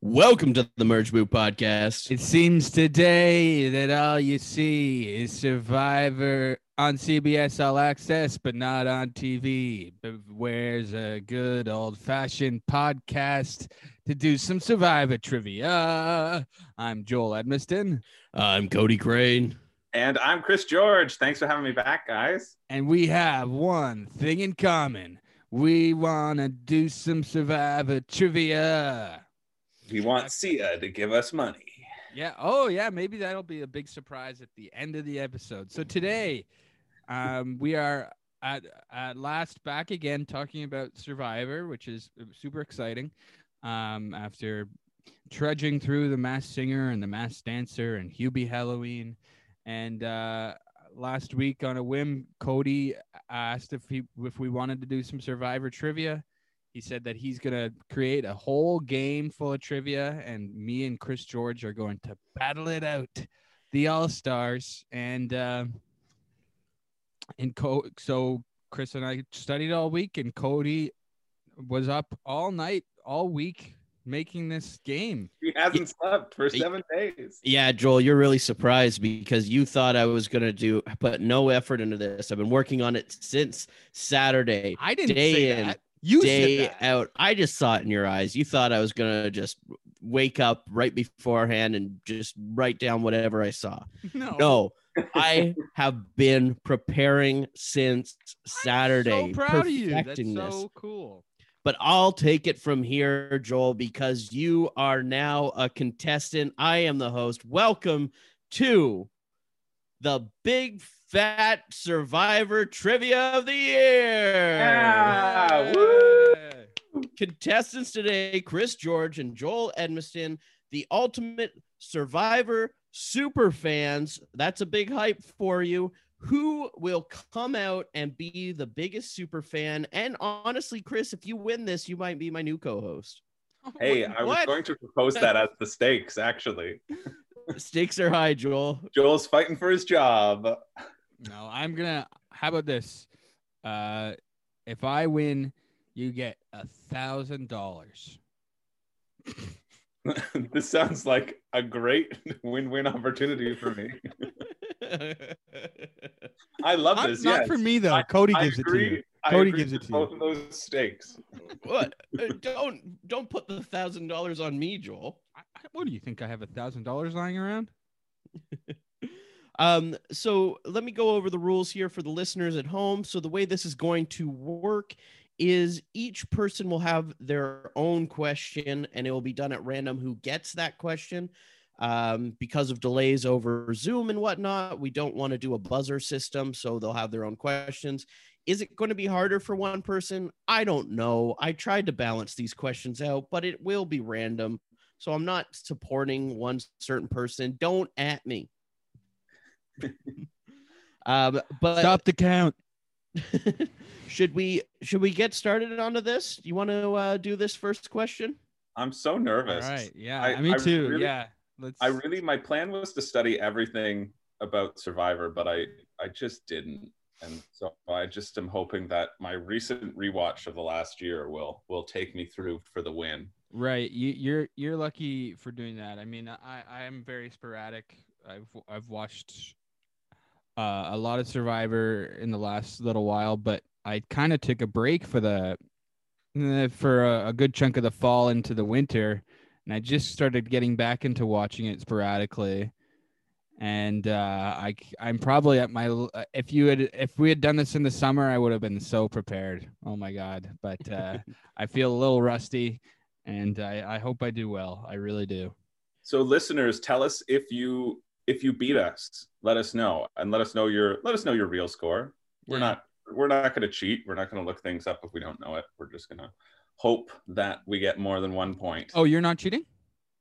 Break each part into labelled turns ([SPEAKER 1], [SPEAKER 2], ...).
[SPEAKER 1] Welcome to the Merge Boot Podcast.
[SPEAKER 2] It seems today that all you see is Survivor on CBS All Access, but not on TV. But where's a good old fashioned podcast to do some Survivor trivia? I'm Joel Edmiston,
[SPEAKER 1] I'm Cody Crane.
[SPEAKER 3] And I'm Chris George. Thanks for having me back, guys.
[SPEAKER 2] and we have one thing in common. We want to do some Survivor trivia.
[SPEAKER 3] We want Sia to give us money.
[SPEAKER 2] Yeah. Oh, yeah. Maybe that'll be a big surprise at the end of the episode. So today, um, we are at, at last back again talking about Survivor, which is uh, super exciting. Um, after trudging through the Mass Singer and the Mass Dancer and Hubie Halloween, and uh, last week on a whim, Cody asked if he if we wanted to do some Survivor trivia. He said that he's going to create a whole game full of trivia, and me and Chris George are going to battle it out, the All Stars, and uh, and Co- so Chris and I studied all week, and Cody was up all night, all week making this game.
[SPEAKER 3] He hasn't slept for seven days.
[SPEAKER 1] Yeah, Joel, you're really surprised because you thought I was gonna do put no effort into this. I've been working on it since Saturday,
[SPEAKER 2] I didn't
[SPEAKER 1] Day
[SPEAKER 2] say
[SPEAKER 1] in,
[SPEAKER 2] that. You
[SPEAKER 1] day
[SPEAKER 2] said that.
[SPEAKER 1] out. I just saw it in your eyes. You thought I was gonna just wake up right beforehand and just write down whatever I saw.
[SPEAKER 2] No.
[SPEAKER 1] No, I have been preparing since Saturday.
[SPEAKER 2] I'm so proud of you. That's
[SPEAKER 1] perfecting this.
[SPEAKER 2] so cool.
[SPEAKER 1] but I'll take it from here, Joel, because you are now a contestant. I am the host. Welcome to the big fat survivor trivia of the year.
[SPEAKER 3] Yeah, Ah, woo.
[SPEAKER 2] Yeah.
[SPEAKER 1] Contestants today Chris George and Joel Edmiston, the ultimate survivor super fans. That's a big hype for you. Who will come out and be the biggest super fan? And honestly, Chris, if you win this, you might be my new co host.
[SPEAKER 2] Oh
[SPEAKER 3] Hey, I was
[SPEAKER 2] What?
[SPEAKER 3] going to propose that as the stakes, actually.
[SPEAKER 1] Stakes are high, Joel.
[SPEAKER 3] Joel's fighting for his job.
[SPEAKER 2] No, I'm gonna. How about this? Uh, if I win, you get a thousand dollars.
[SPEAKER 3] this sounds like a great win win opportunity for me. I love
[SPEAKER 2] Not,
[SPEAKER 3] this.
[SPEAKER 2] not
[SPEAKER 3] yes.
[SPEAKER 2] for me though.
[SPEAKER 3] I-
[SPEAKER 2] Cody
[SPEAKER 3] I
[SPEAKER 2] gives it to
[SPEAKER 3] agree.
[SPEAKER 2] you.
[SPEAKER 3] I
[SPEAKER 2] Cody
[SPEAKER 3] agree
[SPEAKER 2] gives it to
[SPEAKER 3] with
[SPEAKER 2] you.
[SPEAKER 3] Both of those stakes.
[SPEAKER 1] what? Uh, Don't don't put the thousand dollars on me, Joel.
[SPEAKER 2] I, I- what do you think? I have a thousand dollars lying around?
[SPEAKER 1] Um, so let me go over the rules here for the listeners at home. So the way this is going to work is each person will have their own question and it will be done at random who gets that question. Um, because of delays over Zoom and whatnot, we don't want to do a buzzer system, so they'll have their own questions. Is it going to be harder for one person? I don't know. I tried to balance these questions out, but it will be random. So I'm not supporting one certain person. Don't at me. Um, but Um,
[SPEAKER 2] Stop the count.
[SPEAKER 1] should we should we get started onto this? You want to uh, do this first question?
[SPEAKER 3] I'm so
[SPEAKER 2] All
[SPEAKER 3] nervous.
[SPEAKER 2] right. Yeah.
[SPEAKER 3] I-
[SPEAKER 2] me
[SPEAKER 3] I
[SPEAKER 2] too.
[SPEAKER 3] really-
[SPEAKER 2] yeah. Let's.
[SPEAKER 3] I really my plan was to study everything about Survivor, but I I just didn't. And so I just am hoping that my recent rewatch of the last year will will take me through for the win.
[SPEAKER 2] Right. You, you're you're lucky for doing that. I mean, I I am very sporadic. I've I've watched uh, a lot of Survivor in the last little while, but I kind of took a break for the eh, for a, a good chunk of the fall into the winter, and I just started getting back into watching it sporadically. And uh, I c- I'm probably at my l- uh, if you had if we had done this in the summer, I would have been so prepared. Oh my god! But uh, I feel a little rusty and I, I hope I do well. I really do.
[SPEAKER 3] So listeners, tell us if you if you beat us, let us know. And let us know your let us know your real score. We're
[SPEAKER 2] Yeah.
[SPEAKER 3] not we're not gonna cheat. We're not gonna look things up if we don't know it. We're just gonna hope that we get more than one point.
[SPEAKER 2] Oh, you're not cheating?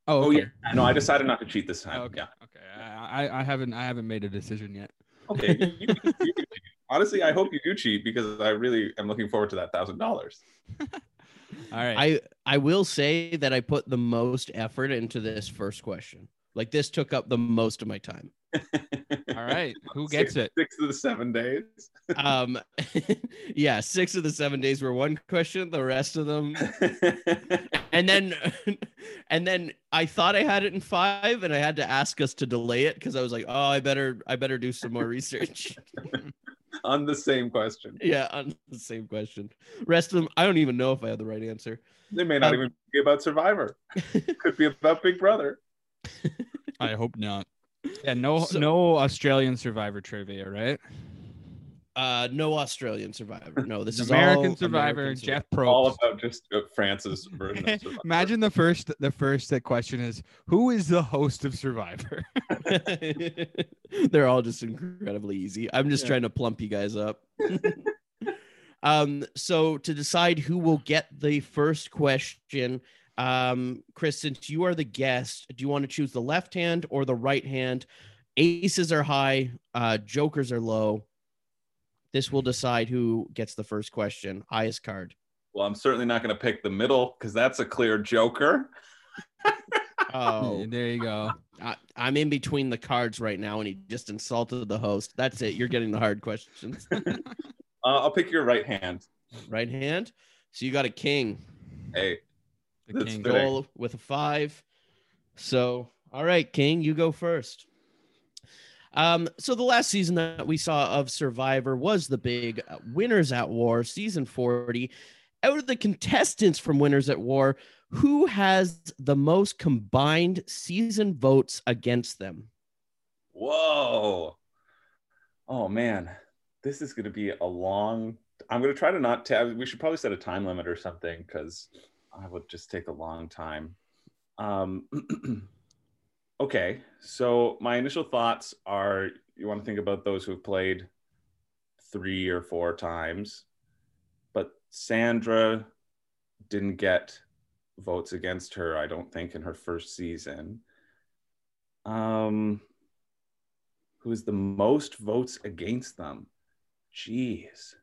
[SPEAKER 2] Oh, okay.
[SPEAKER 3] Oh,
[SPEAKER 2] Oh,
[SPEAKER 3] yeah. No, I decided not to cheat this time.
[SPEAKER 2] okay.
[SPEAKER 3] Yeah.
[SPEAKER 2] Okay. I, I- I haven't I haven't made a decision yet.
[SPEAKER 3] Okay. you- you can- you can cheat. Honestly, I hope you do cheat because I really am looking forward to that thousand dollars.
[SPEAKER 2] All right.
[SPEAKER 1] I I will say that I put the most effort into this first question. Like this took up the most of my time.
[SPEAKER 2] All right. Who gets it?
[SPEAKER 3] Six of the seven days.
[SPEAKER 1] Um, yeah, six of the seven days were one question. The rest of them and then and then I thought I had it in five, and I had to ask us to delay it because I was like, oh, I better I better do some more research.
[SPEAKER 3] On the same question.
[SPEAKER 1] yeah, on the same question. Rest of them, I don't even know if I had the right answer.
[SPEAKER 3] They may not
[SPEAKER 1] Um,
[SPEAKER 3] even be about Survivor. Could be about Big Brother.
[SPEAKER 2] I hope not. Yeah, no
[SPEAKER 1] So-
[SPEAKER 2] no Australian survivor trivia, right?
[SPEAKER 1] Uh, no Australian Survivor. No, this is all
[SPEAKER 2] American Survivor,
[SPEAKER 1] American
[SPEAKER 2] Jeff
[SPEAKER 3] All
[SPEAKER 2] Probst.
[SPEAKER 3] about just uh, France's version of Survivor.
[SPEAKER 2] Imagine the first the first that question is who is the host of Survivor?
[SPEAKER 1] Survivor. They're all just incredibly easy. I'm just
[SPEAKER 3] Yeah.
[SPEAKER 1] trying to plump you guys up. um, so to decide who will get the first question, um, Chris, since you are the guest, do you want to choose the left hand or the right hand? Aces are high, uh, jokers are low. This will decide who gets the first question. Highest card.
[SPEAKER 3] Well, I'm certainly not going to pick the middle because that's a clear joker.
[SPEAKER 1] Oh,
[SPEAKER 2] There you go.
[SPEAKER 1] I, I'm in between the cards right now, and he just insulted the host. That's it. You're getting the hard questions.
[SPEAKER 3] Uh, I'll pick your right hand.
[SPEAKER 1] right hand. So you got a king.
[SPEAKER 3] Hey,
[SPEAKER 2] The
[SPEAKER 3] That's
[SPEAKER 2] king.
[SPEAKER 3] Good. fair.
[SPEAKER 1] Goal with a five. So all right, King, you go first. Um, so the last season that we saw of Survivor was the big uh, Winners at War season 40. Out of the contestants from Winners at War, who has the most combined season votes against them?
[SPEAKER 3] Whoa. Oh man, this is going to be a long. I'm going to try to not. ta- we should probably set a time limit or something because I would just take a long time. Um, okay, so my initial thoughts are: you want to think about those who have played three or four times, but Sandra didn't get votes against her. I don't think in her first season. Um, who is the most votes against them. Jeez.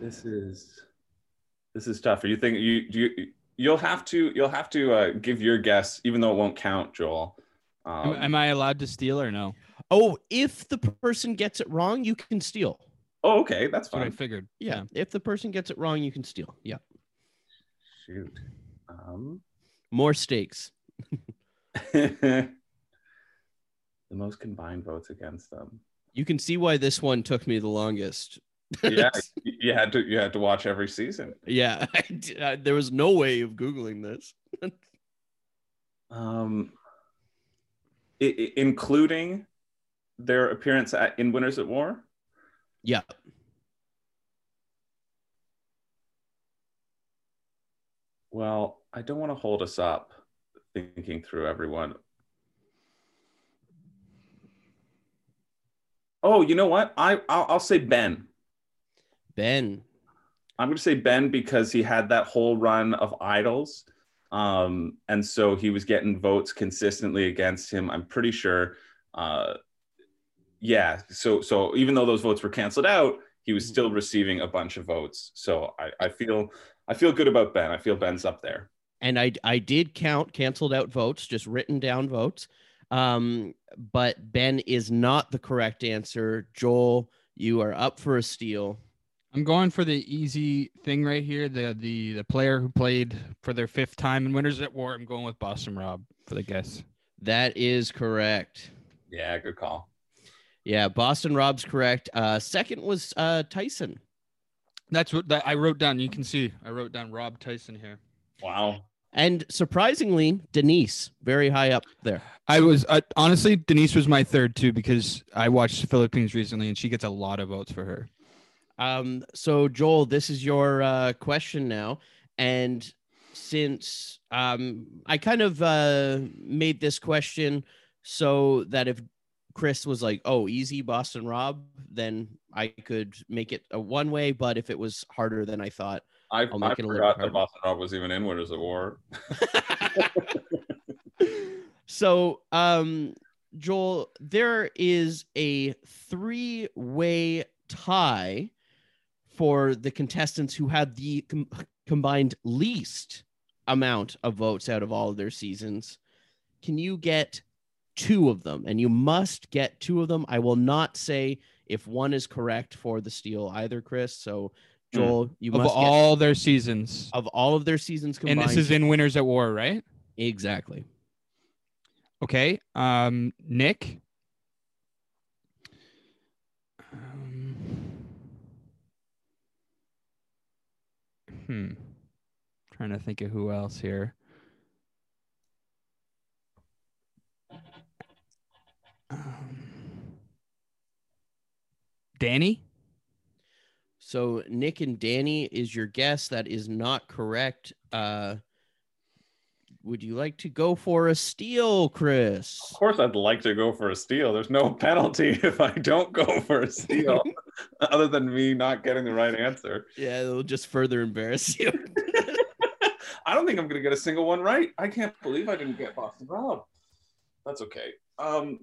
[SPEAKER 3] This is this is tough. Are you think you do you you'll have to you'll have to uh, give your guess even though it won't count, Joel. Um,
[SPEAKER 2] Am, am I allowed to steal or no?
[SPEAKER 1] Oh, if the person gets it wrong, you can steal.
[SPEAKER 3] oh, okay, that's
[SPEAKER 2] That's what I
[SPEAKER 3] fine.
[SPEAKER 2] figured.
[SPEAKER 1] Yeah. If the person gets it wrong, you can steal. Yeah.
[SPEAKER 3] Shoot. Um,
[SPEAKER 1] More stakes.
[SPEAKER 3] the most combined votes against them.
[SPEAKER 1] You can see why this one took me the longest.
[SPEAKER 3] Yeah, you you had to you had to watch every season.
[SPEAKER 1] yeah. I d- I- there was no way of Googling this.
[SPEAKER 3] um, i- i- including their appearance at, in Winners at War.
[SPEAKER 1] Yeah.
[SPEAKER 3] Well, I don't want to hold us up thinking through everyone. Oh, you know what? I I'll, I'll say Ben.
[SPEAKER 1] Ben.
[SPEAKER 3] I'm going to say Ben because he had that whole run of idols. Um, and so he was getting votes consistently against him. I'm pretty sure uh, yeah so so even though those votes were canceled out he
[SPEAKER 1] Mm-hmm.
[SPEAKER 3] was still receiving a bunch of votes so i i feel i feel good about ben i feel ben's up there
[SPEAKER 1] and I I did count canceled out votes, just written down votes. Um, but Ben is not the correct answer. Joel, you are up for a steal.
[SPEAKER 2] I'm going for the easy thing right here. The the the player who played for their fifth time in Winners at War. I'm going with Boston Rob for the guess.
[SPEAKER 1] That is correct.
[SPEAKER 3] yeah good call
[SPEAKER 1] Yeah, Boston Rob's correct. Uh, second was uh, Tyson.
[SPEAKER 2] That's what that I wrote down. You can see I wrote down Rob Tyson here.
[SPEAKER 3] wow
[SPEAKER 1] And surprisingly, Denise, very high up there.
[SPEAKER 2] I was I, honestly Denise was my third too because I watched the Philippines recently and she gets a lot of votes for her.
[SPEAKER 1] Um, so Joel, this is your uh, question now, and since um, I kind of uh, made this question so that if Chris was like, "Oh, easy, Boston Rob," then I could make it a one way. But if it was harder than I thought,
[SPEAKER 3] i,
[SPEAKER 1] I'll
[SPEAKER 3] I
[SPEAKER 1] make it a little
[SPEAKER 3] forgot that
[SPEAKER 1] harder.
[SPEAKER 3] boston rob was even in winners at war
[SPEAKER 1] so um, Joel, there is a three way tie for the contestants who had the com- combined least amount of votes out of all of their seasons. Can you get two of them? And you must get two of them. I will not say if one is correct for the steal either, Chris. So, Joel, you
[SPEAKER 2] Hmm. of
[SPEAKER 1] must get-
[SPEAKER 2] all their seasons.
[SPEAKER 1] of all of their seasons
[SPEAKER 2] And
[SPEAKER 1] combined.
[SPEAKER 2] this is in Winners at War, right?
[SPEAKER 1] exactly.
[SPEAKER 2] Okay. Um Nick. Um, hmm. Trying to think of who else here. Um, Danny?
[SPEAKER 1] So Nick and Danny is your guess. That is not correct. Uh, would you like to go for a steal, Chris?
[SPEAKER 3] of course i'd like to go for a steal there's no penalty if i don't go for a steal other than me not getting the right answer
[SPEAKER 1] Yeah, it'll just further embarrass you.
[SPEAKER 3] I don't think I'm gonna get a single one right. I can't believe I didn't get Boston Rob. That's okay. Um,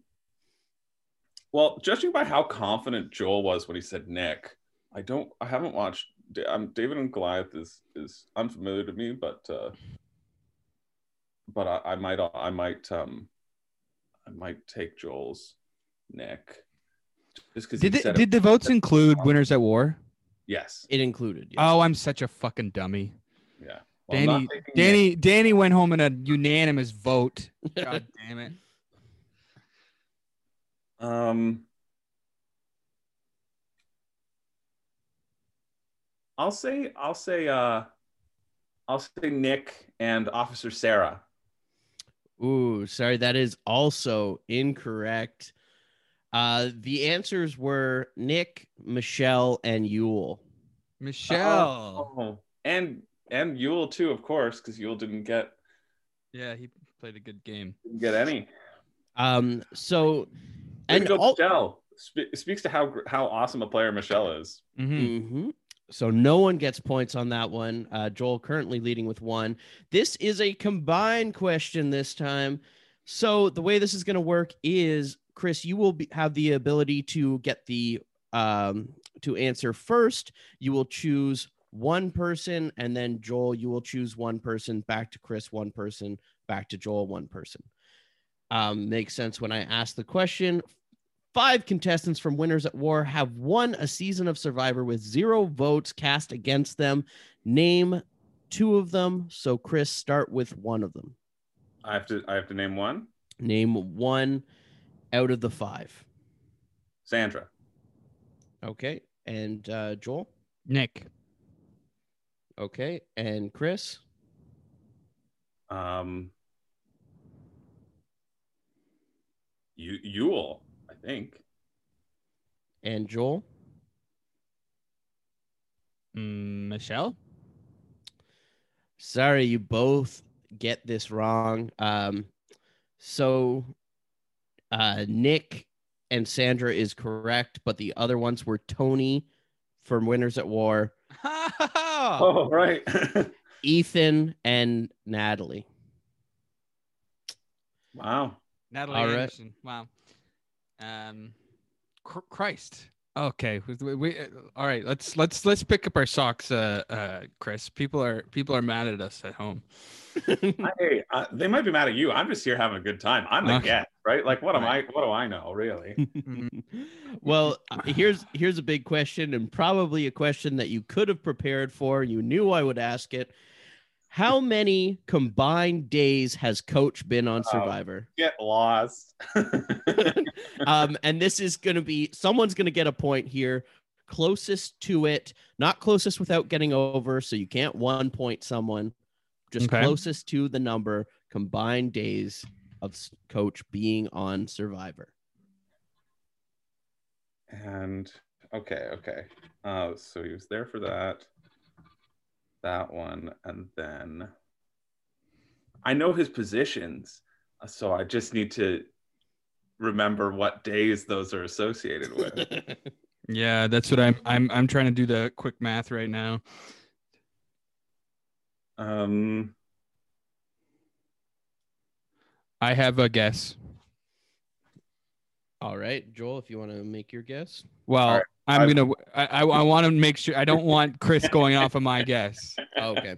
[SPEAKER 3] well, judging by how confident Joel was when he said Nick, I don't. I haven't watched. I'm David and Goliath is is unfamiliar to me, but uh, but I, I might I might um I might take Joel's Nick just because
[SPEAKER 2] Did
[SPEAKER 3] he
[SPEAKER 2] the,
[SPEAKER 3] said
[SPEAKER 2] did
[SPEAKER 3] it.
[SPEAKER 2] the votes include Winners at War?
[SPEAKER 3] yes.
[SPEAKER 1] It included. yes.
[SPEAKER 2] Oh, I'm such a fucking dummy.
[SPEAKER 3] Yeah. I'm not
[SPEAKER 2] Danny,
[SPEAKER 3] taking Nick.
[SPEAKER 2] Danny, Danny went home in a unanimous vote. God damn it!
[SPEAKER 3] Um, I'll say I'll say uh, I'll say Nick and Officer Sarah.
[SPEAKER 1] Ooh, sorry, that is also incorrect. Uh, the answers were Nick, Michelle, and Yule.
[SPEAKER 2] Michelle.
[SPEAKER 3] Oh, and and Yule too, of course, because Yule didn't get
[SPEAKER 2] Yeah, he played a good game.
[SPEAKER 3] didn't get any.
[SPEAKER 1] Um, so and
[SPEAKER 3] Way to go,
[SPEAKER 1] all,
[SPEAKER 3] Michelle Spe- speaks to how gr- how awesome a player Michelle is.
[SPEAKER 2] Mhm.
[SPEAKER 1] hmm So no one gets points on that one. Uh, Joel currently leading with one. This is a combined question this time. So the way this is going to work is, Chris, you will be, have the ability to get the um, to answer first. You will choose one person, and then Joel, you will choose one person. Back to Chris, one person. Back to Joel, one person. Um, makes sense when I ask the question. Five contestants from Winners at War have won a season of Survivor with zero votes cast against them. Name two of them. So, Chris, start with one of them.
[SPEAKER 3] I have to I have to name one.
[SPEAKER 1] Name one out of the five.
[SPEAKER 3] Sandra.
[SPEAKER 1] Okay. And uh, Joel.
[SPEAKER 2] Nick.
[SPEAKER 1] Okay. And Chris.
[SPEAKER 3] Um, you Yule, I think.
[SPEAKER 1] And Joel.
[SPEAKER 2] Mm, Michelle.
[SPEAKER 1] Sorry, you both get this wrong. Um, so uh, Nick and Sandra is correct, but the other ones were Tony from Winners at War,
[SPEAKER 2] oh,
[SPEAKER 3] Oh, right.
[SPEAKER 1] Ethan, and Natalie.
[SPEAKER 3] wow.
[SPEAKER 2] Natalie
[SPEAKER 1] all right.
[SPEAKER 2] Anderson. Wow. Um, Cr- Christ. Okay, we, we- uh, all right. Let's let's let's pick up our socks, uh, uh, Chris. People are people are mad at us at home.
[SPEAKER 3] Hey, uh, they might be mad at you. I'm just here having a good time. I'm the
[SPEAKER 2] Okay.
[SPEAKER 3] guest, right? Like, what am I? What do I know,
[SPEAKER 1] Hmm.
[SPEAKER 3] really?
[SPEAKER 1] well, uh, here's here's a big question, and probably a question that you could have prepared for. You knew I would ask it. How many combined days has Coach been on Survivor?
[SPEAKER 3] Get lost.
[SPEAKER 1] um, and this is going to be someone's going to get a point here. Closest to it, not closest without getting over. So you can't one point someone, just
[SPEAKER 2] Okay.
[SPEAKER 1] closest to the number combined days of s- coach being on Survivor.
[SPEAKER 3] and okay, okay. Uh, so he was there for that, that one, and then I know his positions, so I just need to remember what days those are associated with.
[SPEAKER 2] Yeah, that's what I'm I'm I'm trying to do the quick math right now.
[SPEAKER 3] um,
[SPEAKER 2] I have a guess.
[SPEAKER 1] All right, Joel, if you want to make your guess.
[SPEAKER 2] Well,
[SPEAKER 3] All right,
[SPEAKER 2] I'm
[SPEAKER 3] I've-
[SPEAKER 2] gonna. I I, I want to make sure. I don't want Chris going off of my guess.
[SPEAKER 1] Oh, okay.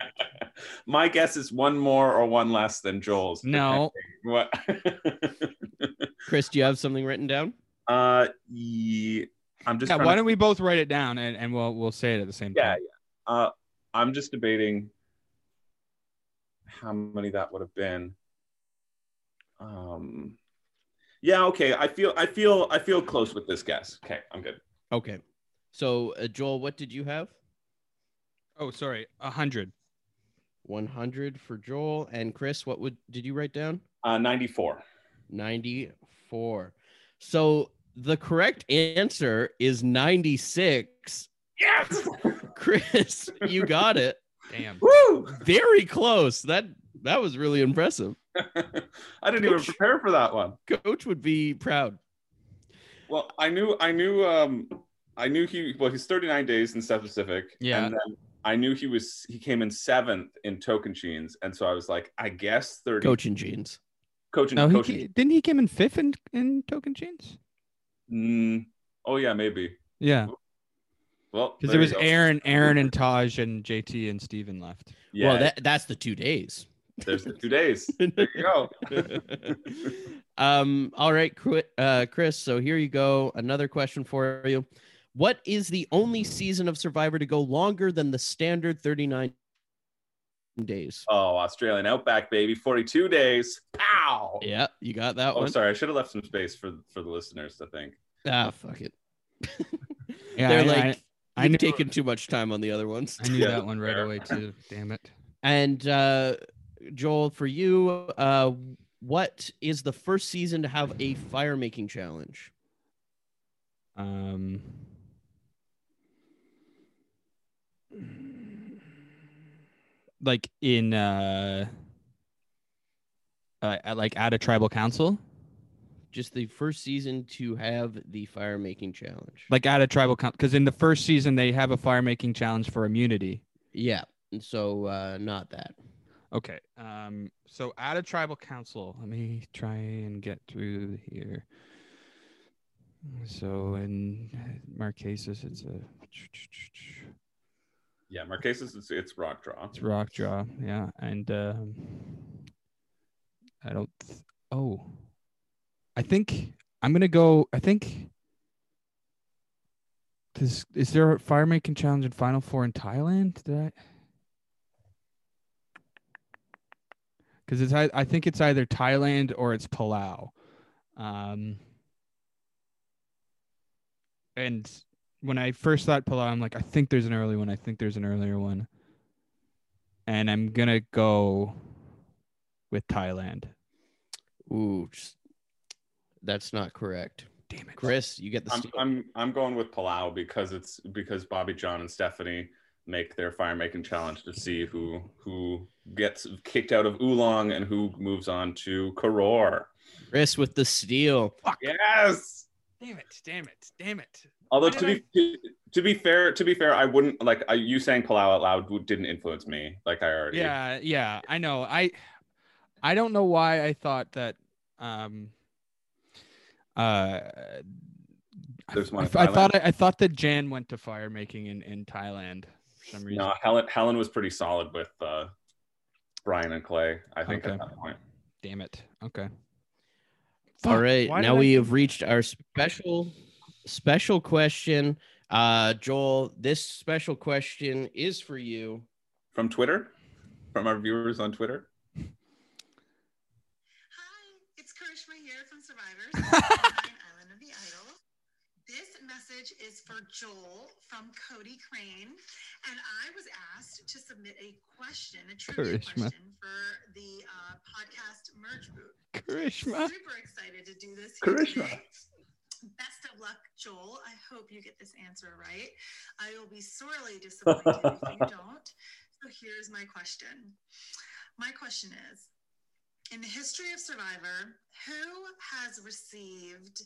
[SPEAKER 3] my guess is one more or one less than Joel's.
[SPEAKER 2] No.
[SPEAKER 3] depending What?
[SPEAKER 1] Chris, do you have something written down?
[SPEAKER 3] uh, ye- I'm just.
[SPEAKER 2] Yeah,
[SPEAKER 3] trying
[SPEAKER 2] why
[SPEAKER 3] to-
[SPEAKER 2] don't we both write it down and, and we'll we'll say it at the same
[SPEAKER 3] Yeah,
[SPEAKER 2] time.
[SPEAKER 3] yeah. Uh, I'm just debating how many that would have been. Um, yeah, okay. I feel, I feel, I feel close with this guess. Okay, I'm good.
[SPEAKER 1] Okay. So, uh, Joel, what did you have?
[SPEAKER 2] Oh, sorry, a hundred.
[SPEAKER 1] 100 for Joel and Chris, what would did you write down?
[SPEAKER 3] Uh, 94.
[SPEAKER 1] 94. So the correct answer is 96.
[SPEAKER 3] Yes.
[SPEAKER 1] Chris, you got it.
[SPEAKER 2] Damn.
[SPEAKER 3] Woo!
[SPEAKER 1] Very close. That that was really impressive.
[SPEAKER 3] I didn't even
[SPEAKER 1] Coach.
[SPEAKER 3] prepare for that one.
[SPEAKER 1] Coach would be proud.
[SPEAKER 3] Well, I knew, I knew, um, I knew he. Well, he's 39 days in South Pacific.
[SPEAKER 2] Yeah.
[SPEAKER 3] And then I knew he was. He came in seventh in token jeans, and so I was like, I guess 30. Coach,
[SPEAKER 1] Coach in jeans.
[SPEAKER 3] coaching,
[SPEAKER 2] No, he,
[SPEAKER 3] coaching.
[SPEAKER 2] ca- didn't he came in fifth in, in token chains.
[SPEAKER 3] Mm, oh yeah, maybe.
[SPEAKER 2] Yeah,
[SPEAKER 3] Well,
[SPEAKER 2] because
[SPEAKER 3] there
[SPEAKER 2] there
[SPEAKER 3] you
[SPEAKER 2] was
[SPEAKER 3] go.
[SPEAKER 2] Aaron, Aaron, and Taj, and JT and Steven left.
[SPEAKER 3] Yeah,
[SPEAKER 1] Well, that that's the 2 days.
[SPEAKER 3] there's the two days. There you go.
[SPEAKER 1] um, all right, Cri- uh, Chris. So here you go. Another question for you. What is the only season of Survivor to go longer than the standard 39 days?
[SPEAKER 3] Oh, Australian Outback, baby, 42 days. Pow.
[SPEAKER 1] Yeah, you got that
[SPEAKER 3] Oh,
[SPEAKER 1] one.
[SPEAKER 3] sorry. I should have left some space for for the listeners to think.
[SPEAKER 1] Ah, fuck it.
[SPEAKER 2] Yeah,
[SPEAKER 1] They're
[SPEAKER 2] I-
[SPEAKER 1] like,
[SPEAKER 2] I,
[SPEAKER 1] I,
[SPEAKER 2] I
[SPEAKER 1] have
[SPEAKER 2] knew
[SPEAKER 1] taken too much time on the other ones.
[SPEAKER 2] I knew
[SPEAKER 3] Yeah,
[SPEAKER 2] that one right
[SPEAKER 3] fair.
[SPEAKER 2] away too. Damn it.
[SPEAKER 1] And uh, Joel, for you, uh, what is the first season to have a fire making challenge?
[SPEAKER 2] Um. Like in uh, uh at- like at a tribal council,
[SPEAKER 1] Just the first season to have the fire making challenge.
[SPEAKER 2] like at a tribal council, because in the first season they have a fire making challenge for immunity.
[SPEAKER 1] Yeah. And so uh, not that.
[SPEAKER 2] Okay. Um. So at a tribal council, let me try and get through here. So in Marquesas, it's a
[SPEAKER 3] Yeah, Marquesas, it's, it's rock draw.
[SPEAKER 2] It's rock jaw, yeah, and um, I don't. th- oh, I think I'm gonna go. I think. Does is there a fire making challenge in Final Four in Thailand? Did I? Because it's I, I think it's either Thailand or it's Palau, um, and when I first thought Palau, I'm like, I think there's an early one. I think there's an earlier one and I'm gonna go with Thailand.
[SPEAKER 1] Ooh, just- that's not correct.
[SPEAKER 2] Damn it,
[SPEAKER 1] Chris, you get the
[SPEAKER 3] I'm,
[SPEAKER 1] steal.
[SPEAKER 3] I'm I'm going with Palau because it's because Bobby John and Stephanie make their fire making challenge to see who who gets kicked out of Oolong and who moves on to Karor.
[SPEAKER 1] Chris with the steal.
[SPEAKER 3] Yes.
[SPEAKER 2] Damn it! Damn it! Damn it!
[SPEAKER 3] Although
[SPEAKER 2] Why
[SPEAKER 3] to
[SPEAKER 2] did
[SPEAKER 3] be to, to be fair, to be fair, I wouldn't like I, you saying Palau out loud w- didn't influence me. Like I already.
[SPEAKER 2] Yeah, yeah, I know. I, I don't know why I thought that. Um. Uh,
[SPEAKER 3] There's one.
[SPEAKER 2] I,
[SPEAKER 3] in
[SPEAKER 2] f- I
[SPEAKER 3] Thailand.
[SPEAKER 2] thought I, I thought that Jan went to fire making in, in Thailand for some reason.
[SPEAKER 3] No, Helen Helen was pretty solid with uh, Brian and Clay. I think
[SPEAKER 2] Okay.
[SPEAKER 3] at that point.
[SPEAKER 2] Damn it. Okay.
[SPEAKER 1] All
[SPEAKER 2] Fuck,
[SPEAKER 1] right,
[SPEAKER 2] why
[SPEAKER 1] now
[SPEAKER 2] did I
[SPEAKER 1] we
[SPEAKER 2] think
[SPEAKER 1] have reached our special special question. Uh Joel, this special question is for you.
[SPEAKER 3] From Twitter, from our viewers on Twitter.
[SPEAKER 4] Hi, it's Karishma here from Survivors, Island Island of the Idol. This message is for Joel from Cody Crane, and I was asked to submit a question, a trivia
[SPEAKER 2] Karishma.
[SPEAKER 4] question for the uh, podcast merge boot.
[SPEAKER 2] Karishma.
[SPEAKER 4] Super excited to do this. here
[SPEAKER 3] Karishma.
[SPEAKER 4] today. Best of luck, Joel. I hope you get this answer right. I will be sorely disappointed if you don't. So here's my question. My question is In the history of Survivor, who has received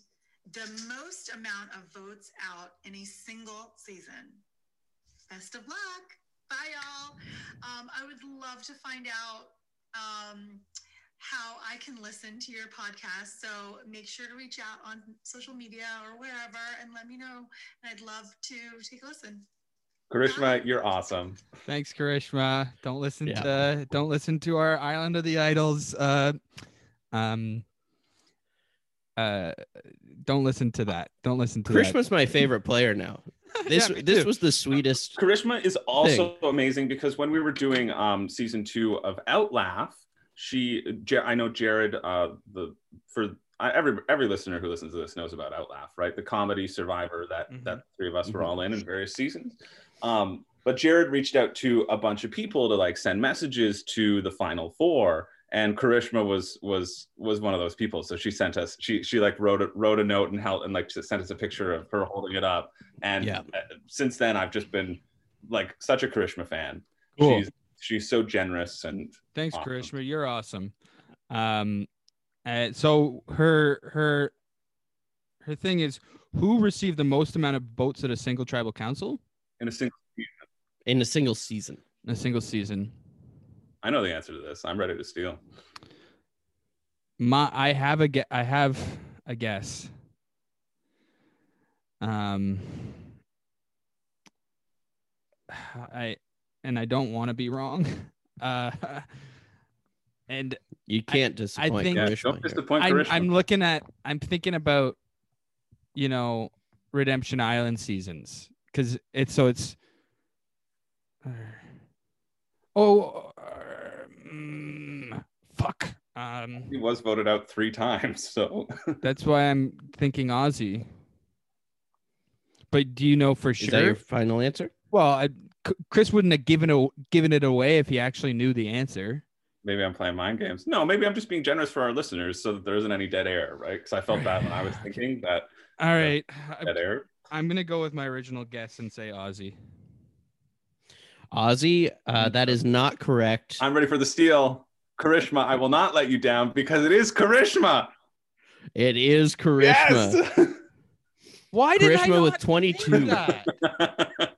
[SPEAKER 4] the most amount of votes out in a single season? Best of luck. Bye, y'all. Um, I would love to find out. Um, how I can listen to your podcast. So make sure to reach out on social media or wherever and let me know. And I'd love to take a listen.
[SPEAKER 3] Karishma, you're awesome.
[SPEAKER 2] Thanks, Karishma. Don't listen
[SPEAKER 1] Yeah.
[SPEAKER 2] to don't listen to our Island of the Idols. Uh, um, uh, don't listen to that. Don't listen to that.
[SPEAKER 1] Krishma's my favorite player now. This
[SPEAKER 2] Yeah, me
[SPEAKER 1] this
[SPEAKER 2] too.
[SPEAKER 1] was the sweetest.
[SPEAKER 3] Karishma is also amazing because when we were doing um, season two of Outlaugh, she, Jer- I know Jared, uh, the for I, every every listener who listens to this knows about Outlaugh, right? The comedy Survivor that
[SPEAKER 2] Mhm.
[SPEAKER 3] that three of us were
[SPEAKER 1] Mhm.
[SPEAKER 3] all in in various seasons. Um, but Jared reached out to a bunch of people to like send messages to the final four, and Karishma was was was one of those people. So she sent us she she like wrote a, wrote a note and held and like sent us a picture of her holding it up. And
[SPEAKER 1] Yeah.
[SPEAKER 3] uh, since then, I've just been like such a Karishma fan.
[SPEAKER 2] Cool.
[SPEAKER 3] She's she's so generous and
[SPEAKER 2] Thanks,
[SPEAKER 3] Awesome.
[SPEAKER 2] Karishma. You're awesome. Um, uh, so her her her thing is who received the most amount of votes at a single tribal council
[SPEAKER 3] in a single.
[SPEAKER 1] in a single season.
[SPEAKER 2] in a single season?
[SPEAKER 3] I know the answer to this. I'm ready to steal.
[SPEAKER 2] My I have a gue- I have a guess. Um, I and I don't want to be wrong. Uh, and
[SPEAKER 1] You can't disappoint
[SPEAKER 2] think-
[SPEAKER 3] Yeah,
[SPEAKER 1] Krishma
[SPEAKER 3] don't
[SPEAKER 1] here.
[SPEAKER 3] disappoint
[SPEAKER 2] I'm,
[SPEAKER 3] Karishma.
[SPEAKER 2] I'm looking at I'm thinking about you know Redemption Island seasons because it's so it's uh, oh uh, mm, fuck um
[SPEAKER 3] he was voted out three times, so
[SPEAKER 2] that's why I'm thinking Aussie. But do you know for
[SPEAKER 1] Is that
[SPEAKER 2] sure?
[SPEAKER 1] your final answer?
[SPEAKER 2] Well, I, C- Chris wouldn't have given a, given it away if he actually knew the answer.
[SPEAKER 3] maybe I'm playing mind games. No, maybe I'm just being generous for our listeners so that there isn't any dead air, right? Because I felt bad when I was thinking that
[SPEAKER 2] All right,
[SPEAKER 3] dead air.
[SPEAKER 2] I, am gonna go with my original guess and say Aussie.
[SPEAKER 1] Ozzy, uh, that is not correct.
[SPEAKER 3] I'm ready for the steal. Karishma, I will not let you down because it is Karishma.
[SPEAKER 1] It is Karishma.
[SPEAKER 3] Yes.
[SPEAKER 2] Why did I
[SPEAKER 1] Karishma with
[SPEAKER 2] not think
[SPEAKER 1] 22.
[SPEAKER 2] that?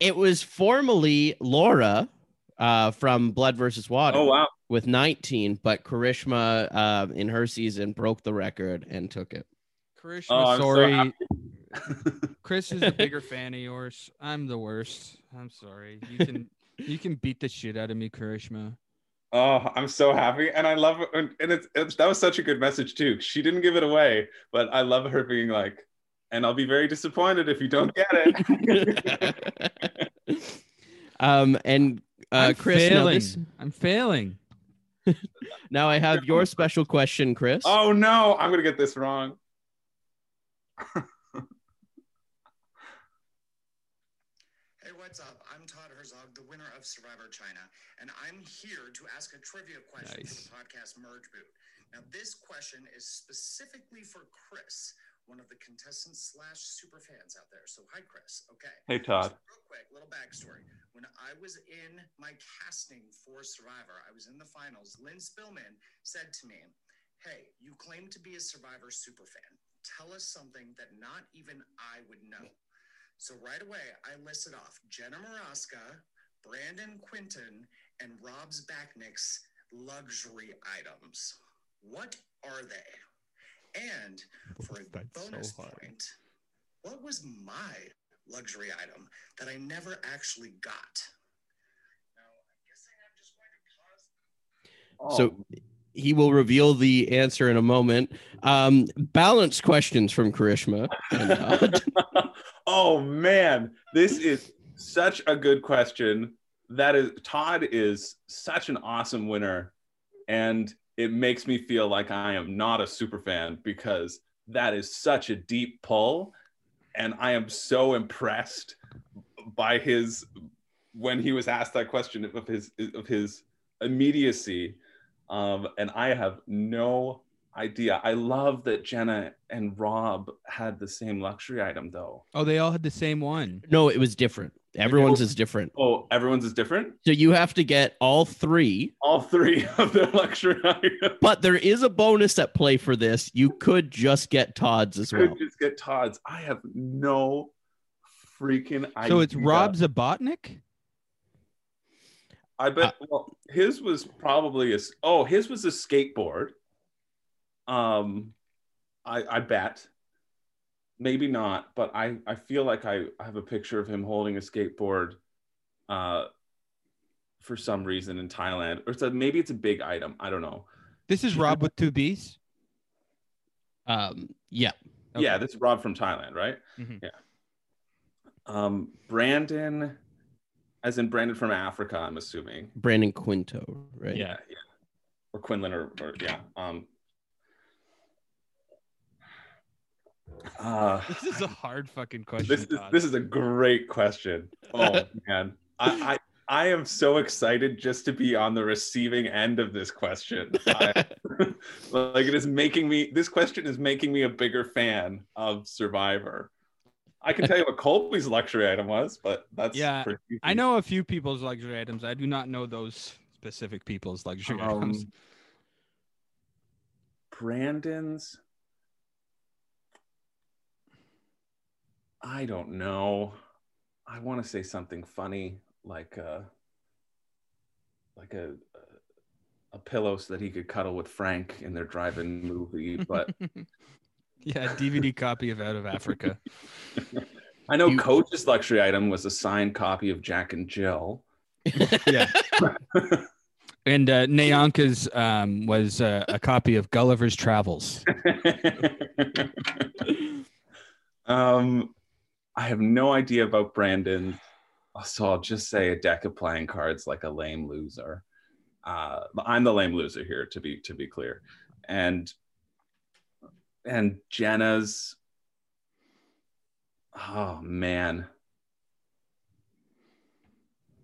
[SPEAKER 1] It was formerly Laura uh, from Blood versus Water
[SPEAKER 3] oh wow.
[SPEAKER 1] with 19, but Karishma uh, in her season broke the record and took it.
[SPEAKER 2] Karishma,
[SPEAKER 3] Oh, I'm so
[SPEAKER 2] sorry.
[SPEAKER 3] happy.
[SPEAKER 2] Chris is a bigger fan of yours. I'm the worst. I'm sorry. You can you can beat the shit out of me, Karishma.
[SPEAKER 3] Oh, I'm so happy, and I love, and it's, it's that was such a good message too. She didn't give it away, but I love her being like, "And I'll be very disappointed if you don't get it."
[SPEAKER 1] um, and uh,
[SPEAKER 2] I'm
[SPEAKER 1] Chris, now,
[SPEAKER 2] failing.
[SPEAKER 1] this-
[SPEAKER 2] I'm failing.
[SPEAKER 1] now I have your special question, Chris.
[SPEAKER 3] oh no, I'm gonna get this wrong.
[SPEAKER 5] Hey, what's up? I'm Todd Herzog, the winner of Survivor China, and I'm here to ask a trivia question
[SPEAKER 2] Nice.
[SPEAKER 5] for the podcast Merge Boot. Now, this question is specifically for Chris, one of the contestants slash super fans out there. So, hi, Chris. Okay.
[SPEAKER 3] Hey Todd,
[SPEAKER 5] So real quick, little backstory. When I was in my casting for Survivor, I was in the finals. Lynn Spillman said to me, Hey, you claim to be a Survivor superfan. Tell us something that not even I would know. So right away, I listed off Jenna Maraska, Brandon Quinton, and Rob's Backnick's luxury items. What are they? And for a
[SPEAKER 2] That's so
[SPEAKER 5] bonus
[SPEAKER 2] hard.
[SPEAKER 5] point, What was my luxury item that I never actually got? Now, I guess I am just going to pause
[SPEAKER 3] Oh.
[SPEAKER 1] So he will reveal the answer in a moment. Um, balance questions from Karishma. And, uh,
[SPEAKER 3] oh man, this is such a good question. That is Todd is such an awesome winner, and it makes me feel like I am not a super fan because that is such a deep pull, and I am so impressed by his when he was asked that question of his of his immediacy, um, and I have no idea. I love that Jenna and Rob had the same luxury item though.
[SPEAKER 2] Oh, they all had the same one.
[SPEAKER 1] no, it was different. Everyone's is different.
[SPEAKER 3] Oh, everyone's is different.
[SPEAKER 1] So you have to get all three,
[SPEAKER 3] All three of their luxury items.
[SPEAKER 1] but there is a bonus at play for this. You could just get Todd's as well.
[SPEAKER 3] Could just get Todd's. I have no freaking idea.
[SPEAKER 2] So it's
[SPEAKER 1] uh,
[SPEAKER 2] Rob Zabotnik.
[SPEAKER 3] I bet. well, his was probably a. s- Oh, his was a skateboard. Um, I I bet. Maybe not, but I I feel like I have a picture of him holding a skateboard. Uh. For some reason in Thailand, or so maybe it's a big item. I don't know.
[SPEAKER 2] This is Rob with two B's.
[SPEAKER 1] Um, yeah.
[SPEAKER 3] Yeah,
[SPEAKER 2] Okay.
[SPEAKER 3] that's Rob from Thailand, right?
[SPEAKER 2] Mhm.
[SPEAKER 3] Yeah. Um, Brandon, as in Brandon from Africa, I'm assuming,
[SPEAKER 1] Brandon Quinto, right?
[SPEAKER 2] Yeah.
[SPEAKER 3] or Quinlan, or, or yeah. Um, uh,
[SPEAKER 2] This is a hard fucking question.
[SPEAKER 3] this is
[SPEAKER 2] Todd.
[SPEAKER 3] this is a great question. Oh man, I. I I am so excited just to be on the receiving end of this question. I- like it is making me this question is making me a bigger fan of Survivor. I can tell you what Colby's luxury item was, but that's
[SPEAKER 2] Yeah,
[SPEAKER 3] pretty easy.
[SPEAKER 2] I know a few people's luxury items. I do not know those specific people's luxury items.
[SPEAKER 3] Um, Brandon's. I don't know. I want to say something funny, like a, like a, a pillow so that he could cuddle with Frank in their drive-in movie. But
[SPEAKER 2] yeah, DVD copy of Out of Africa.
[SPEAKER 3] I know
[SPEAKER 1] You-
[SPEAKER 3] Coach's luxury item was a signed copy of Jack and Jill.
[SPEAKER 2] yeah. and uh, Nayanka's um, was uh, a copy of Gulliver's Travels.
[SPEAKER 3] um, I have no idea about Brandon, so I'll just say a deck of playing cards like a lame loser. Uh, I'm the lame loser here, to be to be clear, and and Jenna's. Oh man,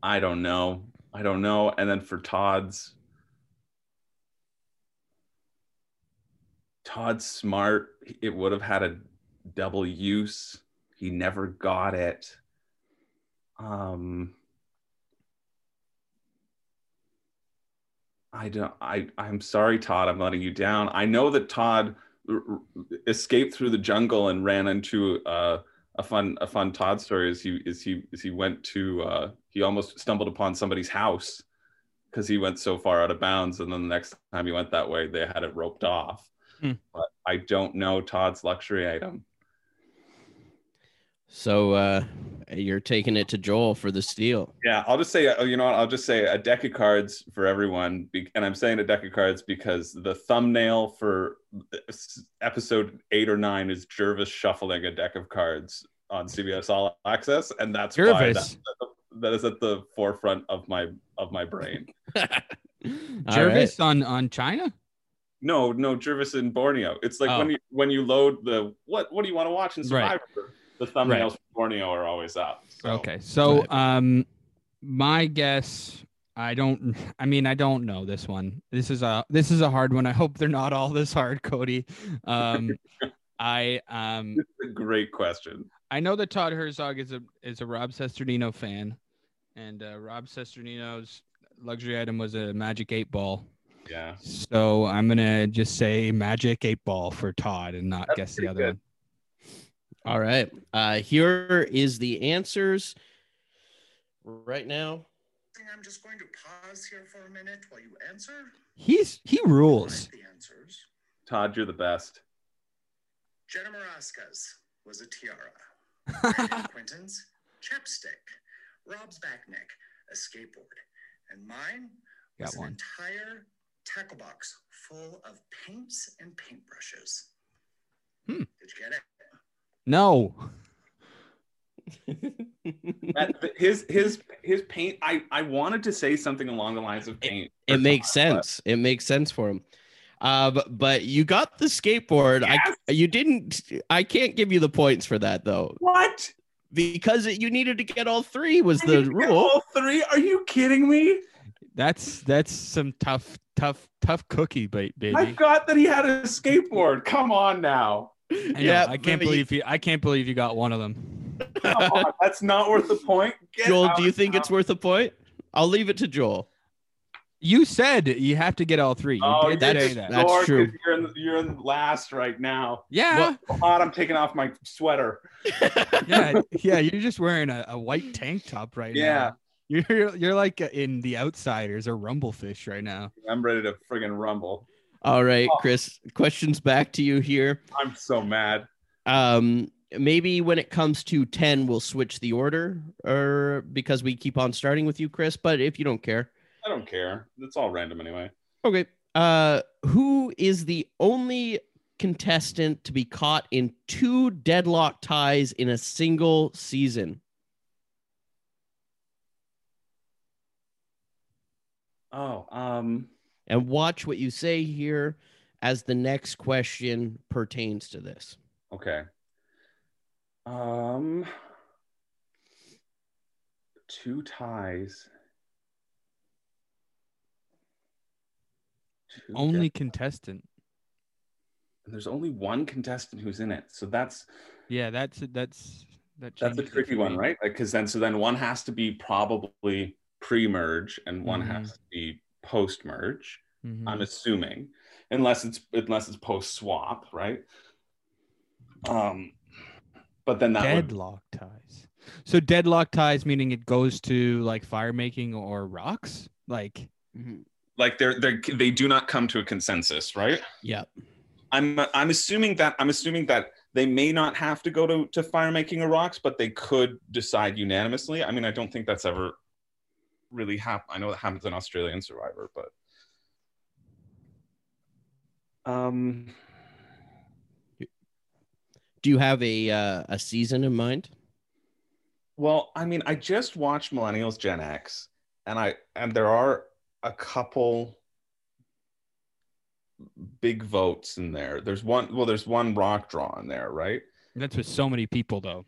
[SPEAKER 3] I don't know. I don't know. And then for Todd's, Todd Smart, it would have had a double use. He never got it. Um, I don't. I I'm sorry, Todd. I'm letting you down. I know that Todd r- r- escaped through the jungle and ran into uh, a fun a fun Todd story. Is he is he is he went to uh, he almost stumbled upon somebody's house because he went so far out of bounds, and then the next time he went that way, they had it roped off.
[SPEAKER 2] Hmm.
[SPEAKER 3] But I don't know Todd's luxury item.
[SPEAKER 1] So uh, you're taking it to Joel for the steal.
[SPEAKER 3] Yeah, I'll just say, oh, you know what? I'll just say a deck of cards for everyone. be- And I'm saying a deck of cards because the thumbnail for uh, s- episode eight or nine is Jervis shuffling a deck of cards on CBS All Access, and that's why that-
[SPEAKER 2] Jervis.
[SPEAKER 3] that is at the forefront of my of my brain.
[SPEAKER 2] Jervis on, on China?
[SPEAKER 3] No, no, Jervis in Borneo. It's like
[SPEAKER 2] Oh.
[SPEAKER 3] when you when you load the what what do you want to watch in
[SPEAKER 2] Right.
[SPEAKER 3] Survivor? The thumbnails for Borneo are always up. So.
[SPEAKER 2] Okay. So
[SPEAKER 1] Right.
[SPEAKER 2] um my guess I don't I mean I don't know this one. This is a this is a hard one. I hope they're not all this hard, Cody. Um I um
[SPEAKER 3] It's a great question.
[SPEAKER 2] I know that Todd Herzog is a is a Rob Sesternino fan and uh, Rob Sesternino's luxury item was a magic 8 ball.
[SPEAKER 3] Yeah.
[SPEAKER 2] So I'm going to just say magic 8 ball for Todd and not
[SPEAKER 3] That's
[SPEAKER 2] guess the
[SPEAKER 3] pretty
[SPEAKER 2] other
[SPEAKER 3] good.
[SPEAKER 2] one.
[SPEAKER 1] All right. Uh, here is the answers right now.
[SPEAKER 5] think I'm just going to pause here for a minute while you answer.
[SPEAKER 2] He's he rules.
[SPEAKER 5] Write The answers.
[SPEAKER 3] Todd, you're the best.
[SPEAKER 5] Jenna Marascas, was a tiara. Quentin's chapstick. Rob's back neck, a skateboard. And mine
[SPEAKER 2] Got
[SPEAKER 5] was
[SPEAKER 2] one.
[SPEAKER 5] an entire tackle box full of paints and paintbrushes.
[SPEAKER 2] Hmm.
[SPEAKER 5] Did you get it?
[SPEAKER 2] No.
[SPEAKER 3] That- th- his his his paint. I I wanted to say something along the lines of paint.
[SPEAKER 1] it makes sense. It makes sense for him. Uh, but, but you got the skateboard. I you didn't. I can't give you the points for that though,
[SPEAKER 3] What
[SPEAKER 1] because you needed to get all three was
[SPEAKER 3] I
[SPEAKER 1] the
[SPEAKER 3] didn't get
[SPEAKER 1] rule.
[SPEAKER 3] All three? Are you kidding me?
[SPEAKER 2] That's that's some tough, tough, tough cookie, ba- baby.
[SPEAKER 3] I got that he had a skateboard. Come on now.
[SPEAKER 2] I know,
[SPEAKER 1] Yeah,
[SPEAKER 2] I can't
[SPEAKER 1] but you-
[SPEAKER 2] believe you. I can't believe you got one of them.
[SPEAKER 3] Come on, that's not worth the point. Get
[SPEAKER 1] Joel,
[SPEAKER 3] out
[SPEAKER 1] do you
[SPEAKER 3] of
[SPEAKER 1] think
[SPEAKER 3] town.
[SPEAKER 1] it's worth a point? I'll leave it to Joel.
[SPEAKER 2] You said you have to get all three. You
[SPEAKER 3] Oh,
[SPEAKER 2] did
[SPEAKER 3] you're
[SPEAKER 1] that's-
[SPEAKER 2] say that.
[SPEAKER 1] that's-
[SPEAKER 3] Lord,
[SPEAKER 1] true.
[SPEAKER 3] 'cause You're in, you're in last right now.
[SPEAKER 2] yeah,
[SPEAKER 3] Come on, I'm taking off my sweater.
[SPEAKER 2] yeah, yeah. You're just wearing a, a white tank top right
[SPEAKER 3] Yeah.
[SPEAKER 2] now. You're you're like in The Outsiders or Rumblefish right now.
[SPEAKER 3] I'm ready to friggin' rumble.
[SPEAKER 1] All right,
[SPEAKER 3] Oh.
[SPEAKER 1] Chris. Questions back to you here.
[SPEAKER 3] I'm so mad.
[SPEAKER 1] Um, maybe when it comes to ten, we'll switch the order, or because we keep on starting with you, Chris. But if you don't care,
[SPEAKER 3] I don't care. It's all random anyway.
[SPEAKER 1] Okay. Uh, who is the only contestant to be caught in two deadlock ties in a single season?
[SPEAKER 3] Oh, um,
[SPEAKER 1] And watch what you say here as the next question pertains to this.
[SPEAKER 3] okay. Um, two ties. Two
[SPEAKER 2] Only
[SPEAKER 3] dead-
[SPEAKER 2] contestant.
[SPEAKER 3] there's only one contestant who's in it, so that's
[SPEAKER 2] Yeah, that's that's that.
[SPEAKER 3] that's a
[SPEAKER 2] changes it
[SPEAKER 3] tricky
[SPEAKER 2] for
[SPEAKER 3] one,
[SPEAKER 2] me.
[SPEAKER 3] right? Because then, so then one has to be probably pre-merge, and one
[SPEAKER 2] Mhm.
[SPEAKER 3] has to be post-merge.
[SPEAKER 2] Mhm.
[SPEAKER 3] I'm assuming, unless it's unless it's post swap, right? Um, but then that would,
[SPEAKER 2] deadlock ties. So deadlock ties meaning it goes to like fire making or rocks. Like
[SPEAKER 3] like they're they are they do not come to a consensus, right?
[SPEAKER 1] Yep.
[SPEAKER 3] I'm I'm assuming that I'm assuming that they may not have to go to to fire making or rocks, but they could decide unanimously. I mean, I don't think that's ever really happened. I know that happens in Australian Survivor, but um,
[SPEAKER 1] Do you have a uh, a season in mind?
[SPEAKER 3] Well, I mean, I just watched Millennials Gen X, and I and there are a couple big votes in there. There's one, well, there's one rock draw in there, right?
[SPEAKER 2] that's with so many people though.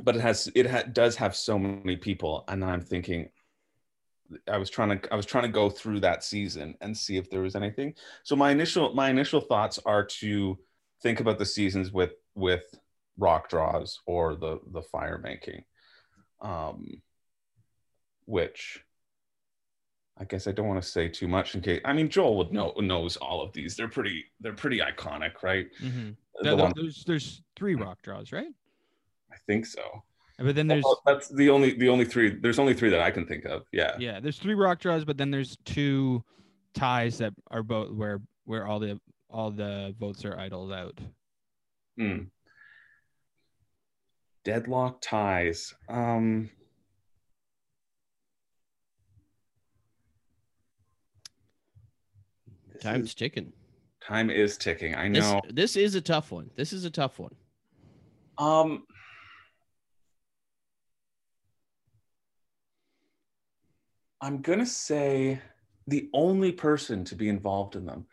[SPEAKER 3] But it has it ha- does have so many people, and I'm thinking, I was trying to I was trying to go through that season and see if there was anything. So my initial my initial thoughts are to think about the seasons with with rock draws or the the fire making. Um which I guess I don't want to say too much in case I mean Joel would know knows all of these. They're pretty they're pretty iconic, right? The
[SPEAKER 2] Th- th-
[SPEAKER 3] one-
[SPEAKER 2] there's there's three rock draws, right?
[SPEAKER 3] I think so.
[SPEAKER 2] But then there's
[SPEAKER 3] Well, Oh, that's the only the only three there's only three that I can think of. Yeah.
[SPEAKER 2] yeah, there's three rock draws, but then there's two ties that are both where where all the all the votes are idled out.
[SPEAKER 3] Hmm. Deadlock ties. Um this
[SPEAKER 1] Time's
[SPEAKER 3] is-
[SPEAKER 1] ticking.
[SPEAKER 3] time is ticking. I
[SPEAKER 1] This
[SPEAKER 3] know.
[SPEAKER 1] this is a tough one. This is a tough one.
[SPEAKER 3] Um I'm going to say the only person to be involved in them.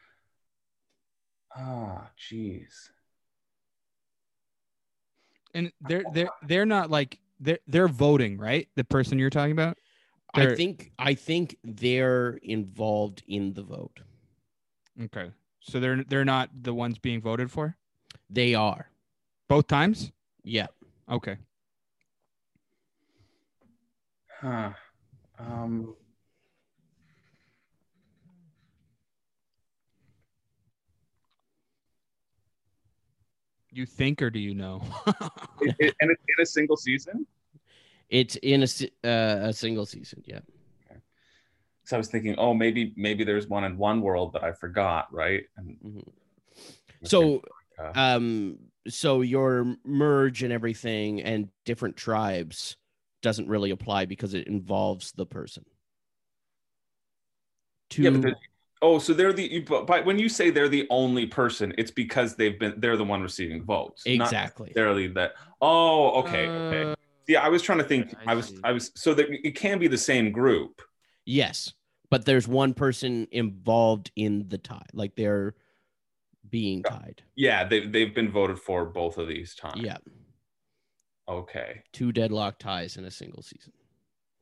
[SPEAKER 3] Ah, jeez.
[SPEAKER 2] And they're they're they're not like they're they're voting, right? The person you're talking about?
[SPEAKER 1] I
[SPEAKER 2] They're-
[SPEAKER 1] think I think they're involved in the vote.
[SPEAKER 2] Okay. So they're they're not the ones being voted for
[SPEAKER 1] They are.
[SPEAKER 2] both times?
[SPEAKER 1] Yeah.
[SPEAKER 2] Okay.
[SPEAKER 3] Huh. Um
[SPEAKER 2] You think or do you know?
[SPEAKER 3] it- it- and it's in a single season.
[SPEAKER 1] It's in a si- uh, a single season. Yeah.
[SPEAKER 3] So I was thinking, oh, maybe maybe there's one in one world that I forgot, right? And
[SPEAKER 1] Mhm. So,
[SPEAKER 3] Uh,
[SPEAKER 1] um, so your merge and everything and different tribes doesn't really apply because it involves the person. To
[SPEAKER 3] Yeah, but the- oh, so they're the you, but, but when you say they're the only person, it's because they've been they're the one receiving votes. not
[SPEAKER 1] exactly.
[SPEAKER 3] necessarily that. Oh, okay, okay.
[SPEAKER 2] Uh,
[SPEAKER 3] Yeah, I was trying to think.
[SPEAKER 2] I
[SPEAKER 3] I, was,
[SPEAKER 2] see.
[SPEAKER 3] I was. So that it can be the same group.
[SPEAKER 1] Yes, but there's one person involved in the tie, like they're being tied.
[SPEAKER 3] Yeah, they they've been voted for both of these times.
[SPEAKER 1] Yeah,
[SPEAKER 3] Okay.
[SPEAKER 1] two deadlock ties in a single season.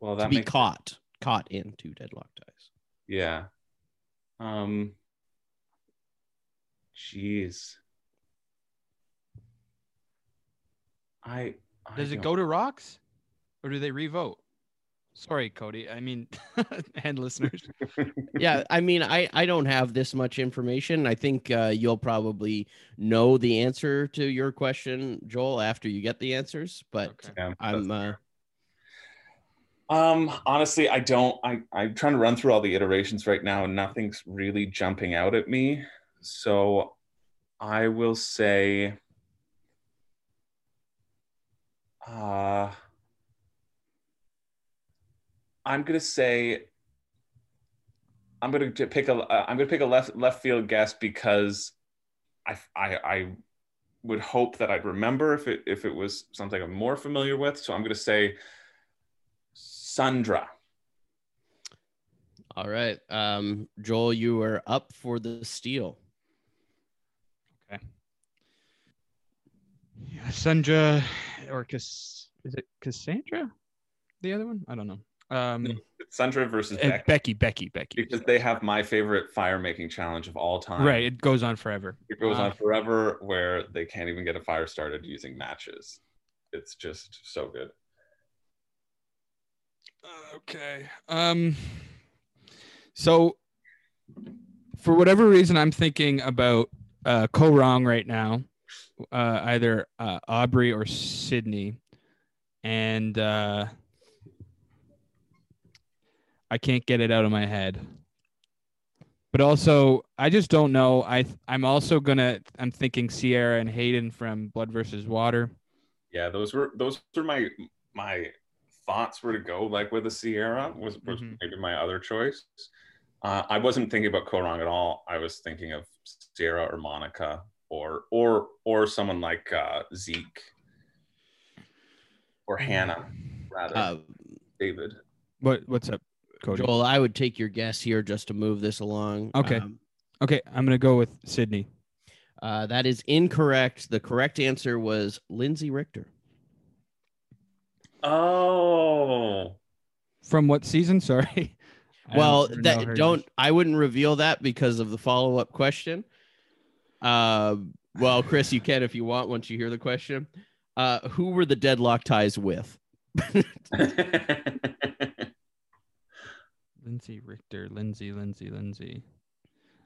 [SPEAKER 3] Well,
[SPEAKER 1] To
[SPEAKER 3] that
[SPEAKER 1] be
[SPEAKER 3] makes
[SPEAKER 1] caught, caught in two deadlock ties.
[SPEAKER 3] yeah. Um. Jeez. I. I
[SPEAKER 2] Does it
[SPEAKER 3] don't-
[SPEAKER 2] go to rocks, or do they revote? Sorry, Cody. I mean, and listeners.
[SPEAKER 1] yeah i mean i i don't have this much information i think uh, you'll probably know the answer to your question joel after you get the answers but
[SPEAKER 2] Okay.
[SPEAKER 3] Yeah,
[SPEAKER 1] i'm uh,
[SPEAKER 3] Um, honestly, I don't. I I'm trying to run through all the iterations right now, and nothing's really jumping out at me. So, I will say, uh, I'm gonna say, I'm gonna j- pick a. Uh, I'm gonna pick a left left field guess because, I I I would hope that I'd remember if it if it was something I'm more familiar with. So I'm gonna say. Sandra.
[SPEAKER 1] all right um joel you are up for the steal
[SPEAKER 2] Yeah, Sandra or Cass- is it Cassandra? The other one? I don't know. Um,
[SPEAKER 3] Sandra versus
[SPEAKER 2] uh,
[SPEAKER 3] Beck
[SPEAKER 2] Becky, Becky, Becky.
[SPEAKER 3] because they have my favorite fire making challenge of all time.
[SPEAKER 2] Right. It goes on forever.
[SPEAKER 3] It goes
[SPEAKER 2] Wow.
[SPEAKER 3] on forever where they can't even get a fire started using matches. It's just so good.
[SPEAKER 2] Okay. Um. So, for whatever reason, I'm thinking about uh, Ko Wrong right now, uh, either uh, Aubrey or Sydney, and uh, I can't get it out of my head. But also, I just don't know. I th- I'm also gonna. I'm thinking Sierra and Hayden from Blood versus Water.
[SPEAKER 3] Yeah, those were those were my my thoughts were to go like with the Sierra was, was
[SPEAKER 2] Mhm.
[SPEAKER 3] maybe my other choice. Uh, I wasn't thinking about Korong at all. I was thinking of Sierra or Monica or or or someone like uh, Zeke or Hannah rather.
[SPEAKER 1] uh,
[SPEAKER 3] David.
[SPEAKER 2] What What's up, Cody?
[SPEAKER 1] joel i would take your guess here just to move this along
[SPEAKER 2] Okay.
[SPEAKER 1] Um,
[SPEAKER 2] Okay, I'm gonna go with Sydney.
[SPEAKER 1] uh, that is incorrect the correct answer was lindsay richter
[SPEAKER 3] Oh.
[SPEAKER 2] From what season? Sorry. I
[SPEAKER 1] well
[SPEAKER 2] don't know her
[SPEAKER 1] that don't i wouldn't reveal that because of the follow-up question uh, well chris you can if you want once you hear the question uh, who were the deadlock ties with
[SPEAKER 2] Lindsay Richter, Lindsay, Lindsay, Lindsay,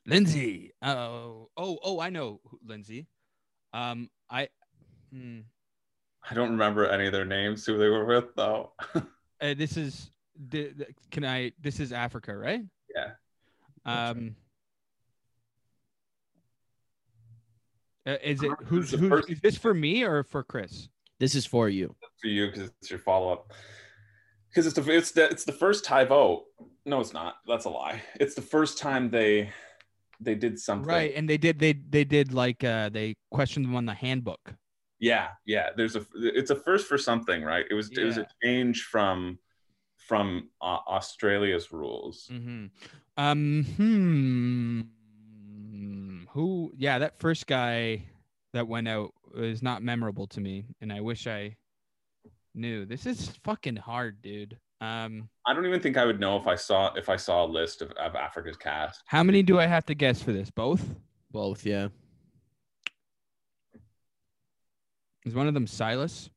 [SPEAKER 2] Lindsay. Oh, oh, oh! I know who- Lindsay. Um, I, hmm,
[SPEAKER 3] I don't remember any of their names who they were with though.
[SPEAKER 2] uh, this is. The, the- can I? This is Africa, right?
[SPEAKER 3] Yeah.
[SPEAKER 2] Um. uh, is it
[SPEAKER 3] Correct.
[SPEAKER 2] who's
[SPEAKER 3] The
[SPEAKER 2] who?
[SPEAKER 3] first-
[SPEAKER 2] Is this for me or for Chris?
[SPEAKER 1] this is for you
[SPEAKER 3] For you because it's your follow up. Because it's the it's the it's the first tie vote. No, it's not. That's a lie. It's the first time they they did something.
[SPEAKER 2] Right, and they did. They they did like uh they questioned them on the handbook.
[SPEAKER 3] Yeah. Yeah. There's a it's a first for something, right? It was it was a change from from uh, Australia's rules.
[SPEAKER 2] Mm-hmm. Um, hmm. Who? Yeah, that first guy that went out is not memorable to me, and I wish I knew. This is fucking hard, dude. Um,
[SPEAKER 3] I don't even think I would know if I saw if I saw a list of, of Africa's cast.
[SPEAKER 2] how many do I have to guess for this? Both?
[SPEAKER 1] both yeah
[SPEAKER 2] Is one of them Silas?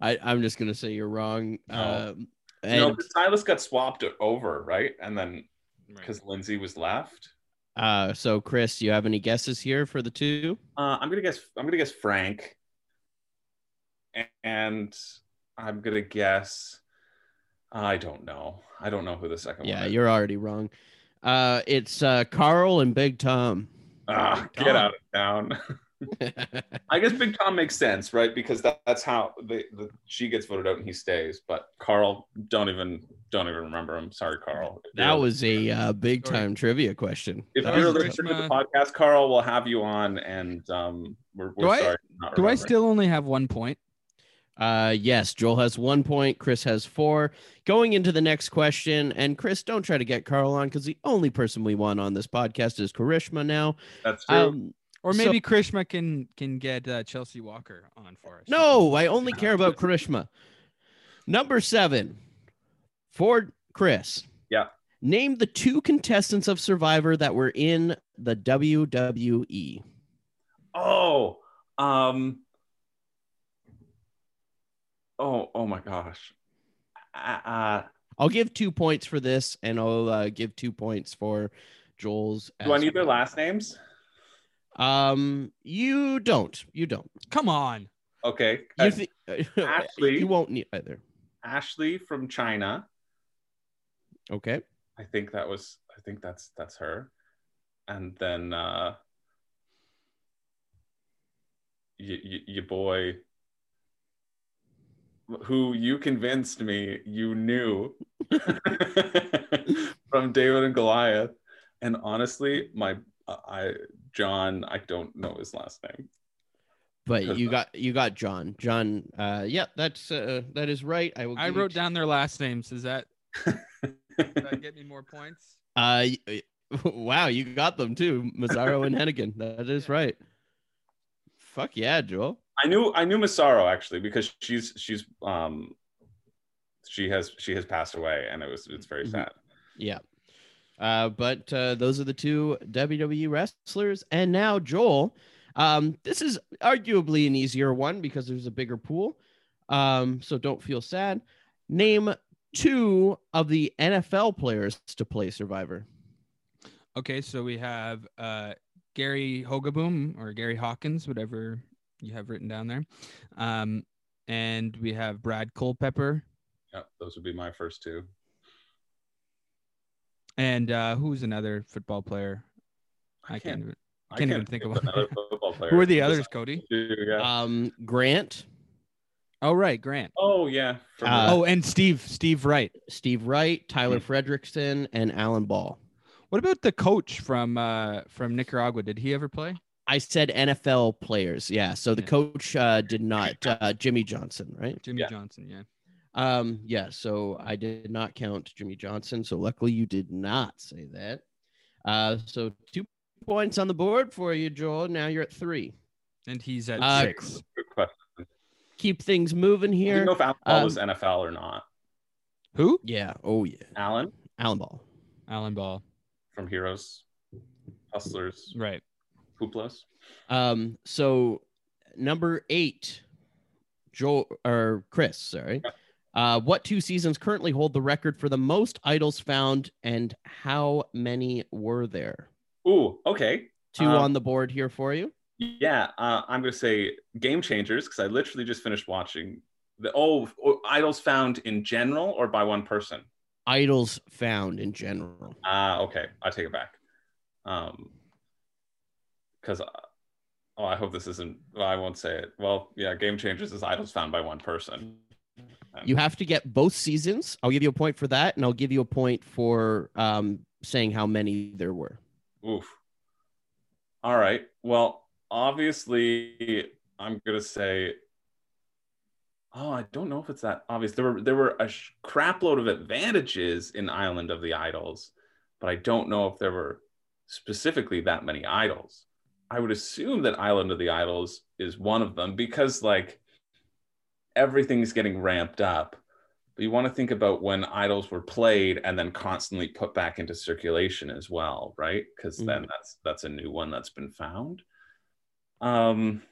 [SPEAKER 1] I, i'm just going to say you're wrong
[SPEAKER 2] Oh.
[SPEAKER 3] No.
[SPEAKER 1] Um and,
[SPEAKER 3] no, 'cause Silas got swapped over, right? And then because Lindsay was left.
[SPEAKER 1] uh, so chris do you have any guesses here for the two
[SPEAKER 3] Uh, I'm gonna guess. I'm gonna guess Frank. A- And I'm gonna guess. I don't know. I don't know who the second
[SPEAKER 1] yeah
[SPEAKER 3] one. is.
[SPEAKER 1] you're already wrong uh, it's uh, carl and big tom
[SPEAKER 3] Ah,
[SPEAKER 2] Tom.
[SPEAKER 3] get out of town. I guess Big Tom makes sense, right? Because that, that's how the, the she gets voted out and he stays. But Carl, don't even don't even remember him. Sorry, Carl.
[SPEAKER 1] that
[SPEAKER 3] You're-
[SPEAKER 1] was a uh, big time trivia question.
[SPEAKER 3] If
[SPEAKER 1] That
[SPEAKER 3] you're
[SPEAKER 1] was-
[SPEAKER 3] listening to the podcast, Carl, we'll have you on, and um, we're, we're
[SPEAKER 2] Do I-
[SPEAKER 3] sorry. for not
[SPEAKER 2] Do I
[SPEAKER 3] remembering.
[SPEAKER 2] still only have one point?
[SPEAKER 1] Uh, yes, Joel has one point. Chris has four. Going into the next question, and Chris, don't try to get Carl on because the only person we want on this podcast is Karishma now.
[SPEAKER 3] That's true.
[SPEAKER 1] Um,
[SPEAKER 2] Or
[SPEAKER 1] So-
[SPEAKER 2] maybe Krishma can can get uh, Chelsea Walker on for us.
[SPEAKER 1] No, I only care about Krishma. Number seven, for Chris.
[SPEAKER 3] Yeah.
[SPEAKER 1] Name the two contestants of Survivor that were in the E. WWE.
[SPEAKER 3] Oh, um, oh, oh my gosh. Uh,
[SPEAKER 1] I'll give two points for this, and I'll uh, give two points for Joel's.
[SPEAKER 3] do I
[SPEAKER 1] as
[SPEAKER 3] need their
[SPEAKER 1] well.
[SPEAKER 3] last names?
[SPEAKER 1] Um, you don't. You don't.
[SPEAKER 2] Come on.
[SPEAKER 3] Okay.
[SPEAKER 1] You,
[SPEAKER 3] Uh,
[SPEAKER 1] thi-
[SPEAKER 3] Ashley.
[SPEAKER 1] you won't need either.
[SPEAKER 3] Ashley from China.
[SPEAKER 1] Okay.
[SPEAKER 3] I think that was. I think that's that's her. And then uh, y- y- your boy, who you convinced me you knew from David and Goliath. And honestly, my I John, I don't know his last name.
[SPEAKER 1] But you got you got John. John. Uh, yeah, that's uh, that is right. I will.
[SPEAKER 2] I
[SPEAKER 1] give you
[SPEAKER 2] wrote down their last names. Does that, does that get me more points?
[SPEAKER 1] Uh, y- wow, you got them too, Mazzaro and Hennigan. That is right. Fuck yeah, Joel.
[SPEAKER 3] I knew I knew Masaro actually because she's she's um she has she has passed away and it was it's very
[SPEAKER 1] Mhm.
[SPEAKER 3] sad.
[SPEAKER 1] Yeah. Uh, but uh, those are the two WWE wrestlers, and now Joel. Um, this is arguably an easier one because there's a bigger pool. Um, so don't feel sad. Name two of the NFL players to play Survivor.
[SPEAKER 2] Okay, so we have uh, Gary Hogaboom or Gary Hawkins, whatever you have written down there, um, and we have Brad Culpepper,
[SPEAKER 3] Yep, those would be my first two.
[SPEAKER 2] and uh, who's another football player?
[SPEAKER 3] I can't
[SPEAKER 2] even-
[SPEAKER 3] I
[SPEAKER 2] can't even think of one.
[SPEAKER 3] another football player.
[SPEAKER 2] Who are the
[SPEAKER 3] Just
[SPEAKER 2] others, Uh, Cody?
[SPEAKER 3] two, yeah.
[SPEAKER 1] Um, Grant,
[SPEAKER 2] Oh right, Grant.
[SPEAKER 3] oh yeah. from
[SPEAKER 1] Uh,
[SPEAKER 2] oh, and Steve, Steve Wright.
[SPEAKER 1] Steve Wright, Tyler Fredrickson, and Alan Ball.
[SPEAKER 2] What about the coach from uh, from Nicaragua? Did he ever play?
[SPEAKER 1] I said NFL players. Yeah. So the
[SPEAKER 2] Yeah.
[SPEAKER 1] coach uh, did not uh, Jimmy Johnson, right?
[SPEAKER 2] Jimmy
[SPEAKER 3] Yeah.
[SPEAKER 2] Johnson, yeah.
[SPEAKER 1] Um, yeah. So I did not count Jimmy Johnson. So luckily you did not say that. Uh, so two points on the board for you, Joel. Now you're at three.
[SPEAKER 2] And he's at
[SPEAKER 1] Uh,
[SPEAKER 2] six.
[SPEAKER 3] Good question.
[SPEAKER 1] Keep things moving
[SPEAKER 3] I didn't
[SPEAKER 1] here.
[SPEAKER 3] know if Alan Ball
[SPEAKER 1] um,
[SPEAKER 3] was NFL or not.
[SPEAKER 2] Who?
[SPEAKER 1] Yeah. Oh yeah.
[SPEAKER 3] Alan
[SPEAKER 1] Allen Ball.
[SPEAKER 2] Alan Ball.
[SPEAKER 3] from Heroes, Hustlers,
[SPEAKER 2] Right.
[SPEAKER 3] Hooplos.
[SPEAKER 1] Um, so number eight, Joel or Chris, sorry. Uh, what two seasons currently hold the record for the most idols found, and how many were there?
[SPEAKER 3] Ooh, okay.
[SPEAKER 1] Two
[SPEAKER 3] Um,
[SPEAKER 1] on the board here for you.
[SPEAKER 3] Yeah, uh, I'm gonna say Game Changers because I literally just finished watching the oh oh, idols found in general or by one person.
[SPEAKER 1] Idols found in general.
[SPEAKER 3] Ah, okay, I take it back. Um, because oh, I hope this isn't. Well, I won't say it. Well, yeah, Game Changers is idols found by one person.
[SPEAKER 1] You have to get both seasons. I'll give you a point for that, and I'll give you a point for um, saying how many there were.
[SPEAKER 3] Oof. All right. Well, obviously, I'm gonna say. Oh, I don't know if it's that obvious. There were there were a sh- crap load of advantages in Island of the Idols, but I don't know if there were specifically that many idols. I would assume that Island of the Idols is one of them because like everything's getting ramped up. But you want to think about when idols were played and then constantly put back into circulation as well, right? Because then that's that's a new one that's been found. Um,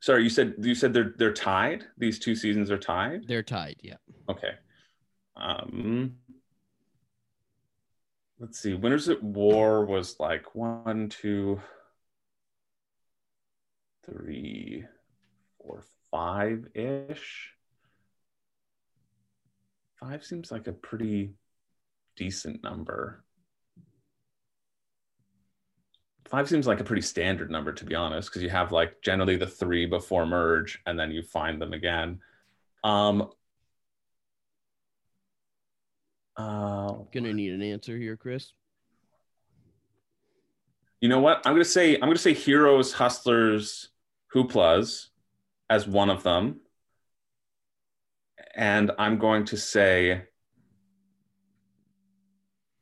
[SPEAKER 3] sorry, you said you said they're they're tied. These two seasons are tied.
[SPEAKER 1] They're tied. Yeah.
[SPEAKER 3] Okay. Um, let's see. Winners at War was like one, two, three, four, five ish. Five seems like a pretty decent number. Five seems like a pretty standard number, to be honest, because you have like generally the three before merge and then you find them again. Um, uh,
[SPEAKER 1] Gonna need an answer here, Chris.
[SPEAKER 3] you know what? I'm gonna say I'm gonna say heroes, hustlers, hooplas as one of them. And I'm going to say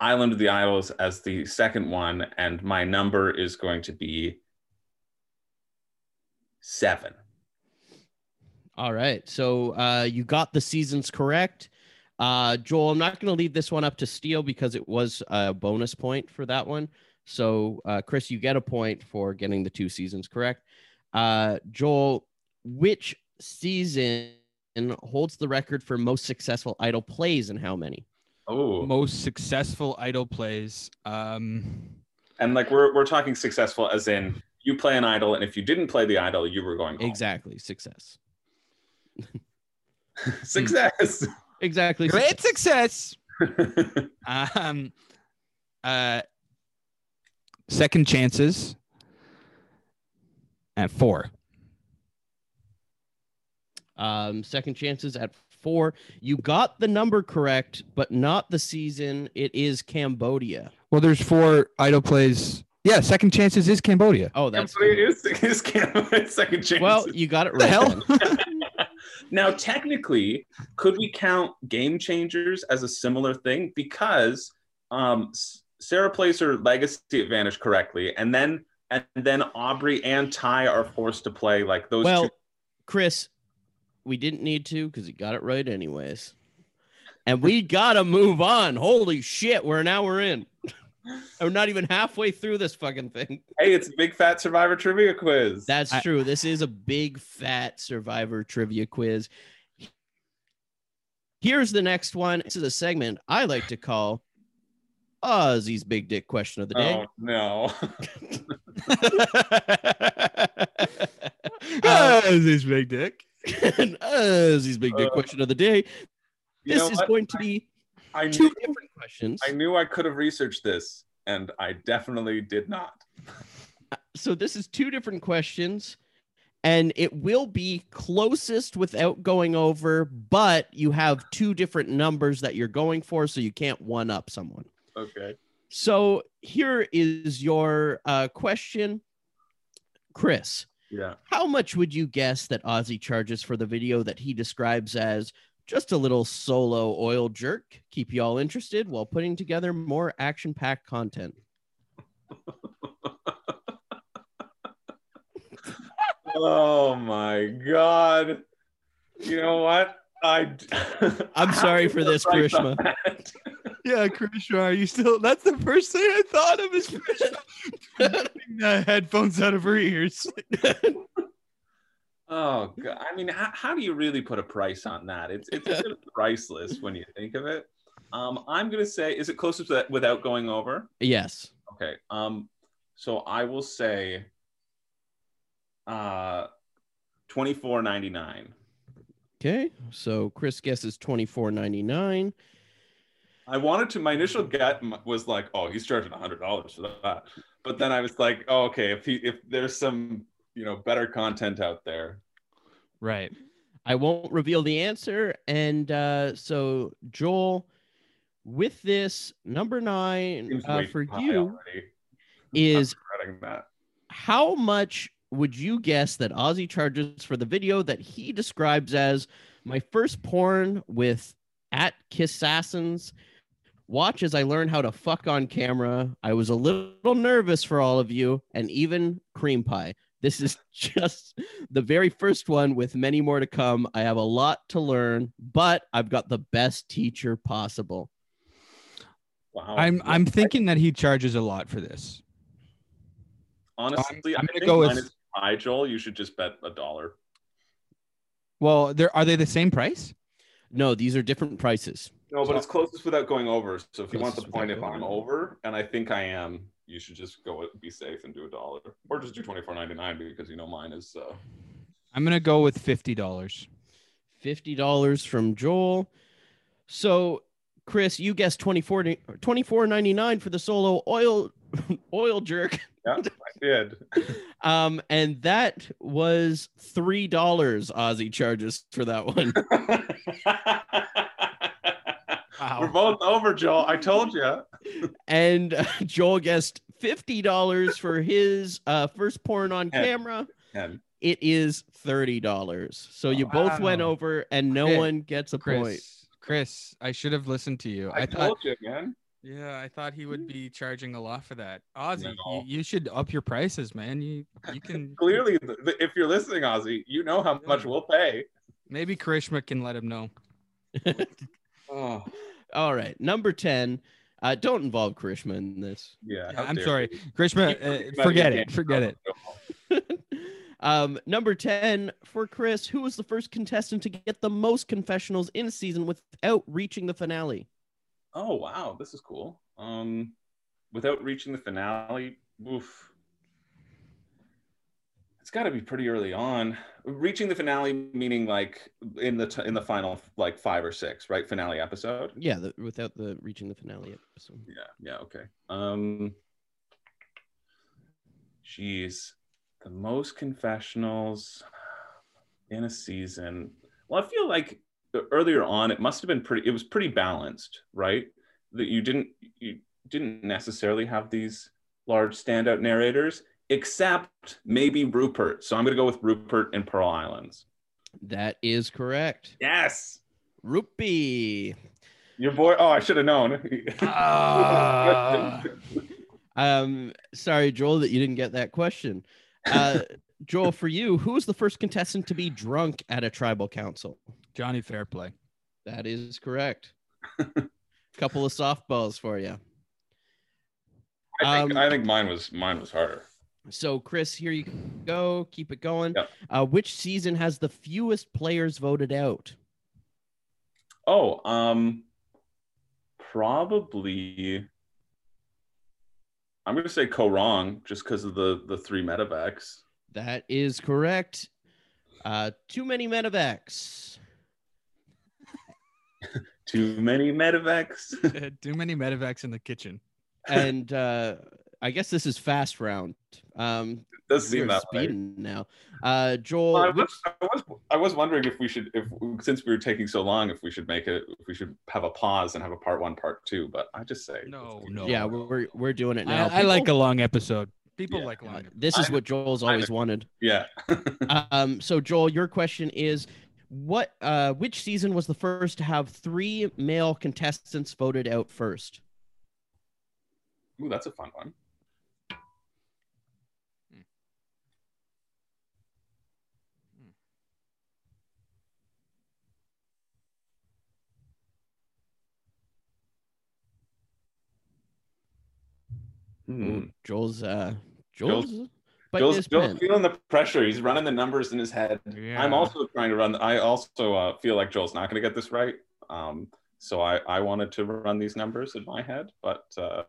[SPEAKER 3] Island of the Isles as the second one, and my number is going to be seven.
[SPEAKER 1] All right. So uh, you got the seasons correct. Uh, Joel, I'm not going to leave this one up to Steele because it was a bonus point for that one. So, uh, Chris, you get a point for getting the two seasons correct. Uh, Joel, which season holds the record for most successful idol plays and how many?
[SPEAKER 3] Oh,
[SPEAKER 2] Most successful idol plays. Um,
[SPEAKER 3] and like we're we're talking successful as in you play an idol, and if you didn't play the idol, you were going home.
[SPEAKER 1] Exactly. Success.
[SPEAKER 3] success.
[SPEAKER 1] Exactly.
[SPEAKER 2] great success. um, uh, second chances at four.
[SPEAKER 1] Um, second chances at four. You got the number correct, but not the season. It is Cambodia.
[SPEAKER 2] Well, there's four idol plays. Yeah, second chances is Cambodia.
[SPEAKER 1] Oh, that's
[SPEAKER 3] Everybody is, is Cam- second chance.
[SPEAKER 1] well. You got it right.
[SPEAKER 2] the hell?
[SPEAKER 1] then.
[SPEAKER 3] now, technically, could we count game changers as a similar thing? Because um, S- Sarah plays her legacy advantage correctly, and then and then Aubrey and Ty are forced to play like those.
[SPEAKER 1] Well,
[SPEAKER 3] two.
[SPEAKER 1] Chris, we didn't need to because you got it right anyways. And we gotta move on. Holy shit, we're an hour in. we're not even halfway through this fucking thing.
[SPEAKER 3] Hey, it's a big fat Survivor trivia quiz.
[SPEAKER 1] That's
[SPEAKER 2] I-
[SPEAKER 1] true. This is a big fat survivor trivia quiz. Here's the next one. This is a segment I like to call Ozzy's Big Dick Question of the Day.
[SPEAKER 3] oh no! Oh.
[SPEAKER 1] Uh,
[SPEAKER 2] this big dick.
[SPEAKER 1] Ozzy's Big Dick
[SPEAKER 3] Uh,
[SPEAKER 1] Question of the Day.
[SPEAKER 3] You
[SPEAKER 1] This
[SPEAKER 3] know
[SPEAKER 1] is
[SPEAKER 3] what?
[SPEAKER 1] going to be
[SPEAKER 3] I
[SPEAKER 1] two
[SPEAKER 3] knew,
[SPEAKER 1] different questions.
[SPEAKER 3] I knew I could have researched this, and I definitely did not.
[SPEAKER 1] so this is two different questions and it will be closest without going over but you have two different numbers that you're going for so you can't one up someone
[SPEAKER 3] Okay.
[SPEAKER 1] so here is your uh, question chris
[SPEAKER 3] Yeah.
[SPEAKER 1] how much would you guess that ozzy charges for the video that he describes as just a little solo oil jerk keep you all interested while putting together more action-packed content
[SPEAKER 3] Oh my god! You know what? I.
[SPEAKER 1] I'm sorry for this, Karishma.
[SPEAKER 2] Yeah, Krishna, are you still? That's the first thing I thought of is Krishna putting the headphones out of her ears.
[SPEAKER 3] Oh god! I mean, how, how do you really put a price on that? It's it's a bit priceless when you think of it. Um, I'm gonna say, is it closer to that without going over?
[SPEAKER 1] yes
[SPEAKER 3] Okay. Um, so I will say, uh, twenty four ninety nine.
[SPEAKER 1] Okay, so Chris guesses twenty four ninety nine.
[SPEAKER 3] I wanted to. My initial gut m- was like, "Oh, he's charging hundred dollars for that," but then I was like, oh, "Okay, if he if there's some you know better content out there."
[SPEAKER 2] Right.
[SPEAKER 1] I won't reveal the answer, and uh, so Joel, with this number nine
[SPEAKER 3] Seems
[SPEAKER 1] uh,
[SPEAKER 3] way
[SPEAKER 1] for
[SPEAKER 3] too high
[SPEAKER 1] you
[SPEAKER 3] already.
[SPEAKER 1] is
[SPEAKER 3] Regretting that.
[SPEAKER 1] how much would you guess that Ozzy charges for the video that he describes as my first porn with at Kiss Assassins? Watch as I learn how to fuck on camera. I was a little nervous for all of you, and even cream pie. This is just the very first one with many more to come. I have a lot to learn, but I've got the best teacher possible.
[SPEAKER 3] Wow.
[SPEAKER 2] I'm I'm thinking that he charges a lot for this.
[SPEAKER 3] honestly.
[SPEAKER 2] I'm-
[SPEAKER 3] I'm,
[SPEAKER 2] I'm gonna go
[SPEAKER 3] gonna go
[SPEAKER 2] with-
[SPEAKER 3] with high, Joel. You should just bet a dollar.
[SPEAKER 2] Well, there are they the same price?
[SPEAKER 1] No, these are different prices.
[SPEAKER 3] No, but it's closest without going over. So if you want the
[SPEAKER 1] Closest
[SPEAKER 3] point, if
[SPEAKER 1] without
[SPEAKER 3] I'm
[SPEAKER 1] going
[SPEAKER 3] over, and I think I am, you should just go with- be safe and do a dollar, or just do twenty four ninety nine because you know mine is. Uh,
[SPEAKER 2] I'm gonna go with fifty dollars.
[SPEAKER 1] $50 from Joel. So, Chris, you guessed 24 $24.99 for the solo oil oil jerk.
[SPEAKER 3] Yeah, I did.
[SPEAKER 1] Um, and that was three dollars Aussie charges for that one.
[SPEAKER 3] We're both over, Joel. I told you.
[SPEAKER 1] And uh, Joel guessed fifty dollars for his uh, first porn on
[SPEAKER 3] Yeah.
[SPEAKER 1] camera.
[SPEAKER 3] And
[SPEAKER 1] It is thirty dollars. So you both went
[SPEAKER 2] Oh, Wow.
[SPEAKER 1] over, and no
[SPEAKER 2] Okay.
[SPEAKER 1] one gets a
[SPEAKER 2] Chris,
[SPEAKER 1] point.
[SPEAKER 2] Chris, I should have listened to you.
[SPEAKER 3] I,
[SPEAKER 2] I, thought,
[SPEAKER 3] told Hmm. you again.
[SPEAKER 2] yeah, I thought he would be charging a lot for that. Ozzy,
[SPEAKER 3] No.
[SPEAKER 2] you, you should up your prices, man. You you can
[SPEAKER 3] Clearly, th- th- if you're listening, Ozzy, you know how much we'll pay.
[SPEAKER 2] maybe Krishma can let him know.
[SPEAKER 3] Oh,
[SPEAKER 1] All right, number ten. Uh, don't involve Krishma in this.
[SPEAKER 3] yeah.
[SPEAKER 2] Yeah,
[SPEAKER 3] how
[SPEAKER 2] I'm
[SPEAKER 3] dare
[SPEAKER 2] sorry,
[SPEAKER 3] you. Keep
[SPEAKER 2] Krishma.
[SPEAKER 3] forgetting
[SPEAKER 2] Uh,
[SPEAKER 3] about
[SPEAKER 2] forget
[SPEAKER 3] your
[SPEAKER 2] it.
[SPEAKER 3] game.
[SPEAKER 2] Forget it.
[SPEAKER 1] um, number 10 for Chris, who was the first contestant to get the most confessionals in a season without reaching the finale?
[SPEAKER 3] Oh wow, this is cool. Um, without reaching the finale, oof. It's got to be pretty early on. Reaching the finale, meaning like in the t- in the final like five or six, right? Finale episode.
[SPEAKER 1] Yeah, the, without the reaching the finale episode.
[SPEAKER 3] Yeah. Yeah. Okay. Um. Jeez, the most confessionals in a season. Well, I feel like earlier on it must have been pretty. It was pretty balanced, right? That you didn't you didn't necessarily have these large standout narrators, except maybe Rupert. So I'm gonna go with Rupert and Pearl Islands.
[SPEAKER 1] That is correct.
[SPEAKER 3] Yes,
[SPEAKER 1] Rupee.
[SPEAKER 3] your boy. Oh, I should have known.
[SPEAKER 2] Uh, Ah.
[SPEAKER 1] Um, sorry, Joel, that you didn't get that question. Uh, Joel, for you, who was the first contestant to be drunk at a tribal council?
[SPEAKER 2] Johnny Fairplay.
[SPEAKER 1] That is correct. Couple of softballs for you.
[SPEAKER 3] I think,
[SPEAKER 1] Um,
[SPEAKER 3] I think mine was mine was harder.
[SPEAKER 1] So, Chris, here you go. Keep it going.
[SPEAKER 3] Yep.
[SPEAKER 1] Uh, which season has the fewest players voted out?
[SPEAKER 3] Oh, um, probably. I'm gonna say Korong just because of the the three medevacs.
[SPEAKER 1] That is correct. Uh, too many medevacs.
[SPEAKER 3] Too many medevacs.
[SPEAKER 2] Uh, Too many medevacs in the kitchen.
[SPEAKER 1] and uh, I guess this is fast round. Um,
[SPEAKER 3] Does seem
[SPEAKER 1] we're
[SPEAKER 3] that way.
[SPEAKER 1] speeding now. Uh, Joel,
[SPEAKER 3] Well, I,
[SPEAKER 1] which,
[SPEAKER 3] was, I was I was wondering if we should if since we were taking so long if we should make it if we should have a pause and have a part one part two but I just say
[SPEAKER 2] No, no.
[SPEAKER 1] yeah, we're, we're we're doing it now.
[SPEAKER 2] I, I like a
[SPEAKER 1] People-
[SPEAKER 2] long episode. People
[SPEAKER 3] Yeah.
[SPEAKER 2] like long. episodes.
[SPEAKER 1] This is what Joel's
[SPEAKER 3] I-
[SPEAKER 1] always wanted.
[SPEAKER 3] yeah
[SPEAKER 1] um so joel your question is what uh which season was the first to have three male contestants voted out first
[SPEAKER 3] Ooh, that's a fun one Hmm.
[SPEAKER 1] Ooh, joel's uh
[SPEAKER 3] Joel's-
[SPEAKER 1] joel's, biting
[SPEAKER 3] Joel's,
[SPEAKER 1] his
[SPEAKER 3] Joel's
[SPEAKER 1] pen.
[SPEAKER 3] feeling the pressure. He's running the numbers in his head.
[SPEAKER 2] Yeah.
[SPEAKER 3] I'm also trying to run. The, I also uh, feel like Joel's not going to get this right. Um, so I, I wanted to run these numbers in my head, but uh,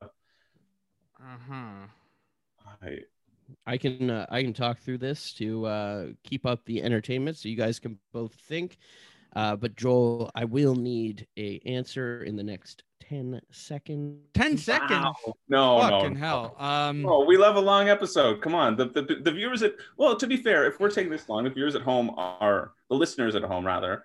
[SPEAKER 2] Uh-huh.
[SPEAKER 3] I,
[SPEAKER 1] i can uh, i can talk through this to uh keep up the entertainment so you guys can both think uh but joel i will need a answer in the next 10 seconds
[SPEAKER 2] Ten seconds.
[SPEAKER 3] no, Oh, no,
[SPEAKER 2] Fucking
[SPEAKER 3] no.
[SPEAKER 2] hell.
[SPEAKER 1] Hmm.
[SPEAKER 2] Um,
[SPEAKER 3] Oh, we love a long episode. Come on, the, the the viewers at well, to be fair, if we're taking this long, the viewers at home are the listeners at home rather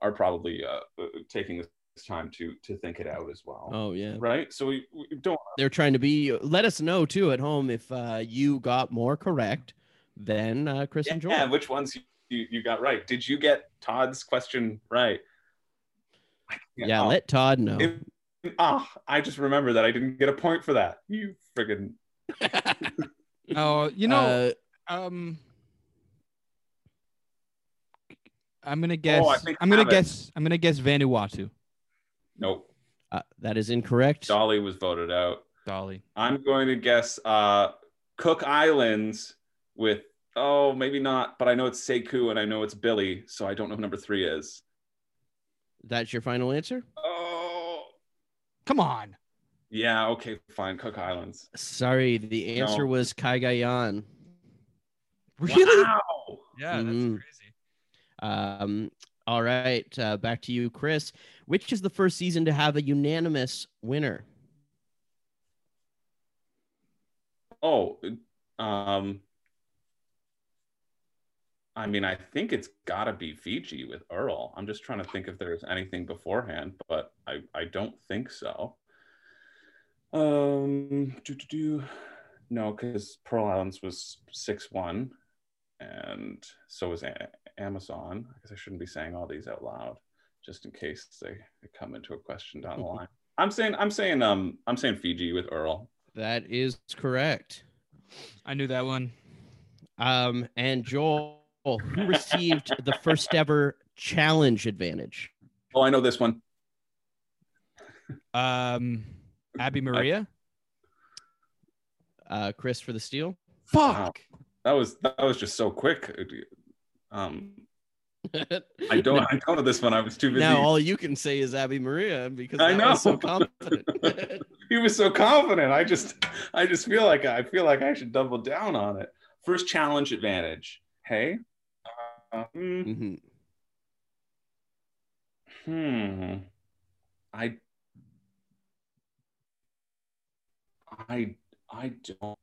[SPEAKER 3] are probably uh, uh, taking this time to to think it out as well,
[SPEAKER 1] oh yeah
[SPEAKER 3] right? So we, we don't
[SPEAKER 1] they're trying to be let us know too at home if uh, you got more correct than uh, chris and
[SPEAKER 3] Yeah,
[SPEAKER 1] joel
[SPEAKER 3] which ones you, you, you got right? Did you get Todd's question right? I can't-
[SPEAKER 1] yeah
[SPEAKER 3] oh,
[SPEAKER 1] let todd know
[SPEAKER 3] It- ah, I just remember that I didn't get a point for that. You friggin'
[SPEAKER 2] oh, you know,
[SPEAKER 3] Uh,
[SPEAKER 2] um, I'm gonna guess.
[SPEAKER 3] Oh, think
[SPEAKER 2] I'm gonna
[SPEAKER 3] Abbott.
[SPEAKER 2] guess. I'm gonna guess Vanuatu.
[SPEAKER 3] nope.
[SPEAKER 1] uh, uh, that is incorrect
[SPEAKER 3] Dolly was voted out.
[SPEAKER 2] Dolly.
[SPEAKER 3] I'm going to guess uh, Cook Islands with oh maybe not, but I know it's Seku and I know it's Billy, so I don't know who number three is.
[SPEAKER 1] that's your final answer
[SPEAKER 3] Oh
[SPEAKER 2] Come on.
[SPEAKER 3] yeah, okay, fine. Cook Islands.
[SPEAKER 1] sorry the answer
[SPEAKER 3] No.
[SPEAKER 1] was kaigayan
[SPEAKER 2] Really?
[SPEAKER 3] Wow.
[SPEAKER 2] Yeah,
[SPEAKER 3] Mm.
[SPEAKER 1] Mhm.
[SPEAKER 2] crazy.
[SPEAKER 1] um, All right, uh, back to you, Chris. Which is the first season to have a unanimous winner?
[SPEAKER 3] Oh, um, I mean, I think it's got to be Fiji with Earl. I'm just trying to think if there's anything beforehand, but I, I don't think so. Um, do do do. No, because Pearl Islands was six one, and so was A- Amazon. I guess I shouldn't be saying all these out loud, just in case they, they come into a question down the line. I'm saying I'm saying um I'm saying Fiji with Earl.
[SPEAKER 1] That is correct.
[SPEAKER 2] I knew that one.
[SPEAKER 1] Um, and Joel, who received the first ever challenge advantage?
[SPEAKER 3] Oh, I know this one.
[SPEAKER 2] Um, Abby Maria.
[SPEAKER 1] Uh, Chris for the steal.
[SPEAKER 2] Fuck.
[SPEAKER 3] That was that was just so quick. Uh, Um, I don't I don't know this one. I was too busy.
[SPEAKER 1] Now all you can say is Abby Maria because
[SPEAKER 3] I
[SPEAKER 1] I know so
[SPEAKER 3] know.
[SPEAKER 1] confident.
[SPEAKER 3] he was so confident. I just I just feel like I feel like I should double down on it. First challenge advantage. Hey. Uh, hmm.
[SPEAKER 1] Mhm.
[SPEAKER 3] Hmm. I I I don't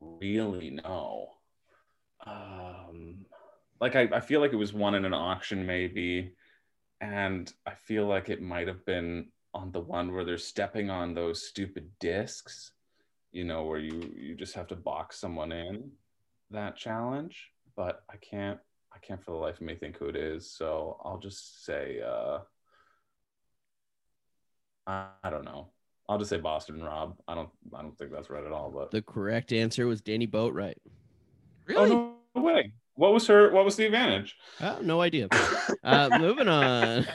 [SPEAKER 3] really know. Um like I, I feel like it was won in an auction maybe and I feel like it might have been on the one where they're stepping on those stupid discs, you know, where you you just have to box someone in that challenge, but I can't I can't for the life of me think who it is. So I'll just say, uh, I, I don't know. I'll just say Boston Rob. I don't, I don't think that's right at all. But
[SPEAKER 1] The correct answer was Danny Boatwright.
[SPEAKER 2] Really?
[SPEAKER 3] oh no way! What was her? What was the advantage?
[SPEAKER 1] Oh, no idea. Uh, moving on.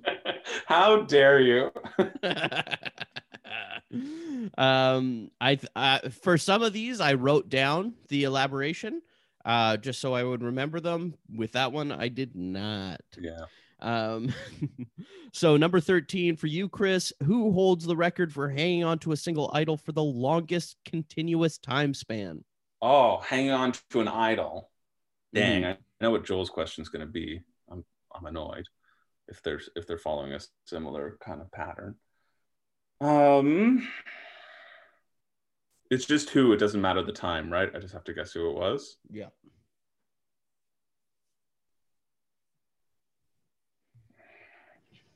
[SPEAKER 3] How dare you?
[SPEAKER 1] um, I, th- I for some of these I wrote down the elaboration, uh, just so I would remember them. With that one, I did not.
[SPEAKER 3] Yeah.
[SPEAKER 1] Um, so number thirteen for you, Chris. Who holds the record for hanging on to a single idol for the longest continuous time span?
[SPEAKER 3] Oh, hang on to an idol.
[SPEAKER 1] Mm-hmm.
[SPEAKER 3] Dang, I know what Joel's question's going to be. I'm, I'm annoyed if there's if they're following a similar kind of pattern. Um, it's just who. It doesn't matter the time, right? I just have to guess who it was.
[SPEAKER 1] Yeah.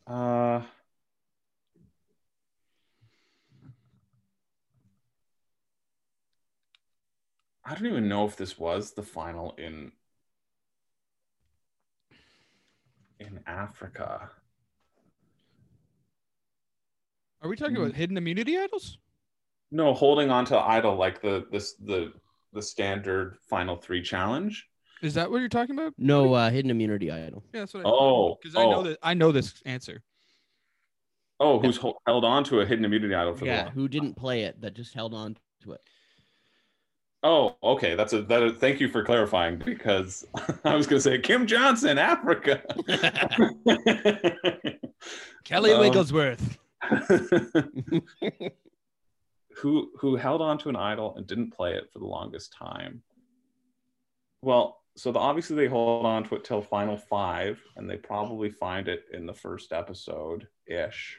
[SPEAKER 3] Uh, I don't even know if this was the final in in Africa.
[SPEAKER 2] Are we
[SPEAKER 3] Hmm.
[SPEAKER 2] talking about hidden immunity idols?
[SPEAKER 3] No, holding on to idol like the this the the standard final three challenge.
[SPEAKER 2] Is that what you're talking about?
[SPEAKER 1] No uh, hidden immunity idol.
[SPEAKER 2] Yeah, that's what I.
[SPEAKER 3] Oh,
[SPEAKER 2] because I know
[SPEAKER 3] oh,
[SPEAKER 2] that I know this answer.
[SPEAKER 3] oh, who's hol- held on to a hidden immunity idol for the
[SPEAKER 1] Yeah,
[SPEAKER 3] long?
[SPEAKER 1] who didn't play it that just held on to it.
[SPEAKER 3] Oh, okay. That's a that. is- Thank you for clarifying because I was going to say Kim Johnson, Africa.
[SPEAKER 2] Kelly
[SPEAKER 3] Um,
[SPEAKER 2] Wigglesworth.
[SPEAKER 3] who who held on to an idol and didn't play it for the longest time. Well, so the, obviously they hold on to it till final five, and they probably find it in the first episode ish,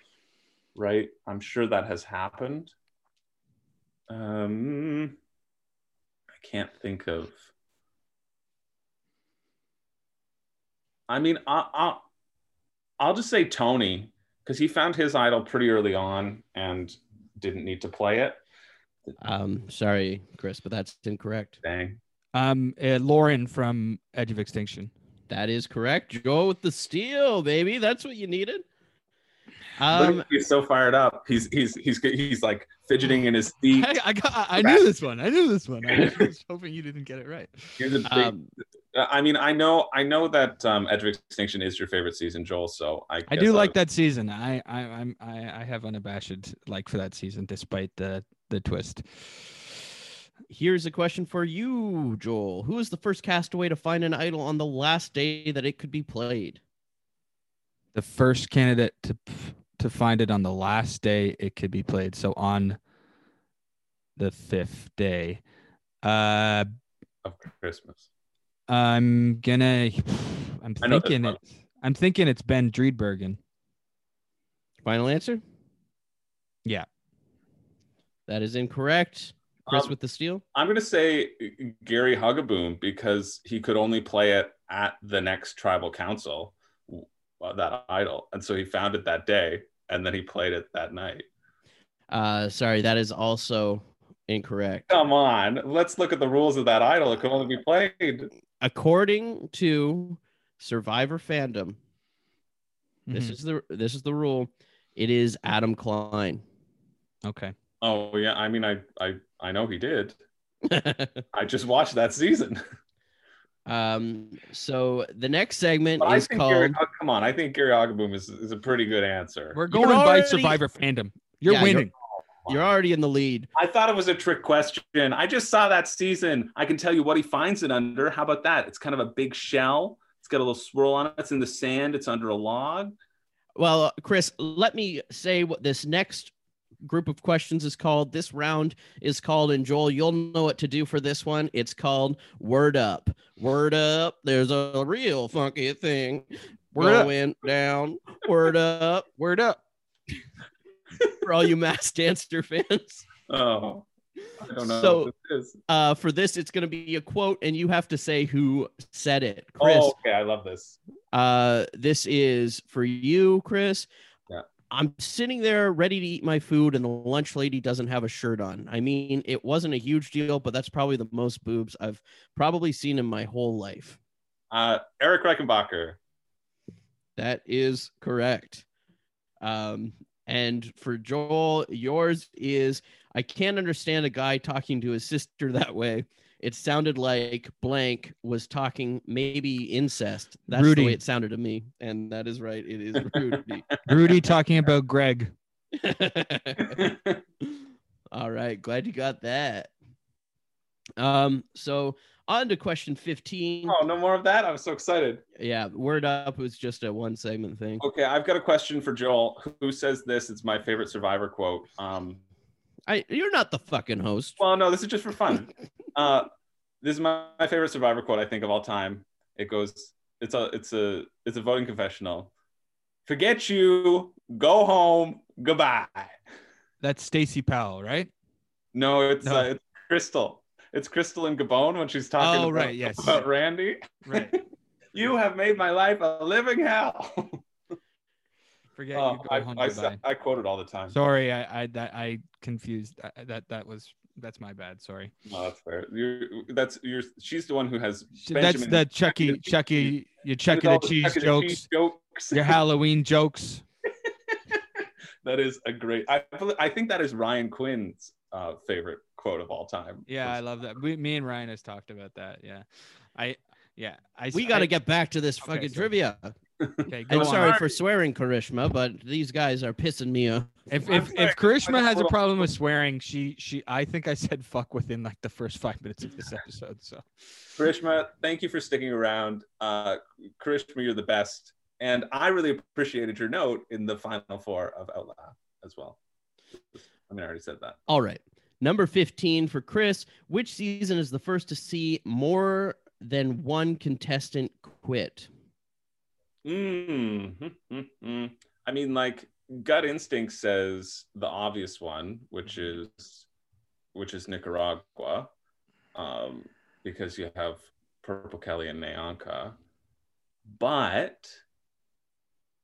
[SPEAKER 3] right? I'm sure that has happened. Um, I can't think of. I mean, I, I, I'll just say Tony because he found his idol pretty early on and didn't need to play it.
[SPEAKER 1] Um, sorry, Chris, but that's incorrect.
[SPEAKER 3] Dang.
[SPEAKER 2] Um, uh, Lauren from Edge of Extinction.
[SPEAKER 1] That is correct. Go with the steal, baby. That's what you needed.
[SPEAKER 3] Um,
[SPEAKER 1] Um,
[SPEAKER 3] he's so fired up. He's he's he's he's like fidgeting in his seat.
[SPEAKER 2] I, I got. I knew this one. I knew this one. I was hoping you didn't get it right.
[SPEAKER 3] Here's a big,
[SPEAKER 1] um,
[SPEAKER 3] Uh, I mean, I know I know that um, Edge of Extinction is your favorite season, Joel. So I
[SPEAKER 2] I
[SPEAKER 3] guess
[SPEAKER 2] do like that season. I I I'm I, I have unabashed like for that season despite the the twist.
[SPEAKER 1] here's a question for you, Joel. Who is the first castaway to find an idol on the last day that it could be played?
[SPEAKER 2] The first candidate to to find it on the last day it could be played. So on the fifth day, uh,
[SPEAKER 3] of Christmas.
[SPEAKER 2] I'm gonna. I'm
[SPEAKER 3] I know this
[SPEAKER 2] thinking
[SPEAKER 3] one.
[SPEAKER 2] it. I'm thinking it's Ben Driedbergen.
[SPEAKER 1] Final answer?
[SPEAKER 2] Yeah.
[SPEAKER 1] That is incorrect. Chris
[SPEAKER 3] Um,
[SPEAKER 1] with the steal.
[SPEAKER 3] I'm gonna say uh, Gary Hugaboom because he could only play it at the next tribal council, uh, that idol, and so he found it that day, and then he played it that night.
[SPEAKER 1] Uh, sorry, that is also incorrect.
[SPEAKER 3] Come on, let's look at the rules of that idol. It could only be played.
[SPEAKER 1] According to Survivor fandom, this
[SPEAKER 2] Mhm.
[SPEAKER 1] is the this is the rule. It is Adam Klein. Mm-hmm.
[SPEAKER 2] okay.
[SPEAKER 3] Oh yeah, I mean, I I I know he did. I just watched that season.
[SPEAKER 1] um, so the next segment
[SPEAKER 3] But I
[SPEAKER 1] is
[SPEAKER 3] think Gary,
[SPEAKER 1] called.
[SPEAKER 3] oh, come on, I think Gary Hugaboom is is a pretty good answer.
[SPEAKER 2] We're
[SPEAKER 1] You're
[SPEAKER 2] going by
[SPEAKER 1] already-
[SPEAKER 2] Survivor fandom. You're
[SPEAKER 1] Yeah, you're-
[SPEAKER 2] winning.
[SPEAKER 1] You're already in the lead.
[SPEAKER 3] I thought it was a trick question. I just saw that season. I can tell you what he finds it under. How about that? It's kind of a big shell. It's got a little swirl on it. It's in the sand. It's under a log.
[SPEAKER 1] Well, uh, Chris, let me say what this next group of questions is called. This round is called, and Joel, you'll know what to do for this one. It's called Word Up. Word Up. There's a real funky thing
[SPEAKER 2] Word up.
[SPEAKER 1] going down. Word Up.
[SPEAKER 2] Word up.
[SPEAKER 1] For all you Mass Dancer fans.
[SPEAKER 3] Oh, I don't know.
[SPEAKER 1] So-
[SPEAKER 3] what this is.
[SPEAKER 1] Uh, for this, it's going to be a quote, and you have to say who said it. Chris,
[SPEAKER 3] Oh, okay. I love this.
[SPEAKER 1] Uh, this is for you, Chris.
[SPEAKER 3] Yeah.
[SPEAKER 1] I'm sitting there ready to eat my food, and the lunch lady doesn't have a shirt on. I mean, it wasn't a huge deal, but that's probably the most boobs I've probably seen in my whole life.
[SPEAKER 3] Uh, Eric Reichenbacher.
[SPEAKER 1] That is correct. Um, and for Joel, yours is I can't understand a guy talking to his sister that way. It sounded like blank was talking maybe incest. That's
[SPEAKER 2] Rudy.
[SPEAKER 1] the way it sounded to me. And that is right. It is Rudy.
[SPEAKER 2] Rudy talking about Greg.
[SPEAKER 3] Oh,
[SPEAKER 1] All right, glad you got that. Um, so on to question 15.
[SPEAKER 3] oh, no more of that. I'm so excited.
[SPEAKER 1] Yeah, word up was just a one segment thing.
[SPEAKER 3] Okay, I've got a question for Joel. Who says this? It's my favorite Survivor quote. Um,
[SPEAKER 1] I you're not the fucking host.
[SPEAKER 3] Well, no, this is just for fun. uh, this is my, my favorite Survivor quote I think of all time. It goes, "It's a, it's a, it's a voting confessional. Forget you, go home, goodbye."
[SPEAKER 2] That's Stacy Powell, right?
[SPEAKER 3] No, it's,
[SPEAKER 2] No.
[SPEAKER 3] Uh, it's Crystal. It's Crystal and Gabon when she's talking
[SPEAKER 2] Oh,
[SPEAKER 3] about,
[SPEAKER 2] right, yes.
[SPEAKER 3] about Randy.
[SPEAKER 2] Right.
[SPEAKER 3] You have made my life a living hell.
[SPEAKER 2] Forget
[SPEAKER 3] Oh,
[SPEAKER 2] you go
[SPEAKER 3] I,
[SPEAKER 2] home.
[SPEAKER 3] I,
[SPEAKER 2] goodbye.
[SPEAKER 3] I quote it all the time.
[SPEAKER 2] Sorry, I I that I confused I- that that was that's my bad. Sorry.
[SPEAKER 3] No, that's fair. You're, that's you're. She's the one who has.
[SPEAKER 2] That's E,
[SPEAKER 3] Benjamin- E,
[SPEAKER 2] the Chucky Chucky you Chucky the
[SPEAKER 3] all
[SPEAKER 2] cheese
[SPEAKER 3] Chuck E.
[SPEAKER 2] jokes.
[SPEAKER 3] Cheese jokes.
[SPEAKER 2] Your Halloween jokes.
[SPEAKER 3] That is a great. I bel- I think that is Ryan Quinn's uh, favorite quote of all time.
[SPEAKER 2] Yeah, I love that. We, me and Ryan has talked about that. Yeah, I yeah I
[SPEAKER 1] We got
[SPEAKER 2] I-
[SPEAKER 1] to get back to this
[SPEAKER 2] Okay,
[SPEAKER 1] fucking
[SPEAKER 2] sorry.
[SPEAKER 1] trivia.
[SPEAKER 2] Okay, go
[SPEAKER 1] And
[SPEAKER 2] on.
[SPEAKER 1] sorry for swearing, Karishma, but these guys are pissing me off.
[SPEAKER 2] If
[SPEAKER 3] I'm
[SPEAKER 2] if,
[SPEAKER 3] sorry,
[SPEAKER 2] if Karishma
[SPEAKER 3] I'm
[SPEAKER 2] has a
[SPEAKER 3] little-
[SPEAKER 2] problem with swearing, she she I think I said fuck within like the first five minutes of this episode. So
[SPEAKER 3] Karishma, thank you for sticking around. Uh, Karishma, you're the best, and I really appreciated your note in the final four of Out Loud as well. I mean, I already said that.
[SPEAKER 1] All right. Number 15 for Chris. Which season is the first to see more than one contestant quit?
[SPEAKER 3] Mm, mm, mm, mm. I mean, like gut instinct says the obvious one, which is which is Nicaragua, um, because you have Purple Kelly and Nayanka, but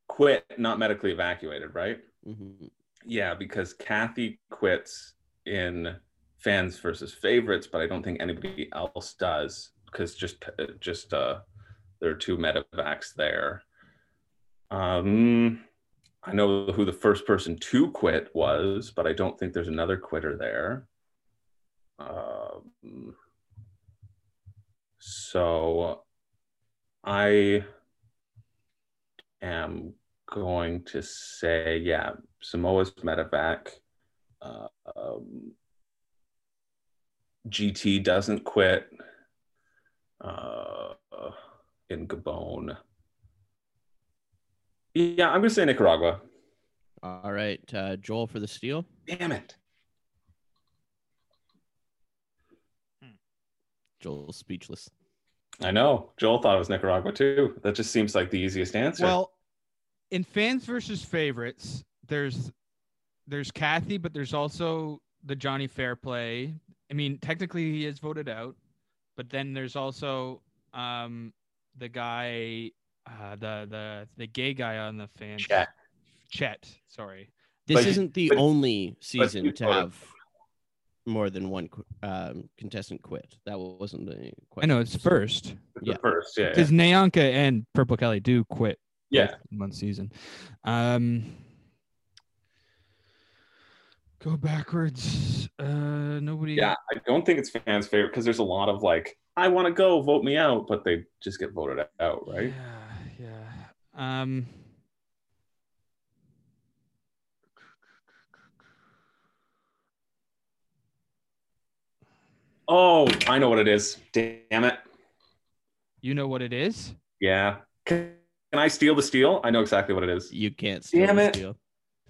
[SPEAKER 3] quit not medically evacuated, right?
[SPEAKER 1] Mhm.
[SPEAKER 3] Yeah, because Kathy quits in fans versus favorites, but I don't think anybody else does because just just uh, there are two medevacs there. Um, I know who the first person to quit was, but I don't think there's another quitter there. Um, so I am going to say, yeah, Samoa's medevac. Uh, um, GT doesn't quit uh, in Gabon. Yeah, I'm going to say Nicaragua.
[SPEAKER 1] All right. Uh, Joel for the steal.
[SPEAKER 3] Damn it.
[SPEAKER 1] Joel's speechless.
[SPEAKER 3] I know. Joel thought it was Nicaragua too. That just seems like the easiest answer.
[SPEAKER 2] Well, in fans versus favorites, there's there's Kathy, but there's also the Johnny Fairplay. I mean, technically he is voted out, but then there's also um the guy uh the the the gay guy on the fan
[SPEAKER 3] Chet.
[SPEAKER 2] Chet, sorry.
[SPEAKER 1] This
[SPEAKER 3] But-
[SPEAKER 1] isn't the
[SPEAKER 3] but-
[SPEAKER 1] only
[SPEAKER 3] you
[SPEAKER 1] season to
[SPEAKER 3] voted.
[SPEAKER 1] have more than one qu- um, contestant quit. That wa- wasn't the
[SPEAKER 2] I
[SPEAKER 1] question.
[SPEAKER 2] know it's first.
[SPEAKER 3] It's
[SPEAKER 1] yeah.
[SPEAKER 3] the first. Yeah. Yeah.
[SPEAKER 2] Because Nyanka and Purple Kelly do quit
[SPEAKER 3] yeah.
[SPEAKER 2] in one season. Um go backwards. Uh nobody
[SPEAKER 3] Yeah, I don't think it's fans' favorite because there's a lot of like, I want to go, vote me out, but they just get voted out, right?
[SPEAKER 2] Yeah, yeah. Um
[SPEAKER 3] Oh, I know what it is. Damn it.
[SPEAKER 2] you know what it is?
[SPEAKER 3] Yeah. Can can I steal the steal? I know exactly what it is.
[SPEAKER 1] You can't steal
[SPEAKER 3] Damn
[SPEAKER 1] this
[SPEAKER 3] it.
[SPEAKER 1] deal.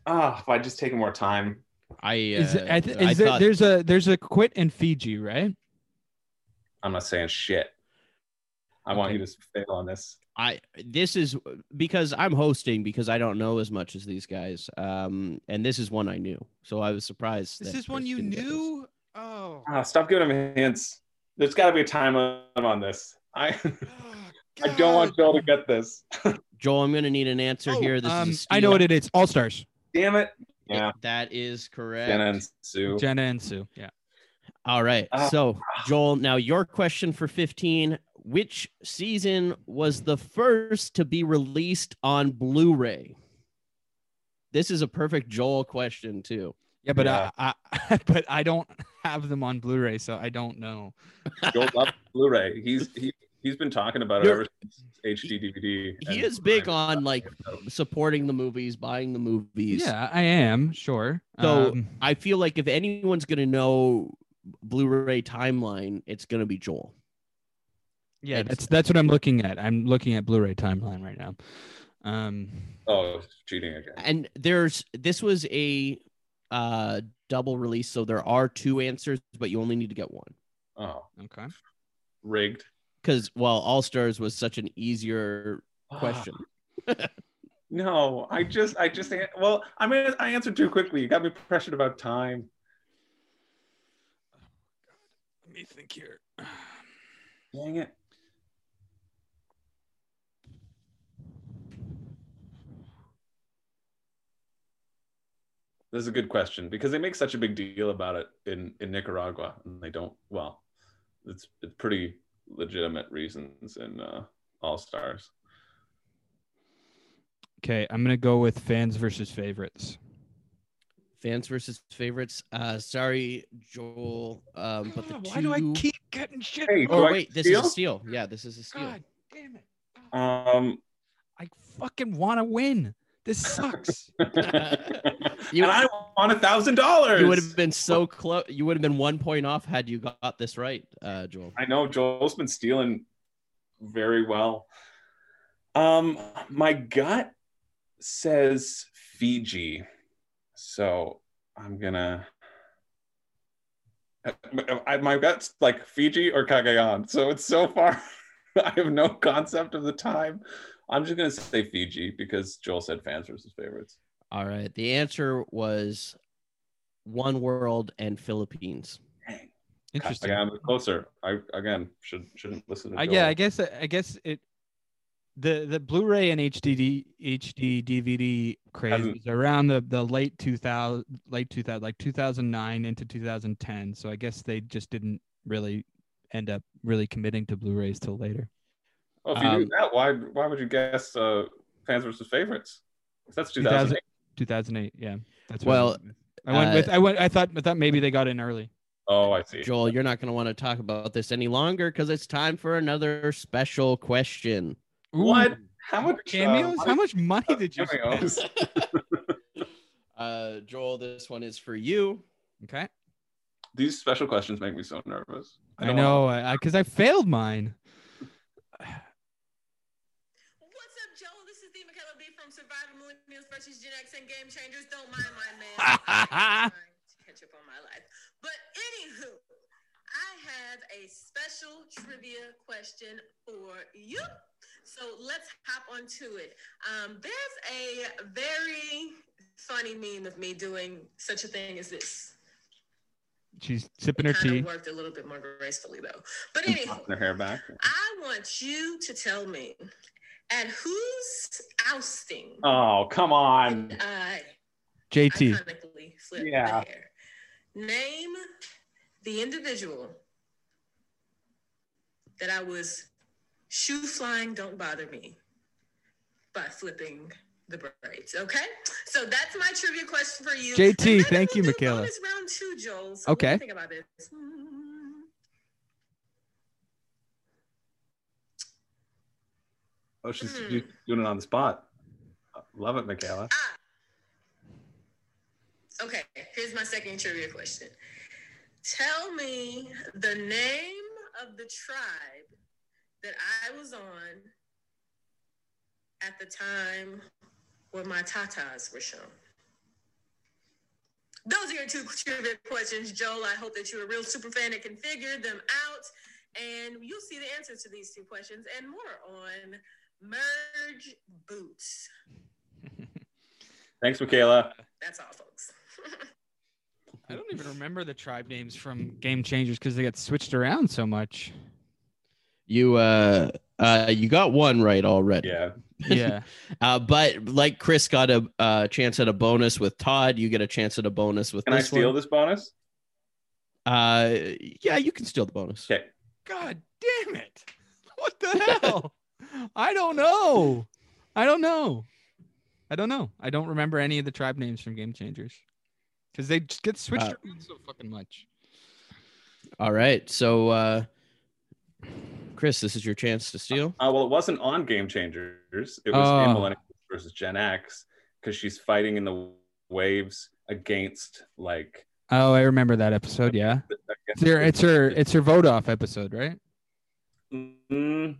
[SPEAKER 3] Ah, if I just taken more time.
[SPEAKER 1] I, uh,
[SPEAKER 2] is it, I th-
[SPEAKER 1] I
[SPEAKER 2] is there,
[SPEAKER 1] thought-
[SPEAKER 2] there's a there's a quit in Fiji, right?
[SPEAKER 3] I'm not saying shit. I want
[SPEAKER 1] Okay.
[SPEAKER 3] you to fail on this.
[SPEAKER 1] I this is because I'm hosting because I don't know as much as these guys. Um, and this is one I knew, so I was surprised.
[SPEAKER 2] This
[SPEAKER 1] that
[SPEAKER 2] is one
[SPEAKER 1] Chris
[SPEAKER 2] you
[SPEAKER 1] didn't get this.
[SPEAKER 2] knew. Oh,
[SPEAKER 3] Ah, stop giving him hints. There's got to be a time limit on this. I I don't want Joel to get this.
[SPEAKER 1] Joel, I'm going to need an answer here. This
[SPEAKER 2] um,
[SPEAKER 1] is a
[SPEAKER 2] I know what
[SPEAKER 1] steal.
[SPEAKER 2] it is. All stars.
[SPEAKER 3] Damn it. Yeah.
[SPEAKER 1] That is correct.
[SPEAKER 3] Jenna and Sue.
[SPEAKER 2] Jenna and Sue. Yeah.
[SPEAKER 1] All right.
[SPEAKER 3] Ah.
[SPEAKER 1] So, Joel, now your question for 15 Which season was the first to be released on Blu ray? This is a perfect Joel question, too.
[SPEAKER 2] Yeah, but
[SPEAKER 3] Yeah.
[SPEAKER 2] I, I but I don't have them on Blu-ray, so I don't know.
[SPEAKER 3] Joel loves Blu-ray. He's he, he's been talking about it
[SPEAKER 1] You're-
[SPEAKER 3] ever since HD DVD.
[SPEAKER 1] He
[SPEAKER 3] and
[SPEAKER 1] is big
[SPEAKER 3] Blu-ray.
[SPEAKER 1] on like supporting the movies, buying the movies.
[SPEAKER 2] Yeah, I am sure.
[SPEAKER 1] So,
[SPEAKER 2] Um,
[SPEAKER 1] I feel like if anyone's going to know Blu ray timeline, it's going to be Joel.
[SPEAKER 2] yeah,
[SPEAKER 1] it's-
[SPEAKER 2] that's that's what I'm looking at. I'm looking at Blu-ray timeline right now. Um,
[SPEAKER 3] Oh, cheating again.
[SPEAKER 1] and there's this was a uh double release so there are two answers but you only need to get one
[SPEAKER 3] Oh,
[SPEAKER 2] okay.
[SPEAKER 3] rigged.
[SPEAKER 1] because well all stars was such an easier
[SPEAKER 3] Ah.
[SPEAKER 1] question
[SPEAKER 3] No, I just I just well, I mean I answered too quickly. You got me pressured about time.
[SPEAKER 2] Let me think here.
[SPEAKER 3] Dang it. This is a good question because they make such a big deal about it in, in Nicaragua, and they don't. Well, it's, it's pretty legitimate reasons in uh, All Stars.
[SPEAKER 2] Okay, I'm gonna go with fans versus favorites.
[SPEAKER 1] fans versus favorites uh sorry joel um but the
[SPEAKER 2] Why do I
[SPEAKER 1] two-
[SPEAKER 2] keep getting shit?
[SPEAKER 3] Hey,
[SPEAKER 1] oh
[SPEAKER 3] do I
[SPEAKER 1] wait this
[SPEAKER 3] steal?
[SPEAKER 1] is a steal yeah this is a steal
[SPEAKER 2] God damn it!
[SPEAKER 3] Um,
[SPEAKER 2] I fucking want to win. This sucks.
[SPEAKER 3] and I want a thousand dollars.
[SPEAKER 1] you would have been so close you would have been one point off had you got this right uh joel
[SPEAKER 3] I know Joel's been stealing very well. Um, my gut says Fiji, so I'm gonna. uh, I, my gut's like Fiji or Cagayan, so it's so far. I have no concept of the time. I'm just gonna say Fiji because Joel said fans versus favorites.
[SPEAKER 1] all right the answer was one world and philippines
[SPEAKER 2] Interesting.
[SPEAKER 3] Again, I'm closer. I again should shouldn't listen to.
[SPEAKER 2] I,
[SPEAKER 3] Joel.
[SPEAKER 2] yeah, I guess uh, I guess it. The the Blu-ray and HD HD DVD craze
[SPEAKER 3] Hasn't-
[SPEAKER 2] was around the the late 2000 late 2000 like 2009 into 2010. So I guess they just didn't really end up really committing to Blu-rays till later.
[SPEAKER 3] Well, Oh, if you knew
[SPEAKER 1] Um,
[SPEAKER 3] that, why why would you guess uh, fans versus favorites? 'Cause That's 2008.
[SPEAKER 2] 2008. Yeah, that's
[SPEAKER 1] Well, uh,
[SPEAKER 2] What I, went with. I went. I thought. I thought maybe they got in early.
[SPEAKER 3] Oh, I see.
[SPEAKER 1] Joel, you're not going to want to talk about this any longer because it's time for another special question.
[SPEAKER 3] What?
[SPEAKER 2] Ooh,
[SPEAKER 3] How much
[SPEAKER 2] cameos?
[SPEAKER 3] uh,
[SPEAKER 2] How much money did you? Spend?
[SPEAKER 3] cameos?
[SPEAKER 1] Uh, Joel, this one is for you.
[SPEAKER 2] Okay.
[SPEAKER 3] These special questions make me so nervous.
[SPEAKER 2] I,
[SPEAKER 3] don't wanna-
[SPEAKER 2] know, I because I, failed mine.
[SPEAKER 4] What's up, Joe? This is Dee McKellar B from Surviving Millennials versus Gen X and Game Changers. Don't mind my man. I'm trying to catch up on my life. But anywho, I have a special trivia question for you. So let's hop onto it. Um, there's a very funny meme of me doing such a thing as this.
[SPEAKER 2] She's sipping her
[SPEAKER 4] Kind
[SPEAKER 2] tea.
[SPEAKER 4] of worked a little bit more gracefully though. But anyway,
[SPEAKER 3] Their hair back.
[SPEAKER 4] I want you to tell me at whose ousting
[SPEAKER 3] Oh, come on.
[SPEAKER 4] I
[SPEAKER 2] JT.
[SPEAKER 4] iconically flipped
[SPEAKER 3] Yeah.
[SPEAKER 4] the hair. Name the individual that I was shoe flying, don't bother me by flipping the braids. Okay, so that's my trivia question for you.
[SPEAKER 2] JT,
[SPEAKER 4] And then
[SPEAKER 2] thank
[SPEAKER 4] we'll
[SPEAKER 2] you,
[SPEAKER 4] do
[SPEAKER 2] Michaela.
[SPEAKER 4] bonus round two, Joel. So what do you
[SPEAKER 2] Okay.
[SPEAKER 4] think about this? Hmm.
[SPEAKER 3] Oh, she's
[SPEAKER 4] Hmm.
[SPEAKER 3] do- doing it on the spot. Love it, Michaela.
[SPEAKER 4] Okay, here's my second trivia question. Tell me the name of the tribe that I was on at the time where my tatas were shown. Those are your two trivia questions, Joel. I hope that you're a real super fan that can figure them out. And you'll see the answers to these two questions and more on Merge Boots.
[SPEAKER 3] Thanks, Michaela.
[SPEAKER 4] That's all, folks.
[SPEAKER 2] I don't even remember the tribe names from Game Changers because they got switched around so much.
[SPEAKER 1] You uh uh you got one right already.
[SPEAKER 3] Yeah.
[SPEAKER 2] Yeah.
[SPEAKER 1] Uh, but like Chris got a uh, chance at a bonus with Todd, you get a chance at a bonus with
[SPEAKER 3] Can I
[SPEAKER 1] this
[SPEAKER 3] steal
[SPEAKER 1] one.
[SPEAKER 3] this bonus?
[SPEAKER 1] Uh, yeah, you can steal the bonus.
[SPEAKER 3] Okay.
[SPEAKER 2] God damn it. What the hell? I don't know. I don't know. I don't know. I don't remember any of the tribe names from Game Changers because they just get switched
[SPEAKER 1] Uh,
[SPEAKER 2] around so fucking much.
[SPEAKER 1] All right. So, uh, Chris, this is your chance to steal.
[SPEAKER 3] Uh, well, it wasn't on Game Changers. It was
[SPEAKER 2] Oh.
[SPEAKER 3] in Millennials versus Gen X because she's fighting in the waves against like.
[SPEAKER 2] Oh, I remember that episode. Yeah, it's
[SPEAKER 3] against-
[SPEAKER 2] her. It's her. It's her vote off episode, right?
[SPEAKER 3] Mm,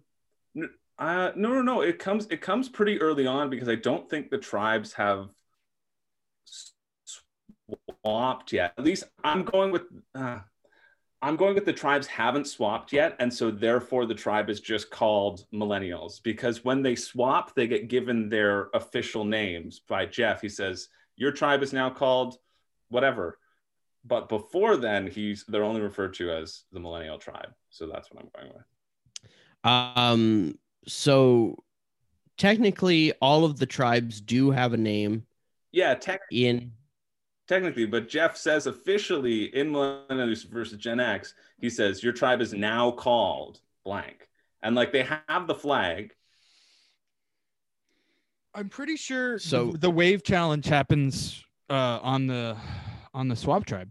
[SPEAKER 3] n- uh, no, no, no. It comes. It comes pretty early on because I don't think the tribes have s- swapped yet. At least I'm going with. Uh, I'm going with the tribes haven't swapped yet, and so therefore the tribe is just called millennials because when they swap, they get given their official names by Jeff. He says your tribe is now called whatever, but before then he's they're only referred to as the millennial tribe. So that's what I'm going with.
[SPEAKER 1] Um, so technically, all of the tribes do have a name
[SPEAKER 3] Yeah, tech
[SPEAKER 1] in.
[SPEAKER 3] technically, but Jeff says officially in Millennials versus Gen X, he says your tribe is now called blank, and like they have the flag.
[SPEAKER 2] I'm pretty sure.
[SPEAKER 1] So-
[SPEAKER 2] the, the wave challenge happens uh, on the on the swap tribe.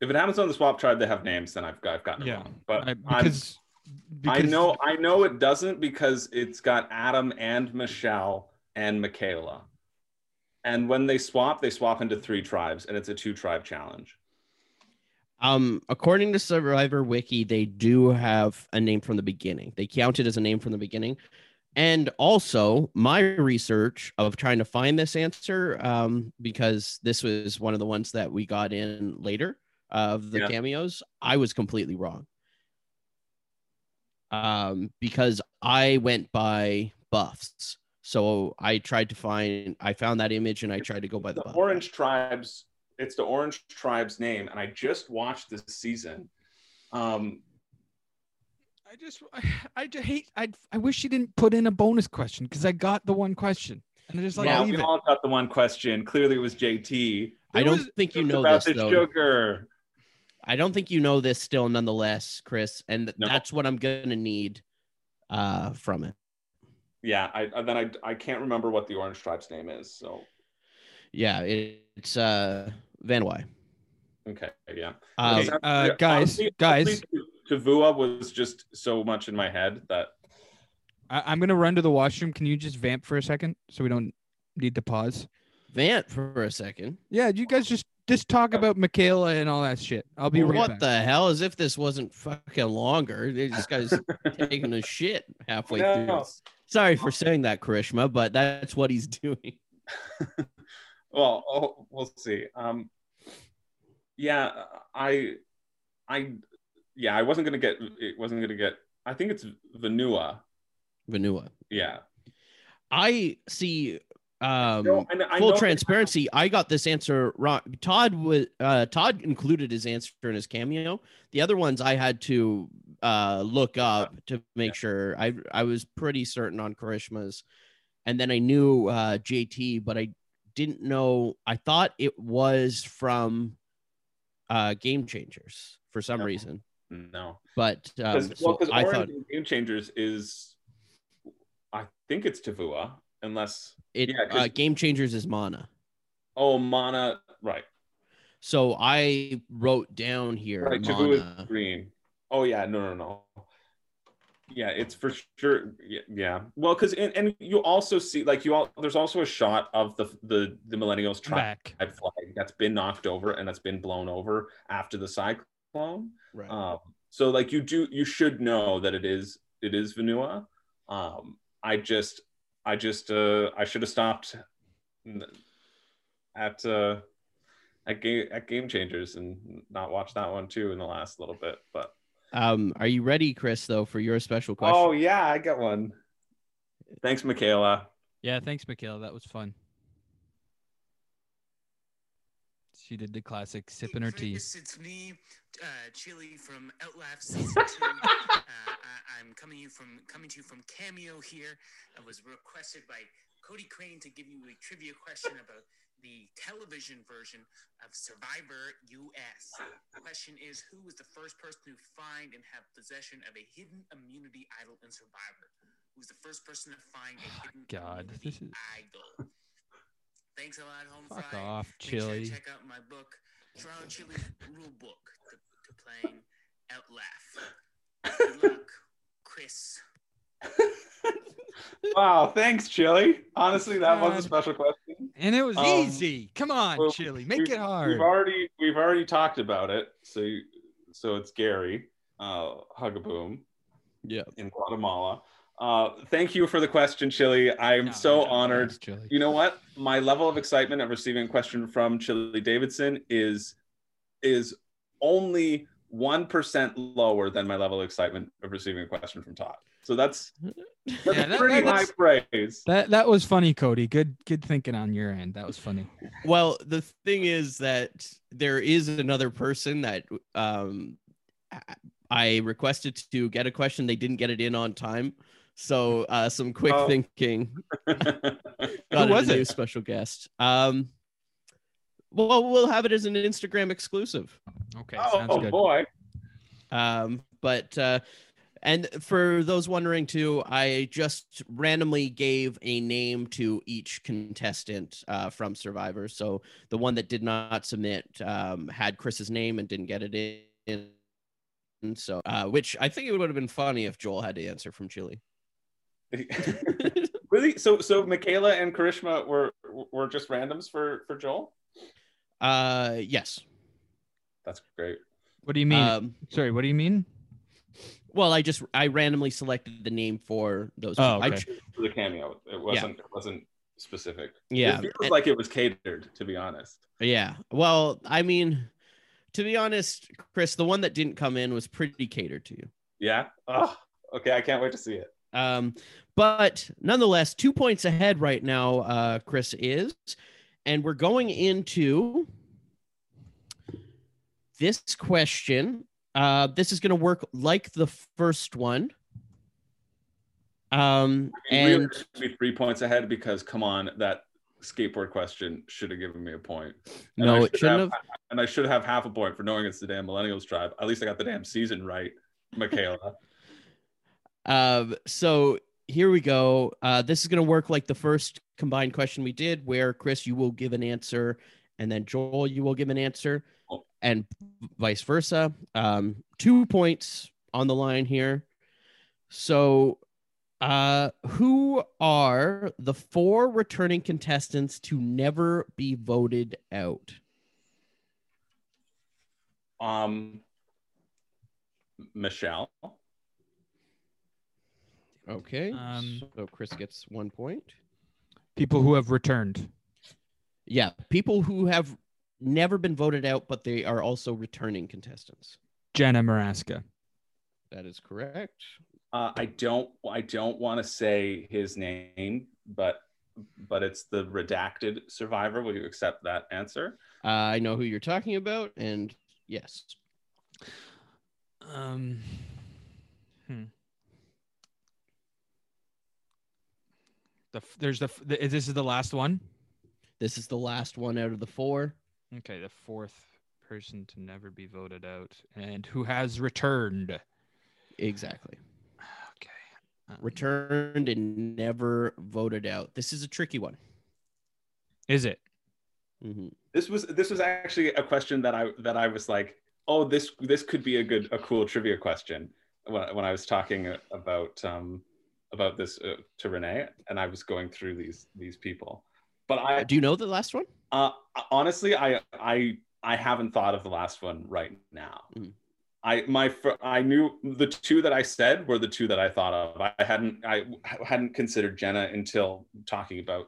[SPEAKER 3] If it happens on the swap tribe, they have names. Then I've got I've gotten it
[SPEAKER 2] Yeah,
[SPEAKER 3] wrong. But
[SPEAKER 2] I,
[SPEAKER 3] I'm-
[SPEAKER 2] because,
[SPEAKER 3] I
[SPEAKER 2] because-
[SPEAKER 3] know I know it doesn't because it's got Adam and Michelle and Michaela, and when they swap, they swap into three tribes, and it's a two tribe challenge.
[SPEAKER 1] Um, according to Survivor Wiki, they do have a name from the beginning. They count it as a name from the beginning. And also, my research of trying to find this answer, um, because this was one of the ones that we got in later of the
[SPEAKER 3] Yeah.
[SPEAKER 1] cameos, I was completely wrong. Um, because I went by buffs. So I tried to find, I found that image and I tried to go by the,
[SPEAKER 3] the
[SPEAKER 1] buff.
[SPEAKER 3] orange tribes it's the orange tribes name and i just watched this season um
[SPEAKER 2] I just, I just hate. I, I wish she didn't put in a bonus question because I got the one question, and I just like
[SPEAKER 3] yeah,
[SPEAKER 2] leave
[SPEAKER 3] we
[SPEAKER 2] it.
[SPEAKER 3] all got the one question clearly it was jt
[SPEAKER 1] I
[SPEAKER 2] There
[SPEAKER 1] don't
[SPEAKER 2] was-
[SPEAKER 1] think you
[SPEAKER 3] It's
[SPEAKER 1] know
[SPEAKER 3] about
[SPEAKER 1] this, though.
[SPEAKER 3] joker
[SPEAKER 1] I don't think you know this still, nonetheless, Chris, and th-
[SPEAKER 3] No.
[SPEAKER 1] that's what I'm gonna need uh, from it.
[SPEAKER 3] yeah i I- then i i can't remember what the orange tribes name is so
[SPEAKER 1] Yeah, it, it's uh, Van Wy.
[SPEAKER 3] okay yeah
[SPEAKER 1] Um,
[SPEAKER 2] Okay. uh, guys,
[SPEAKER 3] Honestly-
[SPEAKER 2] guys.
[SPEAKER 3] honestly, tavua was just so much in my head that
[SPEAKER 2] I, I'm gonna run to the washroom. Can you just vamp for a second so we don't need to pause?
[SPEAKER 1] Vant for a second.
[SPEAKER 2] Yeah, you guys just just talk about Michaela and all that shit. I'll be right
[SPEAKER 1] what
[SPEAKER 2] back.
[SPEAKER 1] the hell? As if this wasn't fucking longer. This guy's taking a shit halfway through.
[SPEAKER 3] No.
[SPEAKER 1] Sorry for saying that, Krishma, but that's what he's doing.
[SPEAKER 3] well oh, we'll see um yeah i I yeah, I wasn't gonna get it wasn't gonna get I think it's Vanua.
[SPEAKER 1] Vanua.
[SPEAKER 3] Yeah.
[SPEAKER 1] I see. Um,
[SPEAKER 3] No, I kn- I know
[SPEAKER 1] full
[SPEAKER 3] that-
[SPEAKER 1] transparency, I got this answer wrong. Todd was uh, Todd included his answer in his cameo. The other ones I had to uh, look up to make sure. I I was pretty certain on Karishma's, and then I knew uh, JT, but I didn't know. I thought it was from uh, Game Changers for some
[SPEAKER 3] No.
[SPEAKER 1] reason,
[SPEAKER 3] No.
[SPEAKER 1] but um,
[SPEAKER 3] Because
[SPEAKER 1] so I
[SPEAKER 3] Orange
[SPEAKER 1] thought
[SPEAKER 3] and Game Changers is I think it's Tavua, unless
[SPEAKER 1] it
[SPEAKER 3] yeah, 'cause-
[SPEAKER 1] uh, Game Changers is Mana.
[SPEAKER 3] oh Mana right.
[SPEAKER 1] So I wrote down here
[SPEAKER 3] Right, Tavua is
[SPEAKER 1] Mana.
[SPEAKER 3] green. Oh yeah, no, no, no. Yeah, it's for sure. y- Yeah, well, because and, and you also see like you all. There's also a shot of the the the millennials tribe
[SPEAKER 2] Back.
[SPEAKER 3] flag that's been knocked over and that's been blown over after the cyclone.
[SPEAKER 1] Right.
[SPEAKER 3] Um, so like you do, you should know that it is it is Vanua. Um, I just, I just, uh, I should have stopped n- at uh, at game at Game Changers and not watched that one too in the last little bit. But
[SPEAKER 1] Um, are you ready, Chris, though, for your special question?
[SPEAKER 3] oh yeah, I got one. Thanks, Michaela.
[SPEAKER 2] Yeah, thanks, Michaela. That was fun. She did the classic sipping her tea.
[SPEAKER 6] Chris, It's me, uh, Chili from Outlast Season Two. uh, I, I'm coming you from coming to you from Cameo here. I was requested by Cody Crane to give you a trivia question about the television version of Survivor US. The question is, who was the first person to find and have possession of a hidden immunity idol in Survivor? Who was the first person to find a hidden
[SPEAKER 2] Ah, God,
[SPEAKER 6] immunity
[SPEAKER 2] this is-
[SPEAKER 6] idol? Thanks a lot, home
[SPEAKER 2] Fuck
[SPEAKER 6] fry.
[SPEAKER 2] off,
[SPEAKER 6] Make sure
[SPEAKER 2] Chili.
[SPEAKER 6] to check out my book, Toronto Chili Rule Book, to, to playing out laugh. Good luck, Chris.
[SPEAKER 3] wow, thanks, Chili. Honestly, that was
[SPEAKER 2] God.
[SPEAKER 3] a special question.
[SPEAKER 2] And it was
[SPEAKER 3] Um,
[SPEAKER 2] easy. Come on,
[SPEAKER 3] well,
[SPEAKER 2] Chili. Make it hard.
[SPEAKER 3] We've already we've already talked about it. So you, so it's Gary, uh, Hugaboom,
[SPEAKER 1] Yeah.
[SPEAKER 3] in Guatemala. Uh, thank you for the question, Chili. I'm
[SPEAKER 2] No,
[SPEAKER 3] so
[SPEAKER 2] no,
[SPEAKER 3] honored.
[SPEAKER 2] thanks, Chili.
[SPEAKER 3] You know what? My level of excitement of receiving a question from Chili Davidson is is only one percent lower than my level of excitement of receiving a question from Todd. So that's that's
[SPEAKER 2] Yeah, that-
[SPEAKER 3] pretty
[SPEAKER 2] that's-
[SPEAKER 3] high praise.
[SPEAKER 2] that that was funny, Cody. Good good thinking on your end. That was funny.
[SPEAKER 1] Well, the thing is that there is another person that um, I requested to get a question. They didn't get it in on time. So uh, some quick
[SPEAKER 3] Oh.
[SPEAKER 1] thinking
[SPEAKER 2] Who
[SPEAKER 1] got
[SPEAKER 2] was
[SPEAKER 1] was a
[SPEAKER 2] it?
[SPEAKER 1] new special guest. Um, well, we'll have it as an Instagram exclusive.
[SPEAKER 2] Okay, sounds
[SPEAKER 3] oh
[SPEAKER 2] good.
[SPEAKER 3] boy.
[SPEAKER 1] Um, but uh, and for those wondering too, I just randomly gave a name to each contestant uh, from Survivor. So the one that did not submit um, had Chris's name and didn't get it in. And so, uh, which I think it would have been funny if Joel had to answer from Chile.
[SPEAKER 3] Really? So so Michaela and Karishma were were just randoms for for Joel?
[SPEAKER 1] uh, yes.
[SPEAKER 3] That's great.
[SPEAKER 2] What do you mean?
[SPEAKER 3] Uh,
[SPEAKER 1] Um,
[SPEAKER 2] Sorry, what do you mean?
[SPEAKER 1] well, I just I randomly selected the name for those.
[SPEAKER 2] Oh,
[SPEAKER 1] I
[SPEAKER 2] okay.
[SPEAKER 1] ch-
[SPEAKER 3] For the cameo. It wasn't it wasn't specific.
[SPEAKER 1] yeah.
[SPEAKER 3] It feels
[SPEAKER 1] and-
[SPEAKER 3] like it was catered, to be honest.
[SPEAKER 1] Yeah. Well, I mean, to be honest, Chris, the one that didn't come in was pretty catered to you.
[SPEAKER 3] Yeah. Oh, okay. I can't wait to see it.
[SPEAKER 1] Um, but nonetheless, two points ahead right now, uh, Chris is. And we're going into this question. Uh, this is going to work like the first one. Um,
[SPEAKER 3] And really
[SPEAKER 1] and
[SPEAKER 3] should be three points ahead because come on, that skateboard question should have given me a point. And I
[SPEAKER 1] no, it
[SPEAKER 3] should
[SPEAKER 1] shouldn't have.
[SPEAKER 3] And I should have half a point for knowing it's the damn Millennials tribe. At least I got the damn season right, Michaela.
[SPEAKER 1] Um, so here we go. Uh, this is going to work like the first combined question we did, where Chris, you will give an answer, and then Joel, you will give an answer,
[SPEAKER 3] Oh.
[SPEAKER 1] and vice versa. Um, two points on the line here. So, uh, who are the four returning contestants to never be voted out?
[SPEAKER 3] um Michelle.
[SPEAKER 1] Okay.
[SPEAKER 2] Um,
[SPEAKER 1] so Chris gets one point.
[SPEAKER 2] People who have returned.
[SPEAKER 1] Yeah, people who have never been voted out, but they are also returning contestants.
[SPEAKER 2] Jenna Maraska.
[SPEAKER 1] That is correct.
[SPEAKER 3] Uh, I don't I don't want to say his name, but but it's the redacted survivor. Will you accept that answer?
[SPEAKER 1] Uh, I know who you're talking about, and yes,
[SPEAKER 2] Um, hmm. The f- there's the, f- the is this is the last one.
[SPEAKER 1] this is the last one out of the four.
[SPEAKER 2] Okay, the fourth person to never be voted out and who has returned.
[SPEAKER 1] Exactly.
[SPEAKER 2] Okay. um,
[SPEAKER 1] Returned and never voted out. This is a tricky one.
[SPEAKER 2] Is it?
[SPEAKER 1] hmm
[SPEAKER 3] This was this was actually a question that I that I was like, oh, this this could be a good a cool trivia question when, when I was talking about um, about this uh, to Renee, and I was going through these these people. But I
[SPEAKER 1] Do you know the last one?
[SPEAKER 3] uh, honestly, I I I haven't thought of the last one right now.
[SPEAKER 2] Hmm.
[SPEAKER 1] Mm.
[SPEAKER 3] I my fir- I knew the two that I said were the two that I thought of. I hadn't I hadn't considered Jenna until talking about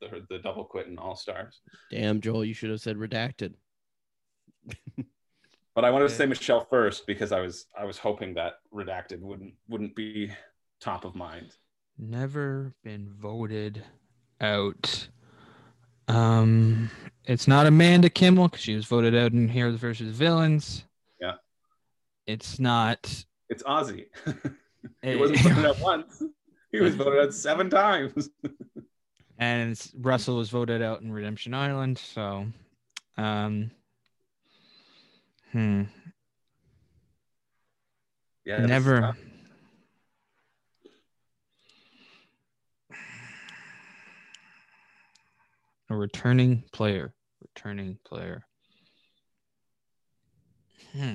[SPEAKER 3] the, the double quit and All Stars.
[SPEAKER 1] Damn, Joel, you should have said redacted.
[SPEAKER 3] But I wanted to
[SPEAKER 2] Yeah.
[SPEAKER 3] say Michelle first because I was I was hoping that redacted wouldn't wouldn't be top of mind.
[SPEAKER 2] Never been voted out. Um, it's not Amanda Kimmel because she was voted out in Heroes versus Villains.
[SPEAKER 3] Yeah.
[SPEAKER 2] It's not.
[SPEAKER 3] It's Ozzy. he wasn't voted out once. He was voted out seven times.
[SPEAKER 2] and it's- Russell was voted out in Redemption Island. So, um, hmm,
[SPEAKER 3] Yeah, this is
[SPEAKER 2] never.
[SPEAKER 3] tough.
[SPEAKER 2] A returning player, returning player. Hmm.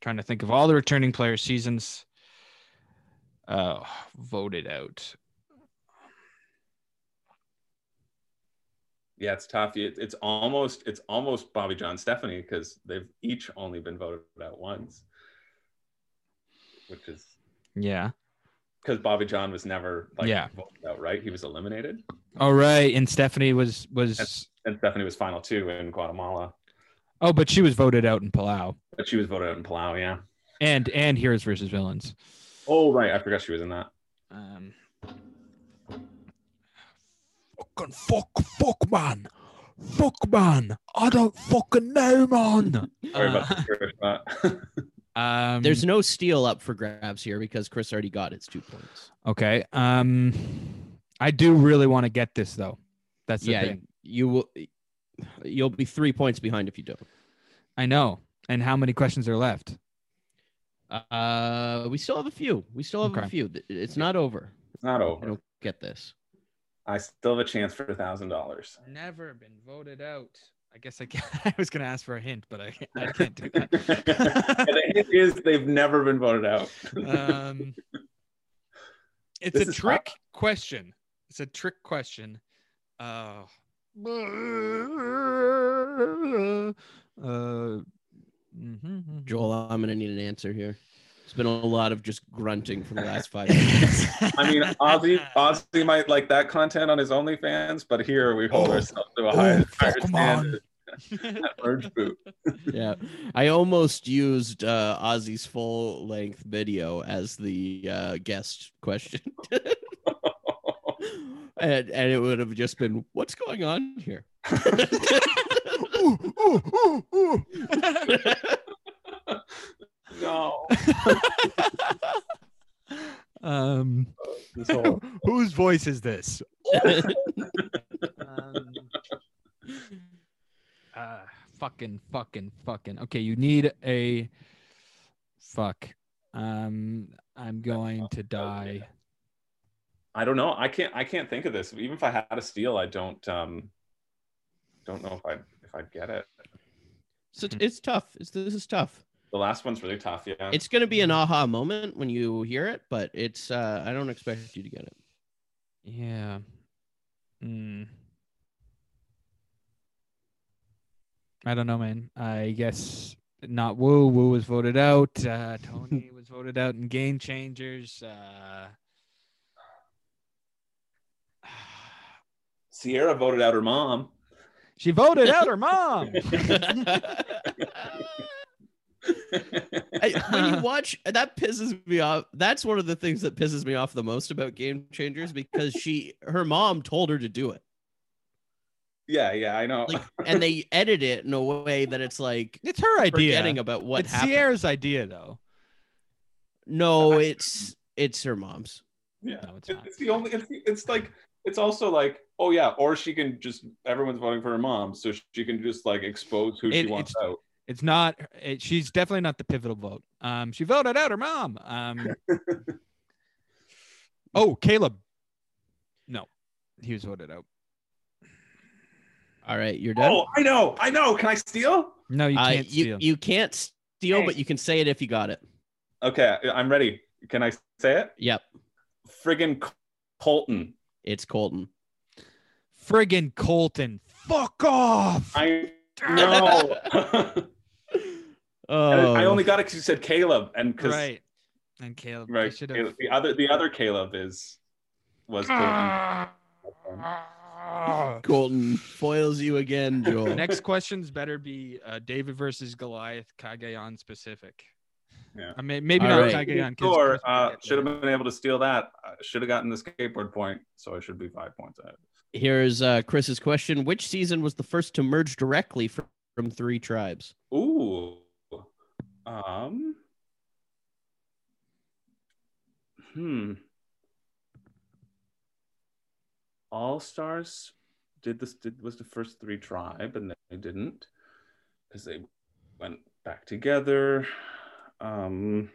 [SPEAKER 2] Trying to think of all the returning player seasons uh, voted out.
[SPEAKER 3] Yeah, it's tough. It, it's almost it's almost Bobby John Stephanie because they've each only been voted out once, which is
[SPEAKER 2] Yeah.
[SPEAKER 3] because Bobby John was never like
[SPEAKER 2] Yeah.
[SPEAKER 3] voted out, right? He was eliminated,
[SPEAKER 2] All right, and Stephanie was was
[SPEAKER 3] and Stephanie was final two in Guatemala,
[SPEAKER 2] oh, but she was voted out in Palau
[SPEAKER 3] but she was voted out in Palau. Yeah.
[SPEAKER 2] and and Heroes versus Villains.
[SPEAKER 3] Oh right, I forgot she was in that.
[SPEAKER 2] Um, fucking fuck, fuck, man, fuck, man. I don't fucking know, man.
[SPEAKER 3] Sorry about that.
[SPEAKER 2] Uh.
[SPEAKER 3] Chris, but-
[SPEAKER 2] Um,
[SPEAKER 1] There's no steal up for grabs here because Chris already got his two points.
[SPEAKER 2] okay. Um, I do really want to get this though. That's the
[SPEAKER 1] yeah,
[SPEAKER 2] thing.
[SPEAKER 1] you will. You'll be three points behind if you don't.
[SPEAKER 2] I know. And how many questions are left?
[SPEAKER 1] Uh, we still have a few. We still have
[SPEAKER 2] Okay.
[SPEAKER 1] a few. Th- It's not over.
[SPEAKER 3] it's not
[SPEAKER 1] I
[SPEAKER 3] over.
[SPEAKER 1] don't get this.
[SPEAKER 3] I still have a chance for a thousand dollars.
[SPEAKER 2] Never been voted out. I guess I, can, I was going to ask for a hint, but I, I can't do that.
[SPEAKER 3] And it is they've never been voted out.
[SPEAKER 2] um, it's
[SPEAKER 3] This
[SPEAKER 2] a
[SPEAKER 3] is tough.
[SPEAKER 2] trick question. It's a trick question. Oh. Uh, mhm,
[SPEAKER 1] Joel, I'm gonna need an answer here. It's been a lot of just grunting for the last five minutes.
[SPEAKER 2] mhm.
[SPEAKER 3] I mean, Ozzy, Ozzy might like that content on his OnlyFans, but here we hold
[SPEAKER 2] Oh.
[SPEAKER 3] ourselves to a
[SPEAKER 2] Oh,
[SPEAKER 3] higher, higher
[SPEAKER 2] fuck, man.
[SPEAKER 3] standard at Merge Boot.
[SPEAKER 1] yeah, I almost used uh, Ozzy's full length video as the uh, guest question, and and it would have just been, "What's going on here?"
[SPEAKER 2] Ooh, ooh, ooh, ooh.
[SPEAKER 3] no.
[SPEAKER 2] um,
[SPEAKER 3] This whole-
[SPEAKER 2] whose voice is this? uh, fucking, fucking, fucking. Okay, you need a fuck. Um, I'm going to die.
[SPEAKER 3] I don't know. I can't. I can't think of this. Even if I had a steal, I don't. Um, don't know if I if I'd get it.
[SPEAKER 1] so it's, it's tough. It's, this is tough.
[SPEAKER 3] The last one's really tough. Yeah.
[SPEAKER 1] It's gonna be an aha moment when you hear it, but it's uh, I don't expect you to get it.
[SPEAKER 2] Yeah. Mm. I don't know, man. I guess not. Woo, Woo was voted out. Uh, Tony was voted out in Game Changers. Uh,
[SPEAKER 3] Sierra voted out her mom.
[SPEAKER 2] she voted out her mom.
[SPEAKER 1] I, when you watch that pisses me off. That's one of the things that pisses me off the most about Game Changers because she her mom told her to do it.
[SPEAKER 3] yeah, yeah, I know.
[SPEAKER 1] Like and they edit it in a way that it's like
[SPEAKER 2] It's her idea.
[SPEAKER 1] forgetting about what
[SPEAKER 2] it's
[SPEAKER 1] happened.
[SPEAKER 2] Sierra's idea, though.
[SPEAKER 1] No, it's it's her mom's.
[SPEAKER 3] yeah.
[SPEAKER 2] No, it's
[SPEAKER 3] It-
[SPEAKER 2] not.
[SPEAKER 3] It's the only. It's, the- it's like. It's also like, oh yeah, or she can just everyone's voting for her mom, so she can just like expose who she
[SPEAKER 2] It-
[SPEAKER 3] wants
[SPEAKER 2] it's-
[SPEAKER 3] out.
[SPEAKER 2] It's not. It, she's definitely not the pivotal vote. Um, she voted out her mom. Um, oh, Caleb. No, he was voted out.
[SPEAKER 1] All right, you're done.
[SPEAKER 3] Oh, I know, I know. Can I steal?
[SPEAKER 2] No, you
[SPEAKER 1] Uh,
[SPEAKER 2] can't
[SPEAKER 1] you,
[SPEAKER 2] steal.
[SPEAKER 1] you can't steal,
[SPEAKER 3] Dang.
[SPEAKER 1] but you can say it if you got it.
[SPEAKER 3] Okay, I- I'm ready. Can I say it?
[SPEAKER 1] Yep,
[SPEAKER 3] Friggin' Col- Colton.
[SPEAKER 1] it's Colton.
[SPEAKER 2] Friggin' Colton. Fuck off.
[SPEAKER 3] I know.
[SPEAKER 1] Oh,
[SPEAKER 3] I only got it because you said Caleb, and because
[SPEAKER 2] right. And Caleb. I
[SPEAKER 3] right,
[SPEAKER 2] should
[SPEAKER 3] Caleb-
[SPEAKER 2] have.
[SPEAKER 3] the other the other Caleb is was Colton.
[SPEAKER 2] Ah.
[SPEAKER 1] Oh, Colton foils you again, Joel.
[SPEAKER 2] Next questions better be uh, David versus Goliath, Kagayan specific.
[SPEAKER 3] Yeah.
[SPEAKER 2] I mean, maybe
[SPEAKER 1] All
[SPEAKER 2] not
[SPEAKER 1] right.
[SPEAKER 2] Kagayan. 'cause-
[SPEAKER 3] Or
[SPEAKER 2] 'cause we
[SPEAKER 3] uh,
[SPEAKER 2] get
[SPEAKER 3] should
[SPEAKER 2] there.
[SPEAKER 3] have been able to steal that. Should have gotten the skateboard point, so I should be five points ahead.
[SPEAKER 1] Here's uh, Chris's question: Which season was the first to merge directly fr- from three tribes?
[SPEAKER 3] Ooh. Um. Hmm. All Stars did this did was the first three tribe, and they didn't because they went back together. Um,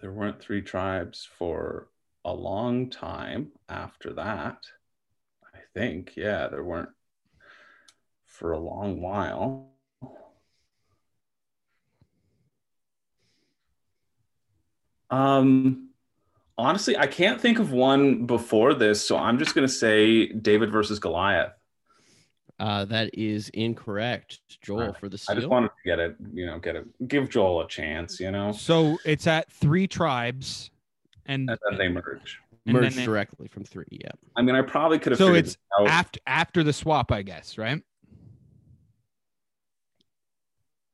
[SPEAKER 3] there weren't three tribes for a long time after that. I think, yeah, there weren't for a long while. Um, honestly, I can't think of one before this, so I'm just gonna say David versus Goliath.
[SPEAKER 1] Uh, that is incorrect, Joel.
[SPEAKER 3] Alright.
[SPEAKER 1] For the
[SPEAKER 3] I just
[SPEAKER 1] seal,
[SPEAKER 3] wanted to get it, you know, get it, give Joel a chance, you know,
[SPEAKER 2] So it's at three tribes, and,
[SPEAKER 3] and then they merge.
[SPEAKER 2] and then
[SPEAKER 1] merge
[SPEAKER 2] they-
[SPEAKER 1] directly from three. Yeah.
[SPEAKER 3] I mean, I probably could have.
[SPEAKER 2] So
[SPEAKER 3] figured
[SPEAKER 2] it's
[SPEAKER 3] this out.
[SPEAKER 2] after after the swap, I guess, right?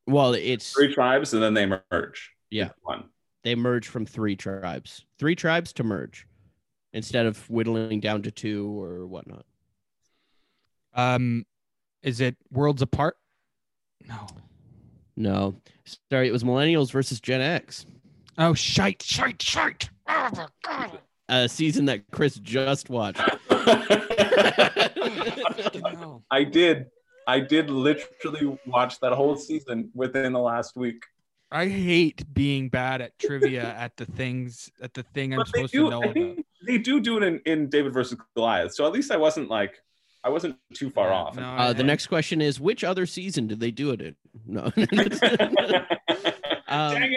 [SPEAKER 1] Well, it's
[SPEAKER 3] three tribes, and then they merge.
[SPEAKER 1] Yeah.
[SPEAKER 3] into one.
[SPEAKER 1] they merge from three tribes, three tribes to merge, instead of whittling down to two or whatnot.
[SPEAKER 2] Um, is it worlds apart? No.
[SPEAKER 1] No, sorry, it was Millennials versus Gen X,
[SPEAKER 2] Oh, shite, shite, shite. Oh, my God.
[SPEAKER 1] a season that Chris just watched.
[SPEAKER 2] Fucking hell.
[SPEAKER 3] I did, I did literally watch that whole season within the last week.
[SPEAKER 2] I hate being bad at trivia at the things at the thing I'm
[SPEAKER 3] but they
[SPEAKER 2] supposed
[SPEAKER 3] do.
[SPEAKER 2] to know
[SPEAKER 3] I
[SPEAKER 2] about.
[SPEAKER 3] think they do do it in, in David versus Goliath. So at least I wasn't like I wasn't too far
[SPEAKER 2] Yeah,
[SPEAKER 3] off.
[SPEAKER 2] no, I-
[SPEAKER 1] Uh, the next question is which other season did they do it in? No.
[SPEAKER 3] Dang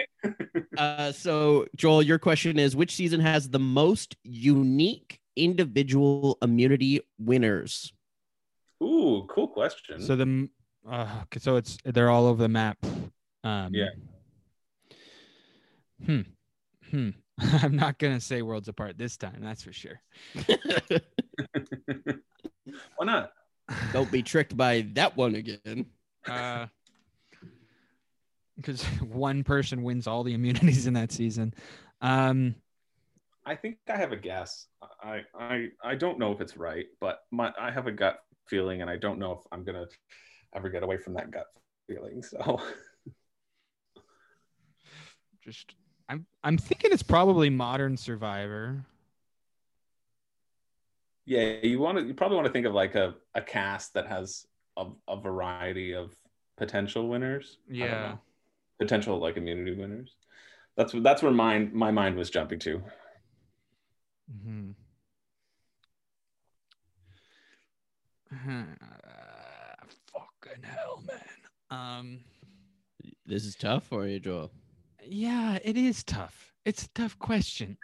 [SPEAKER 1] um,
[SPEAKER 3] it!
[SPEAKER 1] uh, so, Joel, your question is which season has the most unique individual immunity winners?
[SPEAKER 3] Ooh, cool question.
[SPEAKER 2] So the m- uh, okay, so it's they're all over the map. Um,
[SPEAKER 3] Yeah.
[SPEAKER 2] Hmm. Hmm. I'm not gonna say worlds apart this time. That's for sure.
[SPEAKER 3] Why not?
[SPEAKER 1] Don't be tricked by that one again.
[SPEAKER 2] Uh, because one person wins all the immunities in that season. Um,
[SPEAKER 3] I think I have a guess. I I I don't know if it's right, but my I have a gut feeling, and I don't know if I'm gonna ever get away from that gut feeling. So
[SPEAKER 2] just I'm I'm thinking it's probably Modern Survivor.
[SPEAKER 3] yeah, you want to you probably want to think of like a a cast that has a, a variety of potential winners. I don't
[SPEAKER 2] Yeah.
[SPEAKER 3] know. potential like immunity winners. That's that's where mine my mind was jumping to.
[SPEAKER 2] Mm-hmm. fucking hell, man. Um,
[SPEAKER 1] This is tough for you, Joel.
[SPEAKER 2] yeah, it is tough. It's a tough question.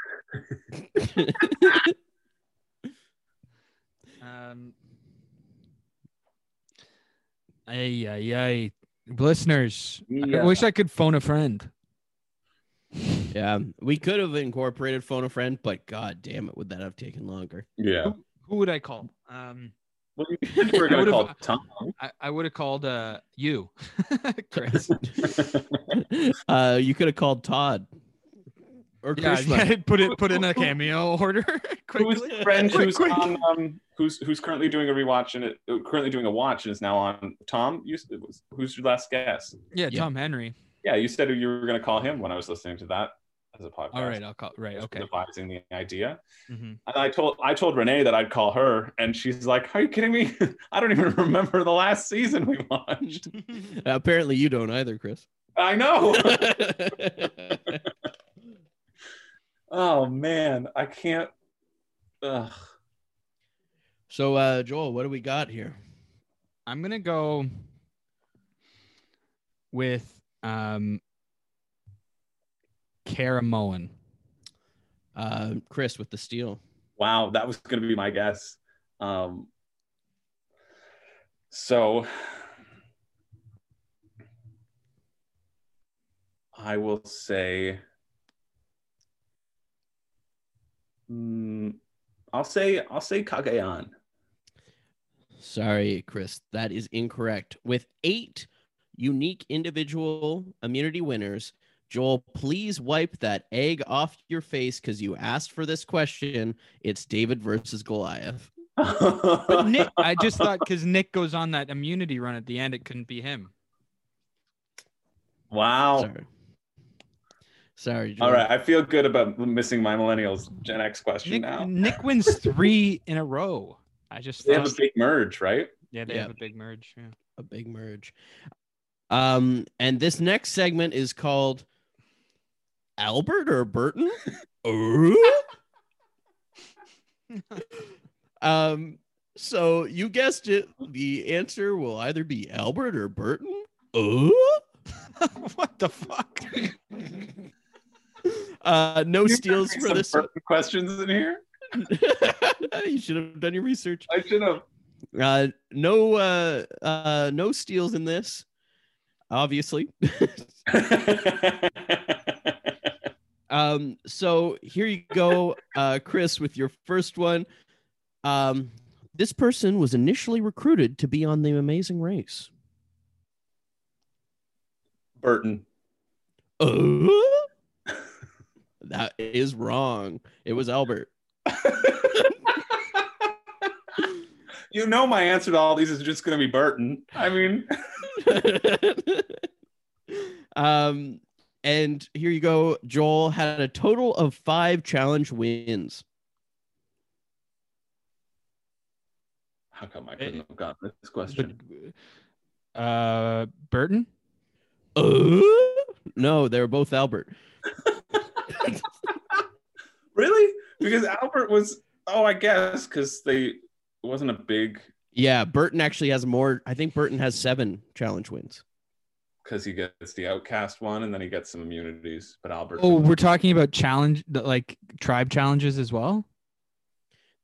[SPEAKER 2] um, ay, ay, ay. Listeners, I
[SPEAKER 3] Yeah.
[SPEAKER 2] wish I could phone a friend.
[SPEAKER 1] Yeah, we could have incorporated Phone a Friend, but god damn it, would that have taken longer?
[SPEAKER 3] Yeah.
[SPEAKER 2] Who would I call? Um,
[SPEAKER 3] Well, you said you were going to call
[SPEAKER 2] would've-
[SPEAKER 3] Tom.
[SPEAKER 2] I, I would have called uh, you, Chris.
[SPEAKER 1] Uh, you could have called Todd or
[SPEAKER 2] yeah,
[SPEAKER 1] Krishna.
[SPEAKER 2] yeah, put it put in a cameo order
[SPEAKER 3] Who's
[SPEAKER 2] quickly.
[SPEAKER 3] the friend
[SPEAKER 1] Quick,
[SPEAKER 3] who's
[SPEAKER 1] quick.
[SPEAKER 3] on, um, who's who's currently doing a rewatch and it, uh, currently doing a watch and is now on Tom? You, who's your last guess?
[SPEAKER 2] Yeah,
[SPEAKER 1] Yeah.
[SPEAKER 2] Tom Henry.
[SPEAKER 3] Yeah, you said you were going to call him when I was listening to that as a podcast.
[SPEAKER 2] All right, I'll call. Right,
[SPEAKER 3] Just
[SPEAKER 2] okay.
[SPEAKER 3] Devising the idea,
[SPEAKER 2] hmm
[SPEAKER 3] and I told I told Renee that I'd call her, and she's like, "Are you kidding me? I don't even remember the last season we watched."
[SPEAKER 1] Apparently, you don't either, Chris.
[SPEAKER 3] I know. oh man, I can't. Ugh.
[SPEAKER 1] so, uh, Joel, what do we got here?
[SPEAKER 2] I'm gonna go with um, Cara Moen.
[SPEAKER 1] Uh, Chris with the steal.
[SPEAKER 3] Wow, that was going to be my guess. Um, so I will say, Mm, I'll say, I'll say Kagayan.
[SPEAKER 1] Sorry, Chris, that is incorrect. With eight unique individual immunity winners, Joel, please wipe that egg off your face because you asked for this question. It's David versus Goliath.
[SPEAKER 2] But Nick, I just thought because Nick goes on that immunity run at the end, it couldn't be him.
[SPEAKER 3] wow.
[SPEAKER 1] Sorry. Sorry, Joel.
[SPEAKER 3] Oh. All right, I feel good about missing my millennials Gen X question
[SPEAKER 2] Nick,
[SPEAKER 3] now.
[SPEAKER 2] Nick wins three in a row. I just
[SPEAKER 3] They have a
[SPEAKER 2] thought,
[SPEAKER 3] big merge, right?
[SPEAKER 2] yeah, they
[SPEAKER 1] Yeah.
[SPEAKER 2] have a big merge. Yeah.
[SPEAKER 1] a big merge. Um, and this next segment is called Albert or Burton. Oh. Ooh. um, so you guessed it. The answer will either be Albert or Burton. Oh. Ooh.
[SPEAKER 2] what the fuck?
[SPEAKER 1] Uh, no
[SPEAKER 3] You're
[SPEAKER 1] steals
[SPEAKER 3] asking
[SPEAKER 1] for
[SPEAKER 3] some
[SPEAKER 1] this. one.
[SPEAKER 3] burden questions in here.
[SPEAKER 1] you should have done your research.
[SPEAKER 3] I should have.
[SPEAKER 1] Uh, no, uh, uh, no steals in this. Obviously, Um, so here you go, uh, Chris, with your first one. Um, this person was initially recruited to be on The Amazing Race.
[SPEAKER 3] Burton.
[SPEAKER 1] Oh, that is wrong. It was Albert.
[SPEAKER 3] you know my answer to all these is just going to be Burton. I mean,
[SPEAKER 1] um, and here you go. Joel had a total of five challenge wins.
[SPEAKER 3] how come I couldn't have gotten this question?
[SPEAKER 2] Uh, Burton.
[SPEAKER 1] Oh, no, they were both Albert.
[SPEAKER 3] Really? Because Albert was oh, I guess because they it wasn't a big
[SPEAKER 1] Yeah, Burton actually has more. I think Burton has seven challenge wins.
[SPEAKER 3] because he gets the outcast one and then he gets some immunities, but Albert.
[SPEAKER 2] Oh, we're talking about challenge, the, like tribe challenges as well.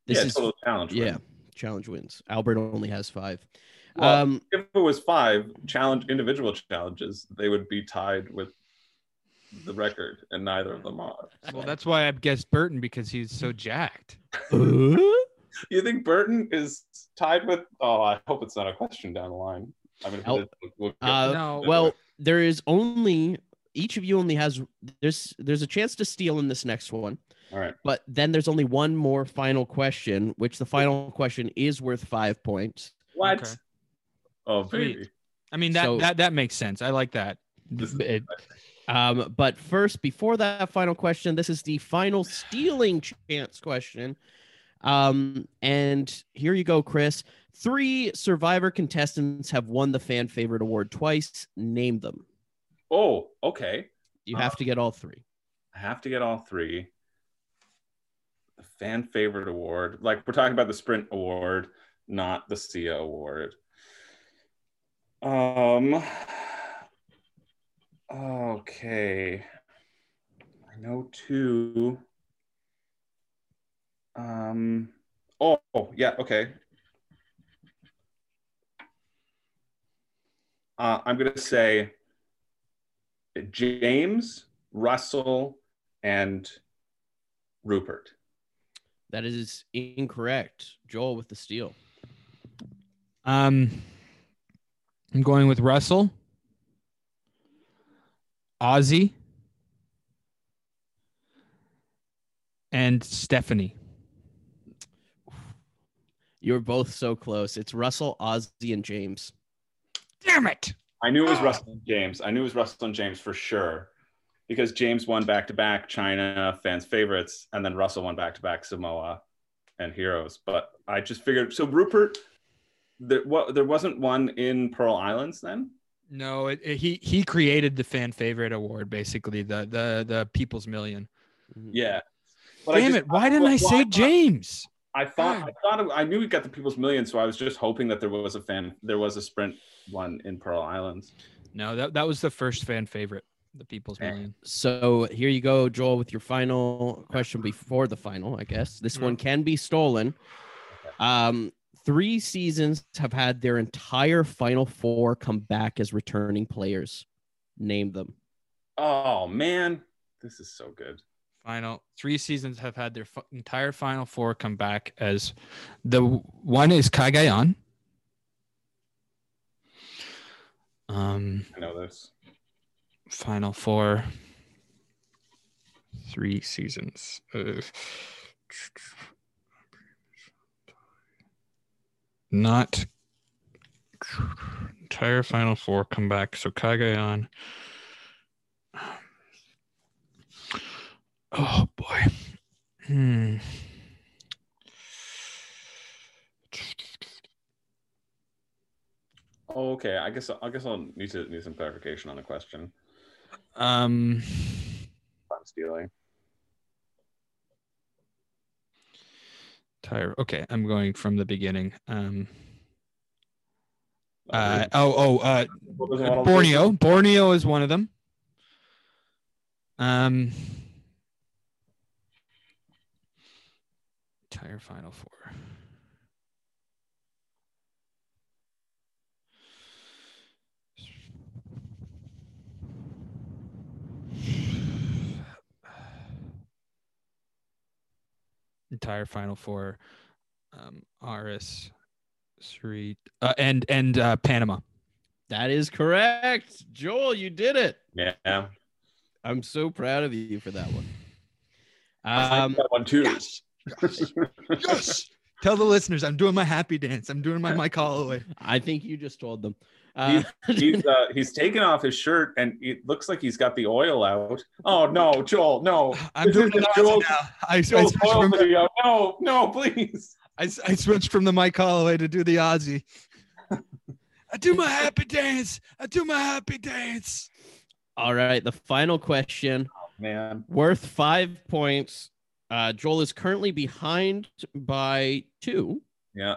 [SPEAKER 1] This
[SPEAKER 3] yeah,
[SPEAKER 1] is
[SPEAKER 3] total challenge. win.
[SPEAKER 1] yeah, challenge wins. Albert only has five.
[SPEAKER 3] Well,
[SPEAKER 1] um,
[SPEAKER 3] if it was five challenge individual challenges, they would be tied with the record, and neither of them are.
[SPEAKER 2] Well, that's why I guessed Burton because he's so jacked.
[SPEAKER 1] Um,
[SPEAKER 3] You think Burton is tied with? Oh, I hope it's not a question down the line. I mean, if it
[SPEAKER 1] Al-
[SPEAKER 3] is, we'll- we'll-
[SPEAKER 1] Uh,
[SPEAKER 2] no,
[SPEAKER 1] well, there is only each of you only has there's there's a chance to steal in this next one,
[SPEAKER 3] all right.
[SPEAKER 1] but then there's only one more final question, which the final question is worth five points.
[SPEAKER 3] What?
[SPEAKER 2] Okay.
[SPEAKER 3] Oh,
[SPEAKER 2] Sweet.
[SPEAKER 3] baby.
[SPEAKER 2] I mean that
[SPEAKER 1] so-
[SPEAKER 2] that that makes sense. I like that.
[SPEAKER 3] This-
[SPEAKER 2] It-
[SPEAKER 1] Um, but first, before that final question, this is the final stealing chance question. Um, and here you go, Chris. Three survivor contestants have won the fan favorite award twice. Name them.
[SPEAKER 3] Oh, okay.
[SPEAKER 1] You have to get all three.
[SPEAKER 3] I have to get all three. The fan favorite award, like we're talking about the sprint award, not the SIA award. Um. Okay. I know two. Um. Oh, yeah. Okay. Uh, I'm gonna say James, Russell, and Rupert.
[SPEAKER 1] That is incorrect. Joel with the steal.
[SPEAKER 2] Um, I'm going with Russell, Ozzy, and Stephanie.
[SPEAKER 1] You're both so close. It's Russell, Ozzy, and James.
[SPEAKER 2] Damn it!
[SPEAKER 3] I knew it was Russell and James. I knew it was Russell and James for sure. Because James won back to back China fans favorites, and then Russell won back to back Samoa and Heroes. But I just figured so Rupert, there, what, there wasn't one in Pearl Islands then.
[SPEAKER 2] No, it, it- he he created the fan favorite award, basically the the the People's Million.
[SPEAKER 3] Yeah. But I
[SPEAKER 2] Damn
[SPEAKER 3] just-
[SPEAKER 2] it! Why didn't I
[SPEAKER 3] well,
[SPEAKER 2] say
[SPEAKER 3] thought-
[SPEAKER 2] James?
[SPEAKER 3] I thought I thought it- I knew we got the People's Million, so I was just hoping that there was a fan, there was a sprint one in Pearl Islands.
[SPEAKER 2] No, that that was the first fan favorite, the People's
[SPEAKER 3] Eh.
[SPEAKER 2] Million.
[SPEAKER 1] So here you go, Joel, with your final question before the final, I guess. This
[SPEAKER 2] Mhm.
[SPEAKER 1] one can be stolen. Um, three seasons have had their entire Final Four come back as returning players. Name them.
[SPEAKER 3] Oh man, this is so good.
[SPEAKER 2] Final three seasons have had their f- entire Final Four come back as the one is Kai Gaon. Um,
[SPEAKER 3] I know this.
[SPEAKER 2] Final Four, three seasons. Uh, not entire Final Four comeback. So Kagayan. Oh boy. Hmm.
[SPEAKER 3] Oh, okay, I guess I guess I'll need to need some clarification on the question.
[SPEAKER 2] Um.
[SPEAKER 3] if I'm stealing.
[SPEAKER 2] Entire. Okay, I'm going from the beginning. Um. Uh, oh. Oh. Uh,
[SPEAKER 3] Well, there's a lot
[SPEAKER 2] Uh,
[SPEAKER 3] of-
[SPEAKER 2] Borneo. Borneo is one of them. Um, entire Final Four. Entire Final Four, um, RS, Sri, uh, and and uh, Panama.
[SPEAKER 1] That is correct. Joel, you did it.
[SPEAKER 3] Yeah,
[SPEAKER 1] I'm so proud of you for that one.
[SPEAKER 3] I
[SPEAKER 1] Um,
[SPEAKER 3] got one too.
[SPEAKER 2] Yes. Tell the listeners I'm doing my happy dance. I'm doing my Mike Holloway.
[SPEAKER 1] I think you just told them. Uh,
[SPEAKER 3] he's uh, he's taken off his shirt and it looks like he's got the oil out. Oh no, Joel, no.
[SPEAKER 2] I'm doing the
[SPEAKER 3] Joel's-
[SPEAKER 2] Nazi now. I, I,
[SPEAKER 3] Joel's
[SPEAKER 2] switched
[SPEAKER 3] oil
[SPEAKER 2] from,
[SPEAKER 3] video. No, no, please.
[SPEAKER 2] I, I switched from the Mike Holloway to do the Aussie. I do my happy dance. I do my happy dance.
[SPEAKER 1] all right, the final question.
[SPEAKER 3] Man.
[SPEAKER 1] worth five points. Uh, Joel is currently behind by two,
[SPEAKER 3] Yeah.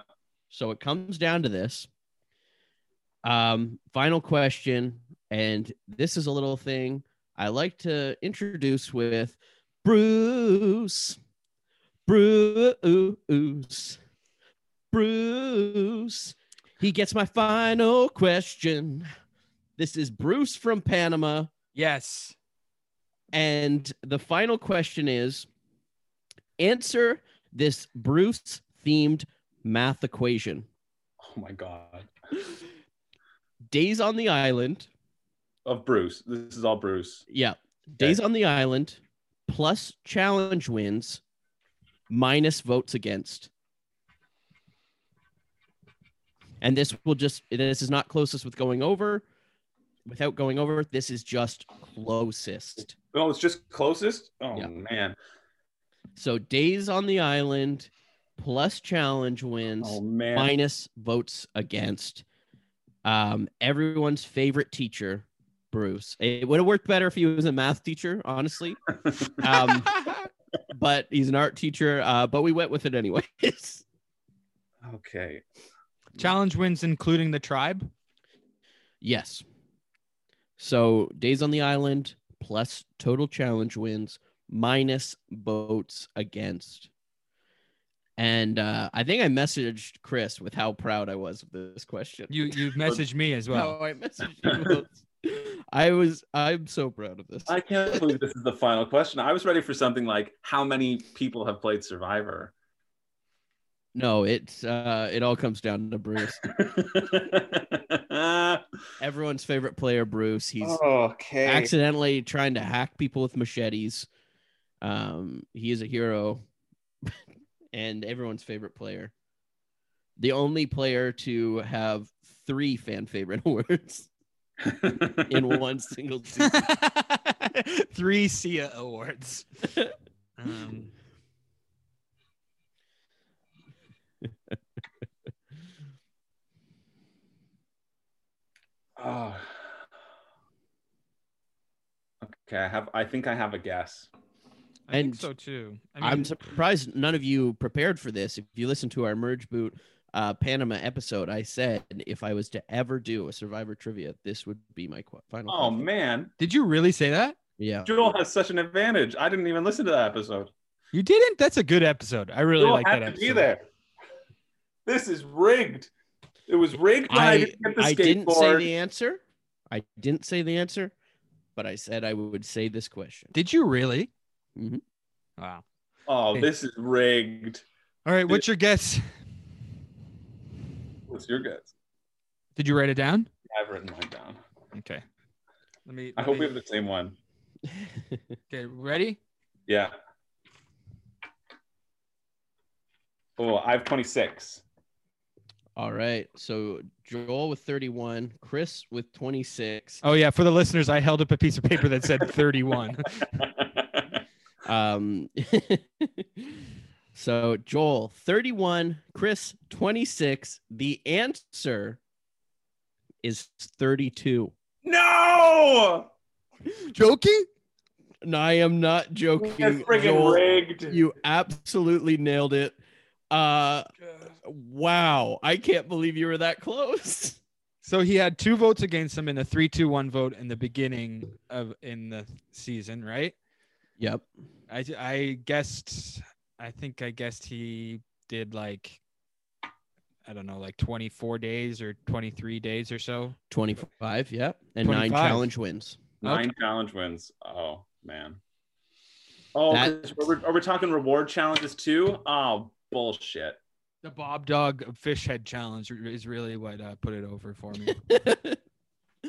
[SPEAKER 1] so it comes down to this. Um, final question, and this is a little thing I like to introduce with Bruce, Bruce, Bruce. He gets my final question. This is Bruce from Panama.
[SPEAKER 2] Yes.
[SPEAKER 1] And the final question is answer this Bruce themed math equation
[SPEAKER 3] Oh my god.
[SPEAKER 1] days on the island.
[SPEAKER 3] Of Bruce. This is all Bruce.
[SPEAKER 1] Yeah. Days on the island plus challenge wins minus votes against. And this will just, this is not closest with going over. Without going over, this is just closest.
[SPEAKER 3] Oh, it's just closest. Oh
[SPEAKER 1] Yeah.
[SPEAKER 3] man.
[SPEAKER 1] So days on the island plus challenge wins.
[SPEAKER 3] Oh man.
[SPEAKER 1] minus votes against um, everyone's favorite teacher, Bruce. It would have worked better if he was a math teacher, honestly. Um, but he's an art teacher, uh, but we went with it anyways.
[SPEAKER 3] Okay.
[SPEAKER 2] Challenge wins, including the tribe.
[SPEAKER 1] yes. So days on the island plus total challenge wins minus votes against. And uh, I think I messaged Chris with how proud I was of this question.
[SPEAKER 2] You you messaged me as well.
[SPEAKER 1] No, I messaged you. both. I was. I'm so proud of this.
[SPEAKER 3] I can't believe this is the final question. I was ready for something like how many people have played Survivor?
[SPEAKER 1] No, it's uh, it all comes down to Bruce. Everyone's favorite player, Bruce. He's
[SPEAKER 3] Oh, okay.
[SPEAKER 1] accidentally trying to hack people with machetes. Um, he is a hero and everyone's favorite player. The only player to have three fan favorite awards in one single season.
[SPEAKER 2] Three SIA awards. Um,
[SPEAKER 3] Oh. Okay, I have. I think I have a guess.
[SPEAKER 2] I think
[SPEAKER 1] And
[SPEAKER 2] so too. I
[SPEAKER 1] I'm surprised none of you prepared for this. If you listen to our Merge Boot uh, Panama episode, I said if I was to ever do a Survivor trivia, this would be my qu- final.
[SPEAKER 3] Oh
[SPEAKER 1] question.
[SPEAKER 3] man,
[SPEAKER 2] Did you really say that?
[SPEAKER 1] Yeah.
[SPEAKER 3] Joel has such an advantage. I didn't even listen to that episode.
[SPEAKER 2] You didn't? That's a good episode. I really
[SPEAKER 3] Joel
[SPEAKER 2] like
[SPEAKER 3] had
[SPEAKER 2] that episode.
[SPEAKER 3] to be there. This is rigged. It was rigged when I,
[SPEAKER 1] I-
[SPEAKER 3] didn't get the
[SPEAKER 1] I
[SPEAKER 3] skateboard.
[SPEAKER 1] didn't say the answer. I didn't say the answer, but I said I would say this question.
[SPEAKER 2] Did you really?
[SPEAKER 3] Mm-hmm.
[SPEAKER 1] Mhm.
[SPEAKER 2] Wow.
[SPEAKER 3] oh, this is rigged.
[SPEAKER 2] All right. What's your guess?
[SPEAKER 3] What's your guess?
[SPEAKER 2] Did you write it down?
[SPEAKER 3] I've written mine down.
[SPEAKER 2] Okay. Let me.
[SPEAKER 3] I
[SPEAKER 2] let
[SPEAKER 3] hope we
[SPEAKER 2] me-
[SPEAKER 3] have the same one.
[SPEAKER 2] Okay. Ready?
[SPEAKER 3] Yeah. Oh, I have 26.
[SPEAKER 1] All right. So Joel with 31, Chris with 26.
[SPEAKER 2] Oh yeah. For the listeners, I held up a piece of paper that said 31.
[SPEAKER 1] Um, so Joel 31, Chris 26. The answer is 32.
[SPEAKER 3] no!
[SPEAKER 2] Jokey?
[SPEAKER 1] And I am not joking.
[SPEAKER 3] That's friggin'
[SPEAKER 1] Joel,
[SPEAKER 3] rigged.
[SPEAKER 1] you absolutely nailed it. Uh, wow. I can't believe you were that close.
[SPEAKER 2] So he had two votes against him in the three-two-one vote in the beginning of in the season, right?
[SPEAKER 1] Yep.
[SPEAKER 2] I I guessed. I think I guessed he did like. I don't know, like 24 days or 23 days or so.
[SPEAKER 1] 25. Yep. And nine
[SPEAKER 2] 25.
[SPEAKER 1] challenge wins.
[SPEAKER 3] Nine challenge wins. Oh, man. Oh,
[SPEAKER 1] That-
[SPEAKER 3] Chris, are, we, are we talking reward challenges too? Oh, bullshit.
[SPEAKER 2] The Bob Dog Fish Head Challenge is really what uh, put it over for me.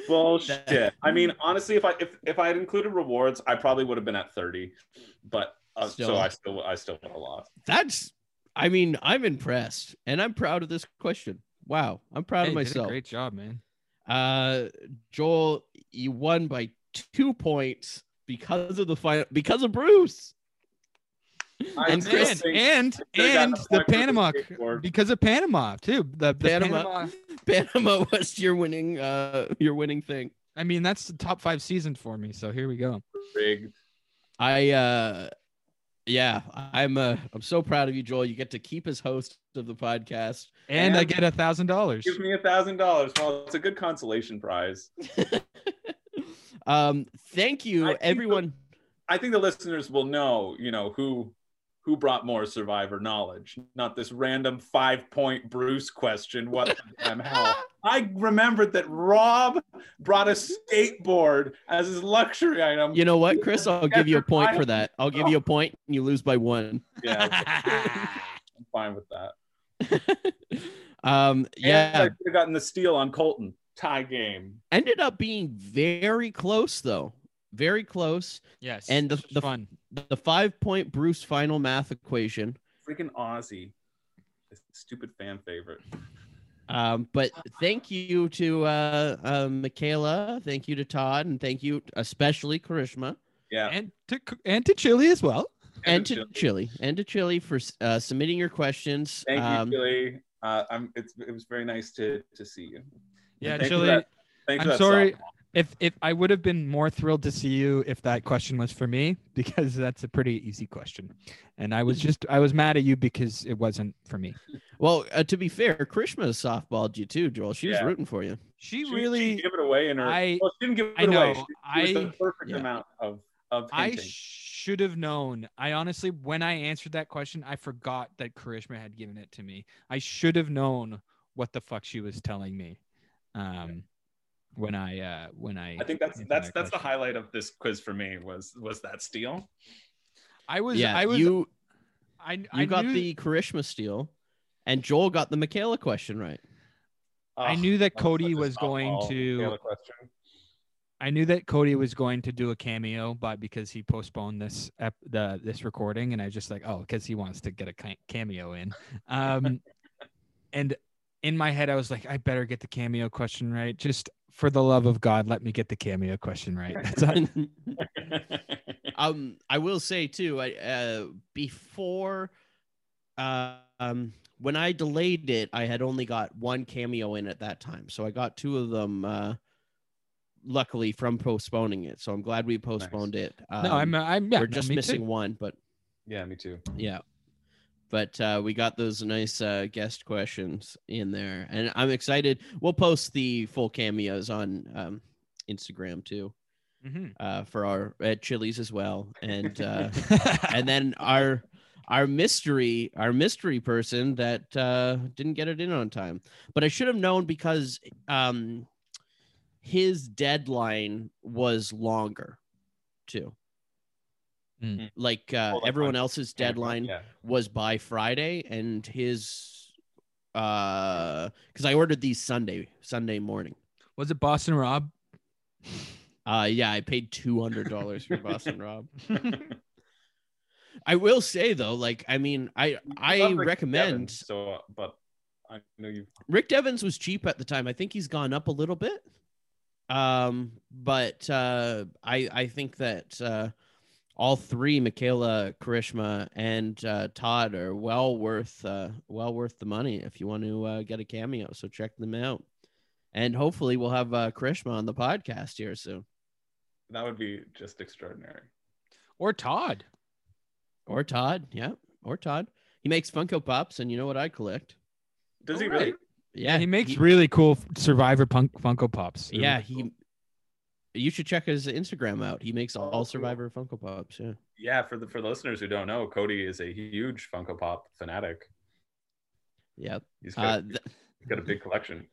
[SPEAKER 3] Bullshit.
[SPEAKER 1] That-
[SPEAKER 3] I mean, honestly, if I if, if I had included rewards, I probably would have been at 30. But uh, so
[SPEAKER 1] Still.
[SPEAKER 3] I still I still would have lost.
[SPEAKER 1] That's, I mean, I'm impressed and I'm proud of this question. Wow. I'm proud
[SPEAKER 2] Hey,
[SPEAKER 1] of
[SPEAKER 2] you did a
[SPEAKER 1] myself.
[SPEAKER 2] Great job, man.
[SPEAKER 1] Uh, Joel, you won by two points because of the final, because of Bruce.
[SPEAKER 3] I
[SPEAKER 1] And
[SPEAKER 3] still
[SPEAKER 1] Chris
[SPEAKER 3] think-
[SPEAKER 2] and
[SPEAKER 3] I should've gotten
[SPEAKER 2] and
[SPEAKER 3] a
[SPEAKER 2] the
[SPEAKER 3] point for the
[SPEAKER 2] Panama
[SPEAKER 3] skateboard.
[SPEAKER 2] because of Panama too. The, the Panama.
[SPEAKER 1] Panama. Panama was your winning, uh, your winning thing.
[SPEAKER 2] I mean, that's the top five season for me. So here we go.
[SPEAKER 3] rigged.
[SPEAKER 1] I, uh, yeah, I'm, uh, I'm so proud of you, Joel. You get to keep as host of the podcast.
[SPEAKER 2] And, I
[SPEAKER 3] And-
[SPEAKER 2] get a thousand dollars.
[SPEAKER 3] Give me a thousand dollars. Well, it's a good consolation prize.
[SPEAKER 1] um, thank you,
[SPEAKER 3] I think the-
[SPEAKER 1] everyone.
[SPEAKER 3] I think the listeners will know, you know, who who brought more survivor knowledge, not this random five point Bruce question. What the damn hell? I remembered that Rob brought a skateboard as his luxury item.
[SPEAKER 1] You know what, Chris? I'll give you a point for that. I'll give you a point and you lose by one.
[SPEAKER 3] Yeah, I'm fine with that.
[SPEAKER 1] um,
[SPEAKER 3] And I
[SPEAKER 1] yeah,
[SPEAKER 3] could have gotten the steal on Colton tie game.
[SPEAKER 1] ended up being very close though. Very close.
[SPEAKER 2] yes.
[SPEAKER 1] And the-
[SPEAKER 2] this was
[SPEAKER 1] the-
[SPEAKER 2] fun.
[SPEAKER 1] The five point Bruce final math equation.
[SPEAKER 3] Freaking Aussie, this stupid fan favorite.
[SPEAKER 1] Um, but thank you to uh, uh, Michaela. Thank you to Todd. And thank you, especially Karishma.
[SPEAKER 3] Yeah,
[SPEAKER 2] And to and to Chile as well.
[SPEAKER 1] And
[SPEAKER 3] Chili.
[SPEAKER 1] to Chili. And to Chili for uh, submitting your questions.
[SPEAKER 3] Thank
[SPEAKER 1] Um,
[SPEAKER 3] you, Chili. Uh, I'm, it's, it was very nice to, to see you.
[SPEAKER 2] Yeah,
[SPEAKER 3] Thanks for
[SPEAKER 2] Chile.
[SPEAKER 3] that- Thanks for
[SPEAKER 2] I'm
[SPEAKER 3] that
[SPEAKER 2] sorry.
[SPEAKER 3] softball.
[SPEAKER 2] If if I would have been more thrilled to see you if that question was for me because that's a pretty easy question, and I was just I was mad at you because it wasn't for me.
[SPEAKER 1] Well, uh, to be fair, Krishma softballed you too, Joel. She was
[SPEAKER 3] Yeah.
[SPEAKER 1] rooting for you.
[SPEAKER 2] She,
[SPEAKER 3] She-
[SPEAKER 2] really
[SPEAKER 3] she gave it away in her.
[SPEAKER 2] I-
[SPEAKER 3] well, she didn't give it
[SPEAKER 2] I know.
[SPEAKER 3] away. She, she was
[SPEAKER 2] I-
[SPEAKER 3] the perfect
[SPEAKER 1] yeah.
[SPEAKER 3] amount of of
[SPEAKER 2] I
[SPEAKER 3] hinting.
[SPEAKER 2] should have known. I honestly, when I answered that question, I forgot that Karishma had given it to me. I should have known what the fuck she was telling me. Um, when I uh, when I
[SPEAKER 3] I think that's
[SPEAKER 2] answered
[SPEAKER 3] that's
[SPEAKER 2] that
[SPEAKER 3] that's the
[SPEAKER 2] question.
[SPEAKER 3] highlight of this quiz for me was was that steal.
[SPEAKER 2] I was
[SPEAKER 1] yeah,
[SPEAKER 2] I was
[SPEAKER 1] you
[SPEAKER 2] I
[SPEAKER 1] you
[SPEAKER 2] I
[SPEAKER 1] got
[SPEAKER 2] knew-
[SPEAKER 1] the Karishma steal, And Joel got the Michaela question right.
[SPEAKER 2] I
[SPEAKER 3] Ugh,
[SPEAKER 2] knew that
[SPEAKER 3] was
[SPEAKER 2] Cody
[SPEAKER 3] such a
[SPEAKER 2] was going
[SPEAKER 3] softball.
[SPEAKER 2] to-
[SPEAKER 3] Taylor question.
[SPEAKER 2] I knew that Cody was going to do a cameo, but because he postponed this ep- the this recording, and I was just like, oh, because he wants to get a ca- cameo in. Um, and in my head, I was like, I better get the cameo question right. Just for the love of God, let me get the cameo question right. That's all-
[SPEAKER 1] um, I will say too, I uh, before, uh, um, when I delayed it, I had only got one cameo in at that time, so I got two of them. Uh, luckily, from postponing it, so I'm glad we postponed it. Um,
[SPEAKER 2] no, I'm I'm yeah,
[SPEAKER 1] we're
[SPEAKER 2] no,
[SPEAKER 1] just
[SPEAKER 2] me too.
[SPEAKER 1] missing one, but
[SPEAKER 3] yeah, me too.
[SPEAKER 1] yeah. But uh, we got those nice uh, guest questions in there, and I'm excited. We'll post the full cameos on um, Instagram too
[SPEAKER 2] Mhm.
[SPEAKER 1] uh, for our at Chili's as well, and uh,
[SPEAKER 2] Mm-hmm.
[SPEAKER 1] and then our our mystery our mystery person that uh, didn't get it in on time. But I should have known because um, his deadline was longer too.
[SPEAKER 2] Mm.
[SPEAKER 1] Like uh,
[SPEAKER 3] Oh, like
[SPEAKER 1] everyone
[SPEAKER 3] on
[SPEAKER 1] else's deadline
[SPEAKER 3] Yeah.
[SPEAKER 1] was by Friday, and his uh because I ordered these Sunday Sunday morning.
[SPEAKER 2] Was it Boston Rob?
[SPEAKER 1] Uh, yeah, I paid two hundred dollars for Boston Rob. I will say though, like I mean, I I
[SPEAKER 3] love Rick
[SPEAKER 1] recommend
[SPEAKER 3] Evans, so, uh, but I know you.
[SPEAKER 1] Rick Devens was cheap at the time. I think he's gone up a little bit. Um, but uh, I I think that uh, all three, Michaela, Karishma, and uh, Todd, are well worth uh, well worth the money if you want to uh, get a cameo. So check them out, and hopefully we'll have uh, Karishma on the podcast here soon,
[SPEAKER 3] That would be just extraordinary.
[SPEAKER 2] Or Todd?
[SPEAKER 1] or Todd. Yeah, or Todd. He makes Funko Pops, and you know what I collect?
[SPEAKER 3] Does
[SPEAKER 2] Oh,
[SPEAKER 3] he
[SPEAKER 2] really?
[SPEAKER 3] really?
[SPEAKER 1] Yeah,
[SPEAKER 2] he makes really cool Survivor punk Funko Pops. They're
[SPEAKER 1] yeah
[SPEAKER 2] really cool.
[SPEAKER 1] he you should check his instagram out he makes all
[SPEAKER 3] cool.
[SPEAKER 1] survivor funko pops yeah
[SPEAKER 3] Yeah, for the for the listeners who don't know, Cody is a huge Funko Pop fanatic.
[SPEAKER 1] yep
[SPEAKER 3] He's got,
[SPEAKER 1] uh,
[SPEAKER 3] a,
[SPEAKER 1] th-
[SPEAKER 3] he's got a big collection.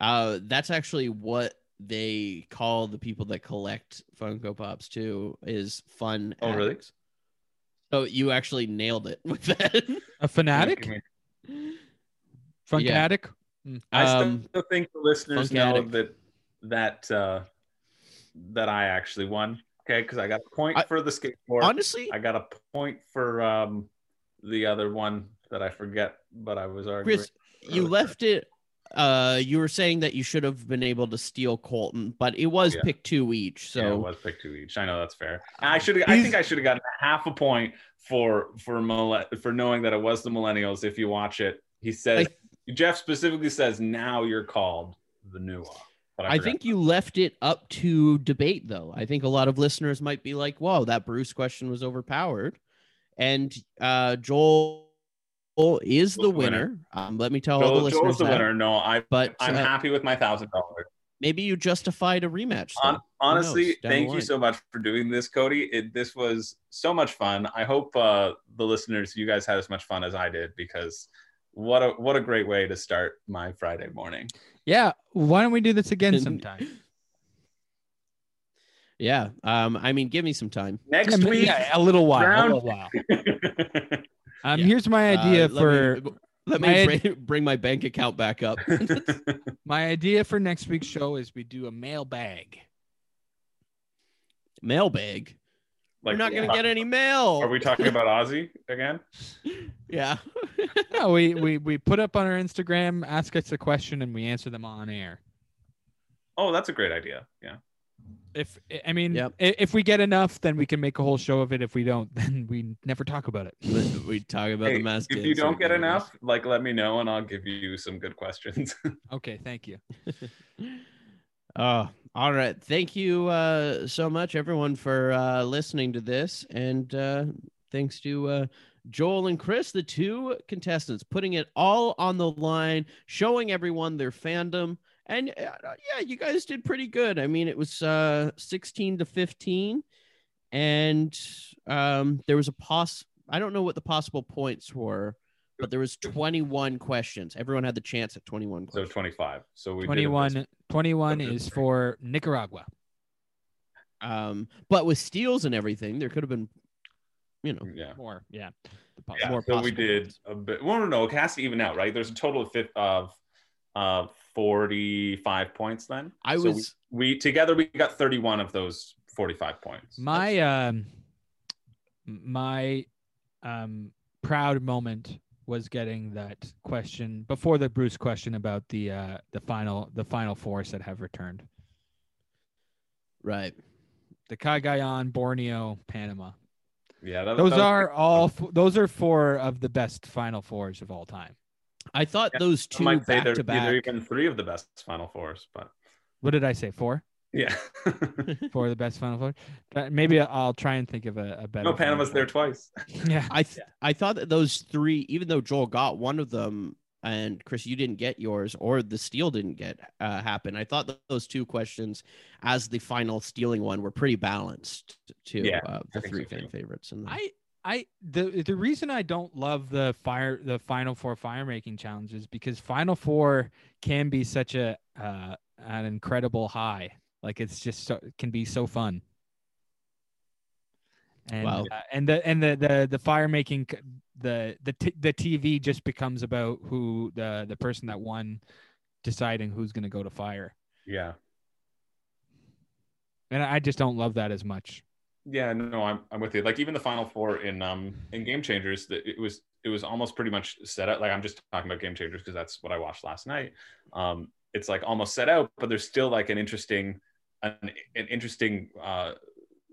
[SPEAKER 1] uh that's actually what they call the people that collect funko pops too is fun
[SPEAKER 3] Oh, really?
[SPEAKER 1] addicts. so you actually nailed it with that
[SPEAKER 2] a fanatic,
[SPEAKER 1] Yeah.
[SPEAKER 2] fanatic.
[SPEAKER 3] I still
[SPEAKER 1] Um,
[SPEAKER 3] think the listeners
[SPEAKER 1] Funk
[SPEAKER 3] know
[SPEAKER 1] Addict.
[SPEAKER 3] that that uh, that I actually won. Okay, because I got a point
[SPEAKER 1] I-
[SPEAKER 3] for the skateboard.
[SPEAKER 1] honestly
[SPEAKER 3] I got a point for um, the other one that I forget, but I was Oh, arguing.
[SPEAKER 1] chris you
[SPEAKER 3] earlier.
[SPEAKER 1] left it uh you were saying that you should have been able to steal colton but it was
[SPEAKER 3] yeah.
[SPEAKER 1] pick two each so Um,
[SPEAKER 3] Yeah, it was pick two each. I know that's fair. I should. I think I should have gotten half a point for for mille- for knowing that it was the millennials. If you watch it, he says Jeff specifically says now you're called the new one. But
[SPEAKER 1] I
[SPEAKER 3] forgot.
[SPEAKER 1] think you left it up to debate, though. I think a lot of listeners might be like, "Whoa, that Bruce question was overpowered," and uh, Joel is the
[SPEAKER 3] Joel's the winner.
[SPEAKER 1] winner. Um, let me tell all the
[SPEAKER 3] Joel,
[SPEAKER 1] listeners
[SPEAKER 3] Joel's the
[SPEAKER 1] that.
[SPEAKER 3] winner. No, I.
[SPEAKER 1] But
[SPEAKER 3] I'm
[SPEAKER 1] uh,
[SPEAKER 3] happy with my thousand dollars.
[SPEAKER 1] maybe you justified a rematch. though.
[SPEAKER 3] On-
[SPEAKER 1] knows?
[SPEAKER 3] Honestly,
[SPEAKER 1] Down the
[SPEAKER 3] thank you
[SPEAKER 1] line.
[SPEAKER 3] so much for doing this, Cody. It, this was so much fun. I hope uh, the listeners, you guys, had as much fun as I did because what a what a great way to start my Friday morning.
[SPEAKER 2] Yeah, why don't we do this again
[SPEAKER 1] And-
[SPEAKER 2] sometime?
[SPEAKER 1] yeah. Um, I mean, give me some time.
[SPEAKER 3] Next
[SPEAKER 2] Yeah,
[SPEAKER 3] week,
[SPEAKER 2] yeah, a little while.
[SPEAKER 3] round-
[SPEAKER 2] A little while. Um,
[SPEAKER 1] Yeah.
[SPEAKER 2] here's my idea
[SPEAKER 1] Uh,
[SPEAKER 2] for
[SPEAKER 1] let me, let
[SPEAKER 2] my
[SPEAKER 1] me
[SPEAKER 2] id-
[SPEAKER 1] bring, bring my bank account back up.
[SPEAKER 2] my idea for next week's show is we do a mailbag.
[SPEAKER 1] Mailbag.
[SPEAKER 3] Like,
[SPEAKER 1] We're not going to get any mail.
[SPEAKER 3] Are we talking about Ozzy again?
[SPEAKER 1] yeah.
[SPEAKER 2] No, we we we put up on our Instagram, ask us a question, and we answer them on air.
[SPEAKER 3] Oh, that's a great idea. Yeah.
[SPEAKER 2] If I mean,
[SPEAKER 1] Yep.
[SPEAKER 2] i- if we get enough, then we can make a whole show of it. If we don't, then we never talk about it.
[SPEAKER 1] Let- we talk about
[SPEAKER 3] Hey,
[SPEAKER 1] the mask.
[SPEAKER 3] if you
[SPEAKER 1] dance
[SPEAKER 3] don't get
[SPEAKER 1] again.
[SPEAKER 3] enough, like let me know and I'll give you some good questions.
[SPEAKER 2] okay, thank you.
[SPEAKER 1] Oh, all right. Thank you uh, so much, everyone, for uh, listening to this. And uh, thanks to uh, Joel and Chris, the two contestants, putting it all on the line, showing everyone their fandom. And uh, yeah, you guys did pretty good. I mean, it was uh, 16 to 15. And um, there was a pos, I don't know what the possible points were, but there was 21 questions. Everyone had the chance at 21
[SPEAKER 3] so
[SPEAKER 1] questions.
[SPEAKER 3] 25. So we did it this-
[SPEAKER 2] 21, 21
[SPEAKER 3] Okay.
[SPEAKER 2] is for Nicaragua.
[SPEAKER 1] Um, but with steals and everything, there could have been you know.
[SPEAKER 3] Yeah.
[SPEAKER 2] More, yeah. The po-
[SPEAKER 3] yeah,
[SPEAKER 1] more
[SPEAKER 3] so we
[SPEAKER 1] possible
[SPEAKER 3] did
[SPEAKER 1] ones.
[SPEAKER 3] a bit. Well, no, no, it has to even out, right? There's a total of fif- of uh, 45 points then.
[SPEAKER 1] I
[SPEAKER 3] So we-
[SPEAKER 1] was-
[SPEAKER 3] we, together we got 31 of those 45 points.
[SPEAKER 2] my um my um proud moment was getting that question before the Bruce question about the uh the final the final force that have returned.
[SPEAKER 1] Right.
[SPEAKER 2] The Cagayan, Borneo, Panama.
[SPEAKER 3] yeah, that,
[SPEAKER 2] Those
[SPEAKER 3] that was-
[SPEAKER 2] are all f- those are four of the best final fours of all time.
[SPEAKER 1] I thought
[SPEAKER 3] Yeah,
[SPEAKER 1] those
[SPEAKER 3] I
[SPEAKER 1] two
[SPEAKER 3] might say
[SPEAKER 1] back
[SPEAKER 3] they're
[SPEAKER 1] to
[SPEAKER 3] either
[SPEAKER 1] back.
[SPEAKER 3] even three of the best Final Fours, but
[SPEAKER 2] What did I say? Four?
[SPEAKER 3] yeah.
[SPEAKER 2] Four of the best final fours? Uh, Maybe I'll try and think of a, a better
[SPEAKER 3] no,
[SPEAKER 2] final
[SPEAKER 3] Panama's
[SPEAKER 2] four.
[SPEAKER 3] there twice.
[SPEAKER 2] Yeah.
[SPEAKER 1] I th- I thought that those three, even though Joel got one of them, and Chris, you didn't get yours, or the steal didn't get uh, happen. I thought that those two questions, as the final stealing one, were pretty balanced to
[SPEAKER 3] Yeah,
[SPEAKER 1] uh, the
[SPEAKER 3] think
[SPEAKER 1] three
[SPEAKER 3] so,
[SPEAKER 1] fan
[SPEAKER 3] too.
[SPEAKER 1] favorites. And the-
[SPEAKER 2] I I the the reason I don't love the fire the final four fire making challenge is because final four can be such a uh an incredible high. Like it's just so can be so fun. And
[SPEAKER 1] Wow.
[SPEAKER 2] uh, and the and the the the fire making c- the the t- the TV just becomes about who the the person that won deciding who's going to go to fire.
[SPEAKER 3] Yeah.
[SPEAKER 2] And I just don't love that as much.
[SPEAKER 3] Yeah, no, I'm I'm with you. Like even the final four in um in Game Changers, that it was it was almost pretty much set out. Like I'm just talking about Game Changers because that's what I watched last night. Um, it's like almost set out, but there's still like an interesting an, an interesting uh,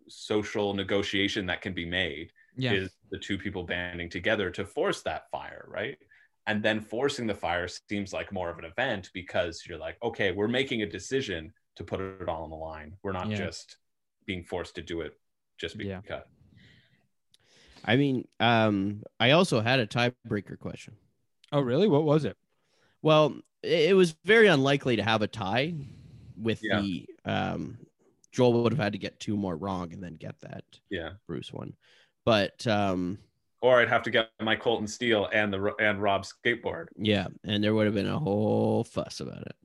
[SPEAKER 3] social negotiation that can be made.
[SPEAKER 2] Yeah.
[SPEAKER 3] Is the two people banding together to force that fire, right? And then forcing the fire seems like more of an event because you're like, okay, we're making a decision to put it all on the line. We're not
[SPEAKER 2] Yeah.
[SPEAKER 3] just being forced to do it just
[SPEAKER 2] Yeah.
[SPEAKER 3] because.
[SPEAKER 1] I mean, um, I also had a tiebreaker question.
[SPEAKER 2] Oh really? What was it?
[SPEAKER 1] Well, i- it was very unlikely to have a tie with
[SPEAKER 3] Yeah.
[SPEAKER 1] the um, Joel would have had to get two more wrong and then get that
[SPEAKER 3] Yeah.
[SPEAKER 1] Bruce one, but um,
[SPEAKER 3] Or I'd have to get my Colton Steel and the and Rob's skateboard.
[SPEAKER 1] yeah, and there would have been a whole fuss about it.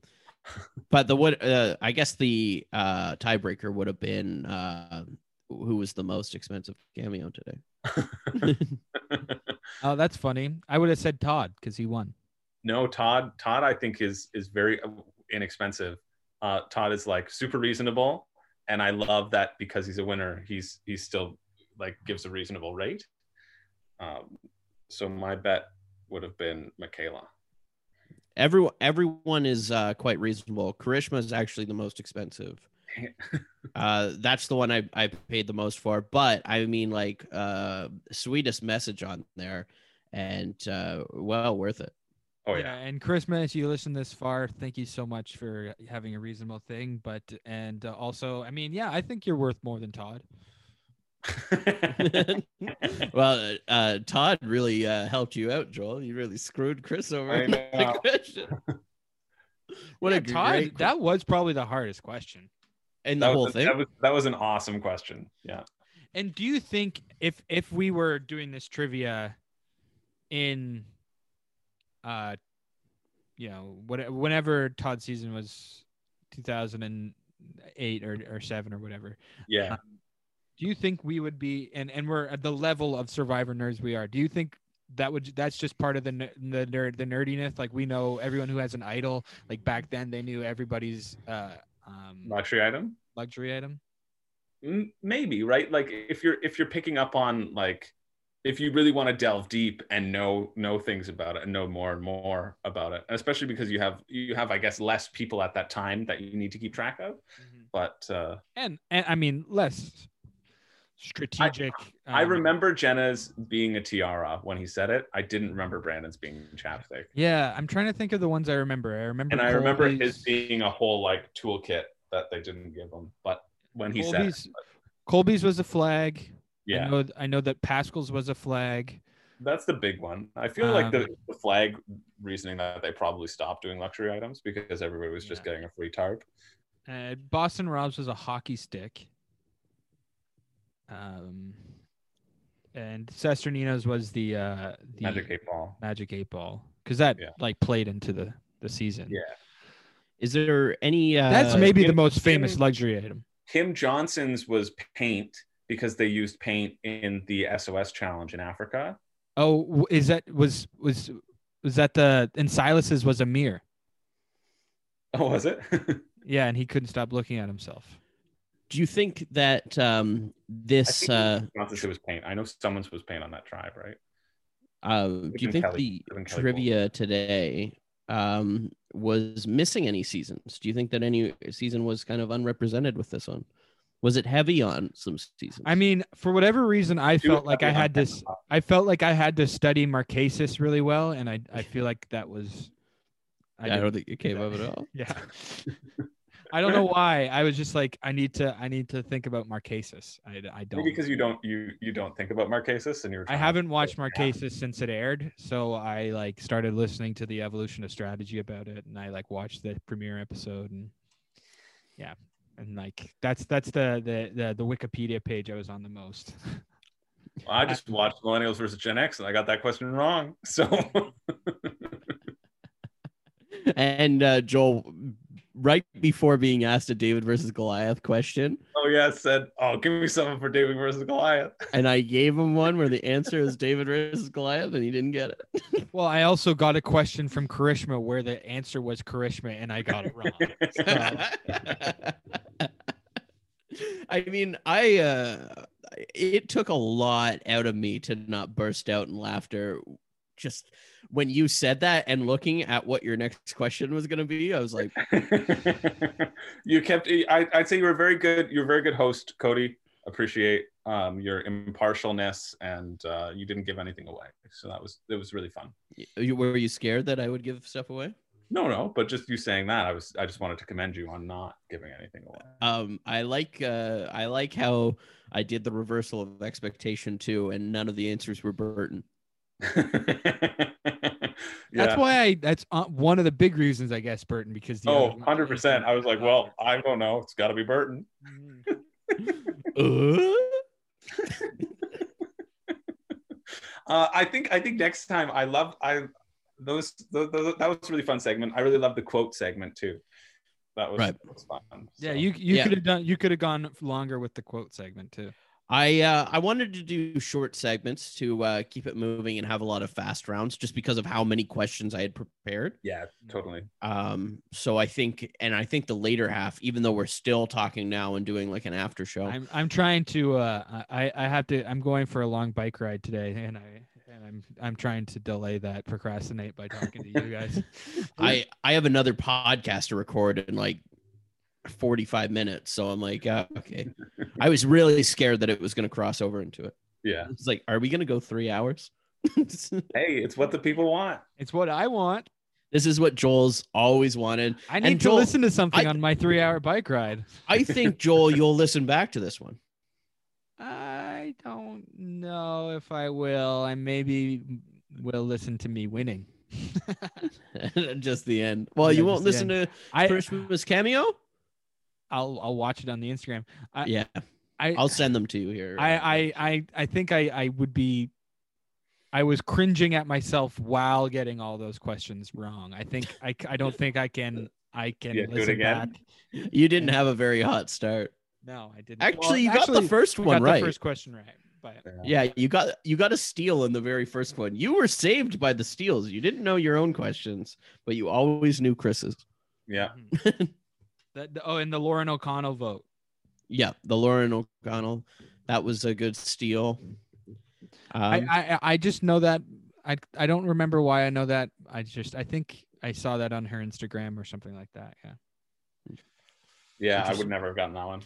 [SPEAKER 1] but the what uh, I guess the uh, tiebreaker would have been uh, who was the most expensive cameo today.
[SPEAKER 2] Oh, that's funny. I would have said Todd because he won.
[SPEAKER 3] No, Todd. Todd, I think is is very uh, inexpensive. Uh, Todd is like super reasonable, and I love that because he's a winner. He's he's still like gives a reasonable rate. Um, so my bet would have been Michaela.
[SPEAKER 1] everyone, everyone is uh, quite reasonable. Karishma is actually the most expensive. Uh, that's the one I, I paid the most for. But I mean, like, uh, sweetest message on there, and uh, well worth it.
[SPEAKER 3] Oh yeah,
[SPEAKER 2] And Christmas, you listen this far. Thank you so much for having a reasonable thing. But, and uh, also, I mean, yeah, I think you're worth more than Todd.
[SPEAKER 1] well, uh, Todd really uh, helped you out, Joel. You really screwed Chris over.
[SPEAKER 3] I
[SPEAKER 1] on that
[SPEAKER 3] know.
[SPEAKER 1] question. What
[SPEAKER 2] yeah,
[SPEAKER 1] a
[SPEAKER 2] Todd,
[SPEAKER 1] great que-
[SPEAKER 2] that was probably the hardest question.
[SPEAKER 1] and the
[SPEAKER 3] that,
[SPEAKER 1] whole
[SPEAKER 3] was,
[SPEAKER 1] thing.
[SPEAKER 3] that was that was an awesome question. Yeah.
[SPEAKER 2] And do you think if, if we were doing this trivia in, uh, you know, what, whenever Todd's season was 2008 or, or seven or whatever,
[SPEAKER 3] Yeah.
[SPEAKER 1] Uh,
[SPEAKER 2] do you think we would be and and we're at the level of survivor nerds we are do you think that would that's just part of the ner- the nerd the nerdiness like we know everyone who has an idol like back then they knew everybody's uh um
[SPEAKER 3] Luxury item.
[SPEAKER 2] luxury item
[SPEAKER 3] M- maybe right like if you're if you're picking up on like if you really want to delve deep and know know things about it and know more and more about it especially because you have you have i guess less people at that time that you need to keep track of but uh,
[SPEAKER 2] and and i mean less strategic
[SPEAKER 3] i
[SPEAKER 2] um,
[SPEAKER 3] remember jenna's being a tiara when he said it i didn't remember brandon's being chapstick
[SPEAKER 2] yeah i'm trying to think of the ones i remember i remember
[SPEAKER 3] and i remember
[SPEAKER 2] Colby's-
[SPEAKER 3] his being a whole like toolkit that they didn't give him but when he said it,
[SPEAKER 2] Colby's- colby's was a flag I
[SPEAKER 3] yeah
[SPEAKER 2] know, I know that pascal's was a flag
[SPEAKER 3] That's the big one. I feel like the,
[SPEAKER 2] Um,
[SPEAKER 3] the flag reasoning that they probably stopped doing luxury items because everybody was just
[SPEAKER 2] Yeah.
[SPEAKER 3] getting a free tarp.
[SPEAKER 2] Uh, Boston Robs was a hockey stick. Um, and Sesternino's was the uh the
[SPEAKER 3] Magic eight ball.
[SPEAKER 2] Magic Eight Ball because that
[SPEAKER 3] Yeah.
[SPEAKER 2] like played into the the season.
[SPEAKER 3] Yeah.
[SPEAKER 1] Is there any? Uh,
[SPEAKER 2] That's maybe the
[SPEAKER 3] Kim-
[SPEAKER 2] most famous
[SPEAKER 3] Kim-
[SPEAKER 2] luxury item.
[SPEAKER 3] Kim Johnson's was paint, because they used paint in the SOS challenge in Africa.
[SPEAKER 2] Oh, w- is that was was was that the and Silas's was a mirror?
[SPEAKER 3] Oh, was it?
[SPEAKER 2] Yeah, and he couldn't stop looking at himself.
[SPEAKER 1] Do you think that um,
[SPEAKER 3] I
[SPEAKER 1] this?
[SPEAKER 3] think
[SPEAKER 1] Uh,
[SPEAKER 3] not that it was paint. I know someone's was paint on that tribe, right?
[SPEAKER 1] uh, do you
[SPEAKER 3] been
[SPEAKER 1] think
[SPEAKER 3] Kelly-
[SPEAKER 1] the
[SPEAKER 3] could've been Kelly Cole.
[SPEAKER 1] trivia today um, was missing any seasons? Do you think that any season was kind of unrepresented with this one? Was it heavy on some seasons?
[SPEAKER 2] I mean, for whatever reason, I
[SPEAKER 3] She
[SPEAKER 2] felt
[SPEAKER 3] was
[SPEAKER 2] like I
[SPEAKER 3] definitely
[SPEAKER 2] had
[SPEAKER 3] on
[SPEAKER 2] this.
[SPEAKER 3] top.
[SPEAKER 2] I felt like I had to study Marquesas really well, and I I feel like that was.
[SPEAKER 1] I, don't
[SPEAKER 2] didn't-
[SPEAKER 1] think it came up at all.
[SPEAKER 2] Yeah. I don't know why. I was just like, I need to. I need to think about Marquesas. I I don't.
[SPEAKER 3] Maybe because you don't you you don't think about Marquesas and you're.
[SPEAKER 2] I
[SPEAKER 3] trying-
[SPEAKER 2] haven't watched
[SPEAKER 3] Yeah.
[SPEAKER 2] Marquesas since it aired, so I like started listening to the evolution of strategy about it, and I like watched the premiere episode, and yeah, and like that's that's the the the, the Wikipedia page I was on the most.
[SPEAKER 3] I just watched Millennials versus Gen X and I got that question wrong. So
[SPEAKER 1] And uh, Joel, right before being asked a David versus Goliath question,
[SPEAKER 3] oh yeah, I said oh give me something for David versus Goliath.
[SPEAKER 1] and I gave him one where the answer is David versus Goliath, and he didn't get it.
[SPEAKER 2] well, I also got a question from Karishma where the answer was Karishma, and I got it wrong.
[SPEAKER 1] I mean, I uh, it took a lot out of me to not burst out in laughter just when you said that and looking at what your next question was going to be. I was like,
[SPEAKER 3] you kept I, i'd say you were very good you're a very good host cody appreciate um, your impartialness and uh, you didn't give anything away so that was it was really fun
[SPEAKER 1] y- were you scared that I would give stuff away?
[SPEAKER 3] no no but just you saying that i was i just wanted to commend you on not giving anything away
[SPEAKER 1] Um, I like uh, I like how I did the reversal of expectation too, and none of the answers were Burton.
[SPEAKER 3] yeah
[SPEAKER 2] That's why I. That's uh, one of the big reasons, I guess, Burton, because the
[SPEAKER 3] oh
[SPEAKER 2] other-
[SPEAKER 3] 100% i was like well i don't know it's got to be burton
[SPEAKER 2] Mhm.
[SPEAKER 1] Uh?
[SPEAKER 3] Uh, I think I think next time I love I those th th that was a really fun segment. I really love the quote segment too. That was,
[SPEAKER 1] Right.
[SPEAKER 3] that was fun.
[SPEAKER 2] Yeah,
[SPEAKER 3] So-
[SPEAKER 2] you you
[SPEAKER 1] Yeah.
[SPEAKER 2] could have done you could have gone longer with the quote segment too.
[SPEAKER 1] I uh, I wanted to do short segments to uh, keep it moving and have a lot of fast rounds, just because of how many questions I had prepared.
[SPEAKER 3] yeah totally.
[SPEAKER 1] Um, so I think, and I think the later half, even though we're still talking now and doing like an after show,
[SPEAKER 2] I'm I'm trying to uh I I have to I'm going for a long bike ride today and I and I'm I'm trying to delay that procrastinate by talking to you guys.
[SPEAKER 1] I I have another podcast to record in like 45 minutes. So I'm like, uh, okay. I was really scared that it was going to cross over into it.
[SPEAKER 3] Yeah.
[SPEAKER 1] It's like, are we going to go three hours?
[SPEAKER 3] Hey, it's what the people want.
[SPEAKER 2] It's what I want.
[SPEAKER 1] this is what Joel's always wanted.
[SPEAKER 2] I need to
[SPEAKER 1] Joel,
[SPEAKER 2] listen to something
[SPEAKER 1] I-
[SPEAKER 2] on my 3-hour bike ride.
[SPEAKER 1] I think Joel, you'll listen back to this one.
[SPEAKER 2] I don't know if I will. I maybe will listen to me winning.
[SPEAKER 1] just the end. Well,
[SPEAKER 2] Yeah,
[SPEAKER 1] you won't
[SPEAKER 2] just the
[SPEAKER 1] listen to
[SPEAKER 2] I
[SPEAKER 1] Christmas cameo.
[SPEAKER 2] I'll I'll watch it on the Instagram. I-
[SPEAKER 1] yeah,
[SPEAKER 2] I
[SPEAKER 1] I'll send them to you here.
[SPEAKER 2] I, I I I think I I would be I was cringing at myself while getting all those questions wrong. I think I c- I don't think I can I can
[SPEAKER 3] Yeah, do it
[SPEAKER 2] listen
[SPEAKER 3] again.
[SPEAKER 2] back.
[SPEAKER 1] you didn't have a very hot start.
[SPEAKER 2] No, I didn't.
[SPEAKER 1] Actually,
[SPEAKER 2] Well,
[SPEAKER 1] you got
[SPEAKER 2] actually,
[SPEAKER 1] the first
[SPEAKER 2] I
[SPEAKER 1] one
[SPEAKER 2] got
[SPEAKER 1] right.
[SPEAKER 2] The first question right. But
[SPEAKER 1] Yeah, you got you got a steal in the very first one. You were saved by the steals. You didn't know your own questions, but you always knew Chris's.
[SPEAKER 3] Yeah.
[SPEAKER 2] that hmm. the- oh, and the Lauren O'Connell vote.
[SPEAKER 1] Yeah, the Lauren O'Connell, that was a good steal.
[SPEAKER 2] I,
[SPEAKER 1] Um,
[SPEAKER 2] I I- I just know that I I don't remember why I know that. I just I think I saw that on her Instagram or something like that. Yeah.
[SPEAKER 3] Yeah. I would never have gotten that one.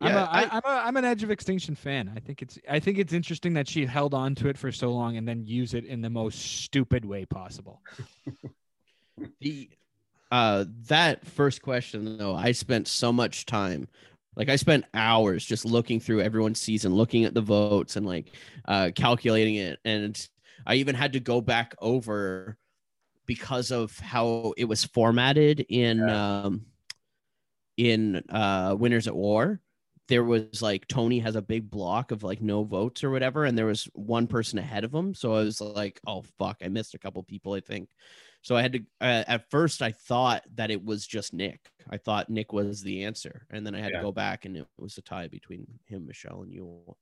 [SPEAKER 2] I'm,
[SPEAKER 1] yeah,
[SPEAKER 2] a, I, am a, I'm an Edge of Extinction fan. I think it's I think it's interesting that she held on to it for so long and then use it in the most stupid way possible.
[SPEAKER 1] the uh that first question though i spent so much time like i spent hours just looking through everyone's season looking at the votes and like uh calculating it and i even had to go back over because of how it was formatted in um in uh winners at war there was like tony has a big block of like no votes or whatever and there was one person ahead of him so i was like oh fuck i missed a couple people i think So I had to. Uh, at first, I thought that it was just Nick. I thought Nick was the answer, and then I had
[SPEAKER 3] Yeah.
[SPEAKER 1] to go back, and it was a tie between him, Michelle, and Yule.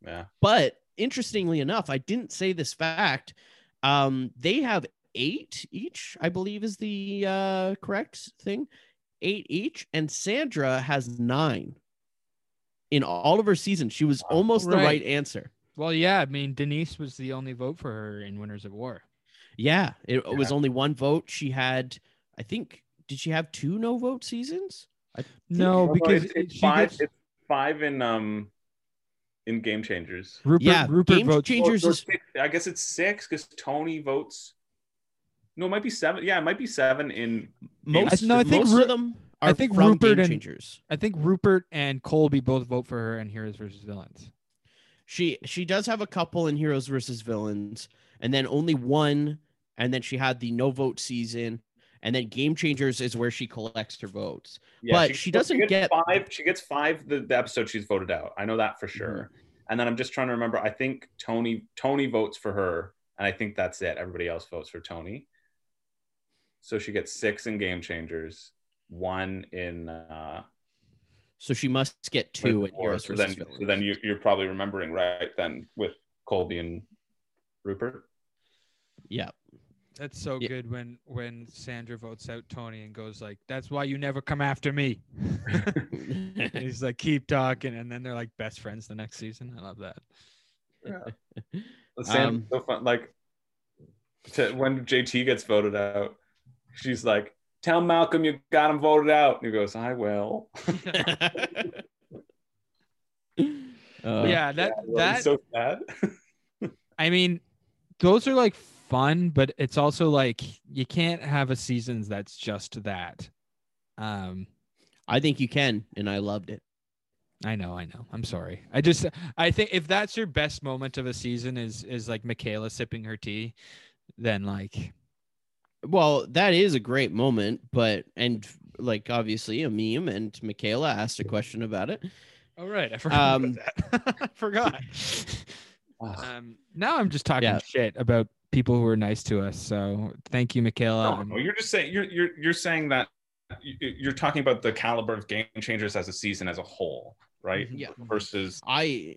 [SPEAKER 3] Yeah.
[SPEAKER 1] But interestingly enough, I didn't say this fact. Um, they have eight each, I believe, is the uh, correct thing. Eight each, and Sandra has nine. In all of her seasons, she was almost the
[SPEAKER 2] Right.
[SPEAKER 1] right answer.
[SPEAKER 2] Well, yeah, I mean Denise was the only vote for her in Winners of War.
[SPEAKER 1] Yeah, it was only one vote. She had, I think, did she have two no vote seasons?
[SPEAKER 2] No,
[SPEAKER 3] Although
[SPEAKER 2] because
[SPEAKER 3] it's, it's
[SPEAKER 2] she
[SPEAKER 3] five.
[SPEAKER 2] gets-
[SPEAKER 3] It's five in um in Game Changers.
[SPEAKER 2] Rupert,
[SPEAKER 1] yeah,
[SPEAKER 2] Rupert
[SPEAKER 1] Game
[SPEAKER 2] votes.
[SPEAKER 1] Changers
[SPEAKER 3] Or- or
[SPEAKER 1] is
[SPEAKER 3] six. I guess it's six because Tony votes. No, it might be seven. Yeah, it might be seven in.
[SPEAKER 1] most.
[SPEAKER 2] I- no, I think
[SPEAKER 1] most
[SPEAKER 2] Ru-
[SPEAKER 1] of them
[SPEAKER 2] I
[SPEAKER 1] are
[SPEAKER 2] think
[SPEAKER 1] from
[SPEAKER 2] Rupert
[SPEAKER 1] Game
[SPEAKER 2] and-
[SPEAKER 1] Changers.
[SPEAKER 2] I think Rupert and Colby both vote for her in Heroes versus Villains.
[SPEAKER 1] She she does have a couple in Heroes versus Villains, and then only one, and then she had the no vote season, and then Game Changers is where she collects her votes.
[SPEAKER 3] Yeah,
[SPEAKER 1] But she doesn't get-
[SPEAKER 3] gets five. She gets five the, the episode she's voted out. I know that for
[SPEAKER 1] Mm-hmm.
[SPEAKER 3] sure. And then I'm just trying to remember. I think Tony Tony votes for her, and I think that's it. Everybody else votes for Tony. So she gets six in Game Changers, one in uh,
[SPEAKER 1] So she must get two in
[SPEAKER 3] War.
[SPEAKER 1] Heroes
[SPEAKER 3] So
[SPEAKER 1] versus
[SPEAKER 3] then,
[SPEAKER 1] Villains.
[SPEAKER 3] so then you, you're probably remembering right then with Colby and Rupert.
[SPEAKER 1] yeah,
[SPEAKER 2] That's so
[SPEAKER 1] Yeah.
[SPEAKER 2] good when when Sandra votes out Tony and goes like, "That's why you never come after me." And he's like, "Keep talking," and then they're like best friends the next season. I love that.
[SPEAKER 3] The same,
[SPEAKER 1] Um,
[SPEAKER 3] so fun. Like to, when JT gets voted out, she's like, "Tell Malcolm you got him voted out." And he goes, "I will."
[SPEAKER 1] Uh,
[SPEAKER 2] yeah, that
[SPEAKER 3] Well,
[SPEAKER 2] that
[SPEAKER 3] he's so sad.
[SPEAKER 2] I mean, those are like fun, but it's also like you can't have a seasons that's just that. Um,
[SPEAKER 1] I think you can, and I loved it.
[SPEAKER 2] I know, I know. I'm sorry. I just I think if that's your best moment of a season is is like Michaela sipping her tea, then like
[SPEAKER 1] Well, that is a great moment, but and like obviously a meme, and Michaela asked a question about it.
[SPEAKER 2] all Oh, right, I forgot
[SPEAKER 1] Um,
[SPEAKER 2] about that. I forgot.
[SPEAKER 3] Ugh.
[SPEAKER 2] um, now I'm just talking
[SPEAKER 1] Yeah.
[SPEAKER 2] shit about people who are nice to us. So thank you, Michaela.
[SPEAKER 3] No,
[SPEAKER 1] Um,
[SPEAKER 2] and-
[SPEAKER 3] no, you're just saying you're you're you're saying that you- you're talking about the caliber of game changers as a season as a whole, right?
[SPEAKER 1] Yeah.
[SPEAKER 3] Versus
[SPEAKER 1] I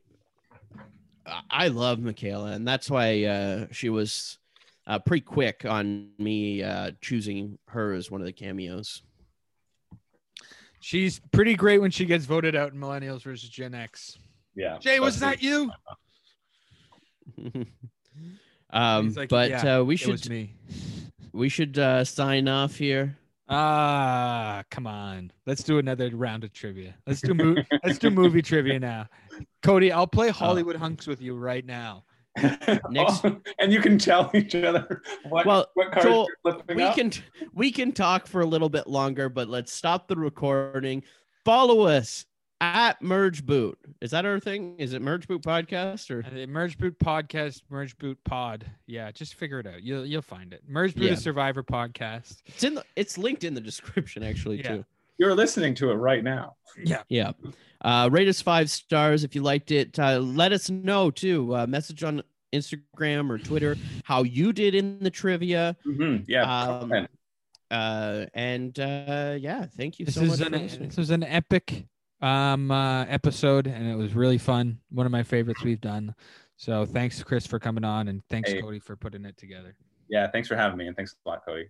[SPEAKER 1] I love Michaela, and that's why uh, she was uh, pretty quick on me uh, choosing her as one of the cameos.
[SPEAKER 2] She's pretty great when she gets voted out in Millennials versus Gen X.
[SPEAKER 3] yeah.
[SPEAKER 2] Jay, was
[SPEAKER 3] that's
[SPEAKER 2] that you?
[SPEAKER 1] um,
[SPEAKER 2] He's like,
[SPEAKER 1] but
[SPEAKER 2] "Yeah,
[SPEAKER 1] uh, we
[SPEAKER 2] It was
[SPEAKER 1] should
[SPEAKER 2] me.
[SPEAKER 1] we should uh, sign off here.
[SPEAKER 2] Ah, come on. Let's do another round of trivia. Let's do mo- let's do movie trivia now. Cody, I'll
[SPEAKER 1] Oh.
[SPEAKER 2] play Hollywood hunks with you right now.
[SPEAKER 3] it.
[SPEAKER 1] Next-
[SPEAKER 3] Oh, and you can tell each other what
[SPEAKER 1] Well,
[SPEAKER 3] what cards
[SPEAKER 1] Joel,
[SPEAKER 3] you're flipping
[SPEAKER 1] we
[SPEAKER 3] up.
[SPEAKER 1] can we can talk for a little bit longer, but let's stop the recording. Follow us at Merge Boot. Is that our thing? Is it Merge Boot Podcast or
[SPEAKER 2] And the Merge Boot podcast, Merge Boot Pod. Yeah, just figure it out. You'll you'll find it. Merge Boot
[SPEAKER 1] Yeah.
[SPEAKER 2] is Survivor podcast.
[SPEAKER 1] it's in the it's linked in the description actually
[SPEAKER 2] Yeah.
[SPEAKER 1] too.
[SPEAKER 3] You're listening to it right now.
[SPEAKER 2] Yeah.
[SPEAKER 1] Yeah. Uh, rate us five stars if you liked it. Uh, let us know too. Uh, message on Instagram or Twitter how you did in the trivia.
[SPEAKER 3] Mhm, Yeah.
[SPEAKER 1] Um,
[SPEAKER 3] comment.
[SPEAKER 1] uh, and uh, yeah, thank you
[SPEAKER 2] This
[SPEAKER 1] so
[SPEAKER 2] is
[SPEAKER 1] much.
[SPEAKER 2] an
[SPEAKER 1] for listening.
[SPEAKER 2] this was an epic um uh, episode and it was really fun. One of my favorites we've done. So thanks Chris for coming on and thanks
[SPEAKER 3] Hey.
[SPEAKER 2] Cody for putting it together.
[SPEAKER 3] yeah. Thanks for having me, and thanks a lot, Cody.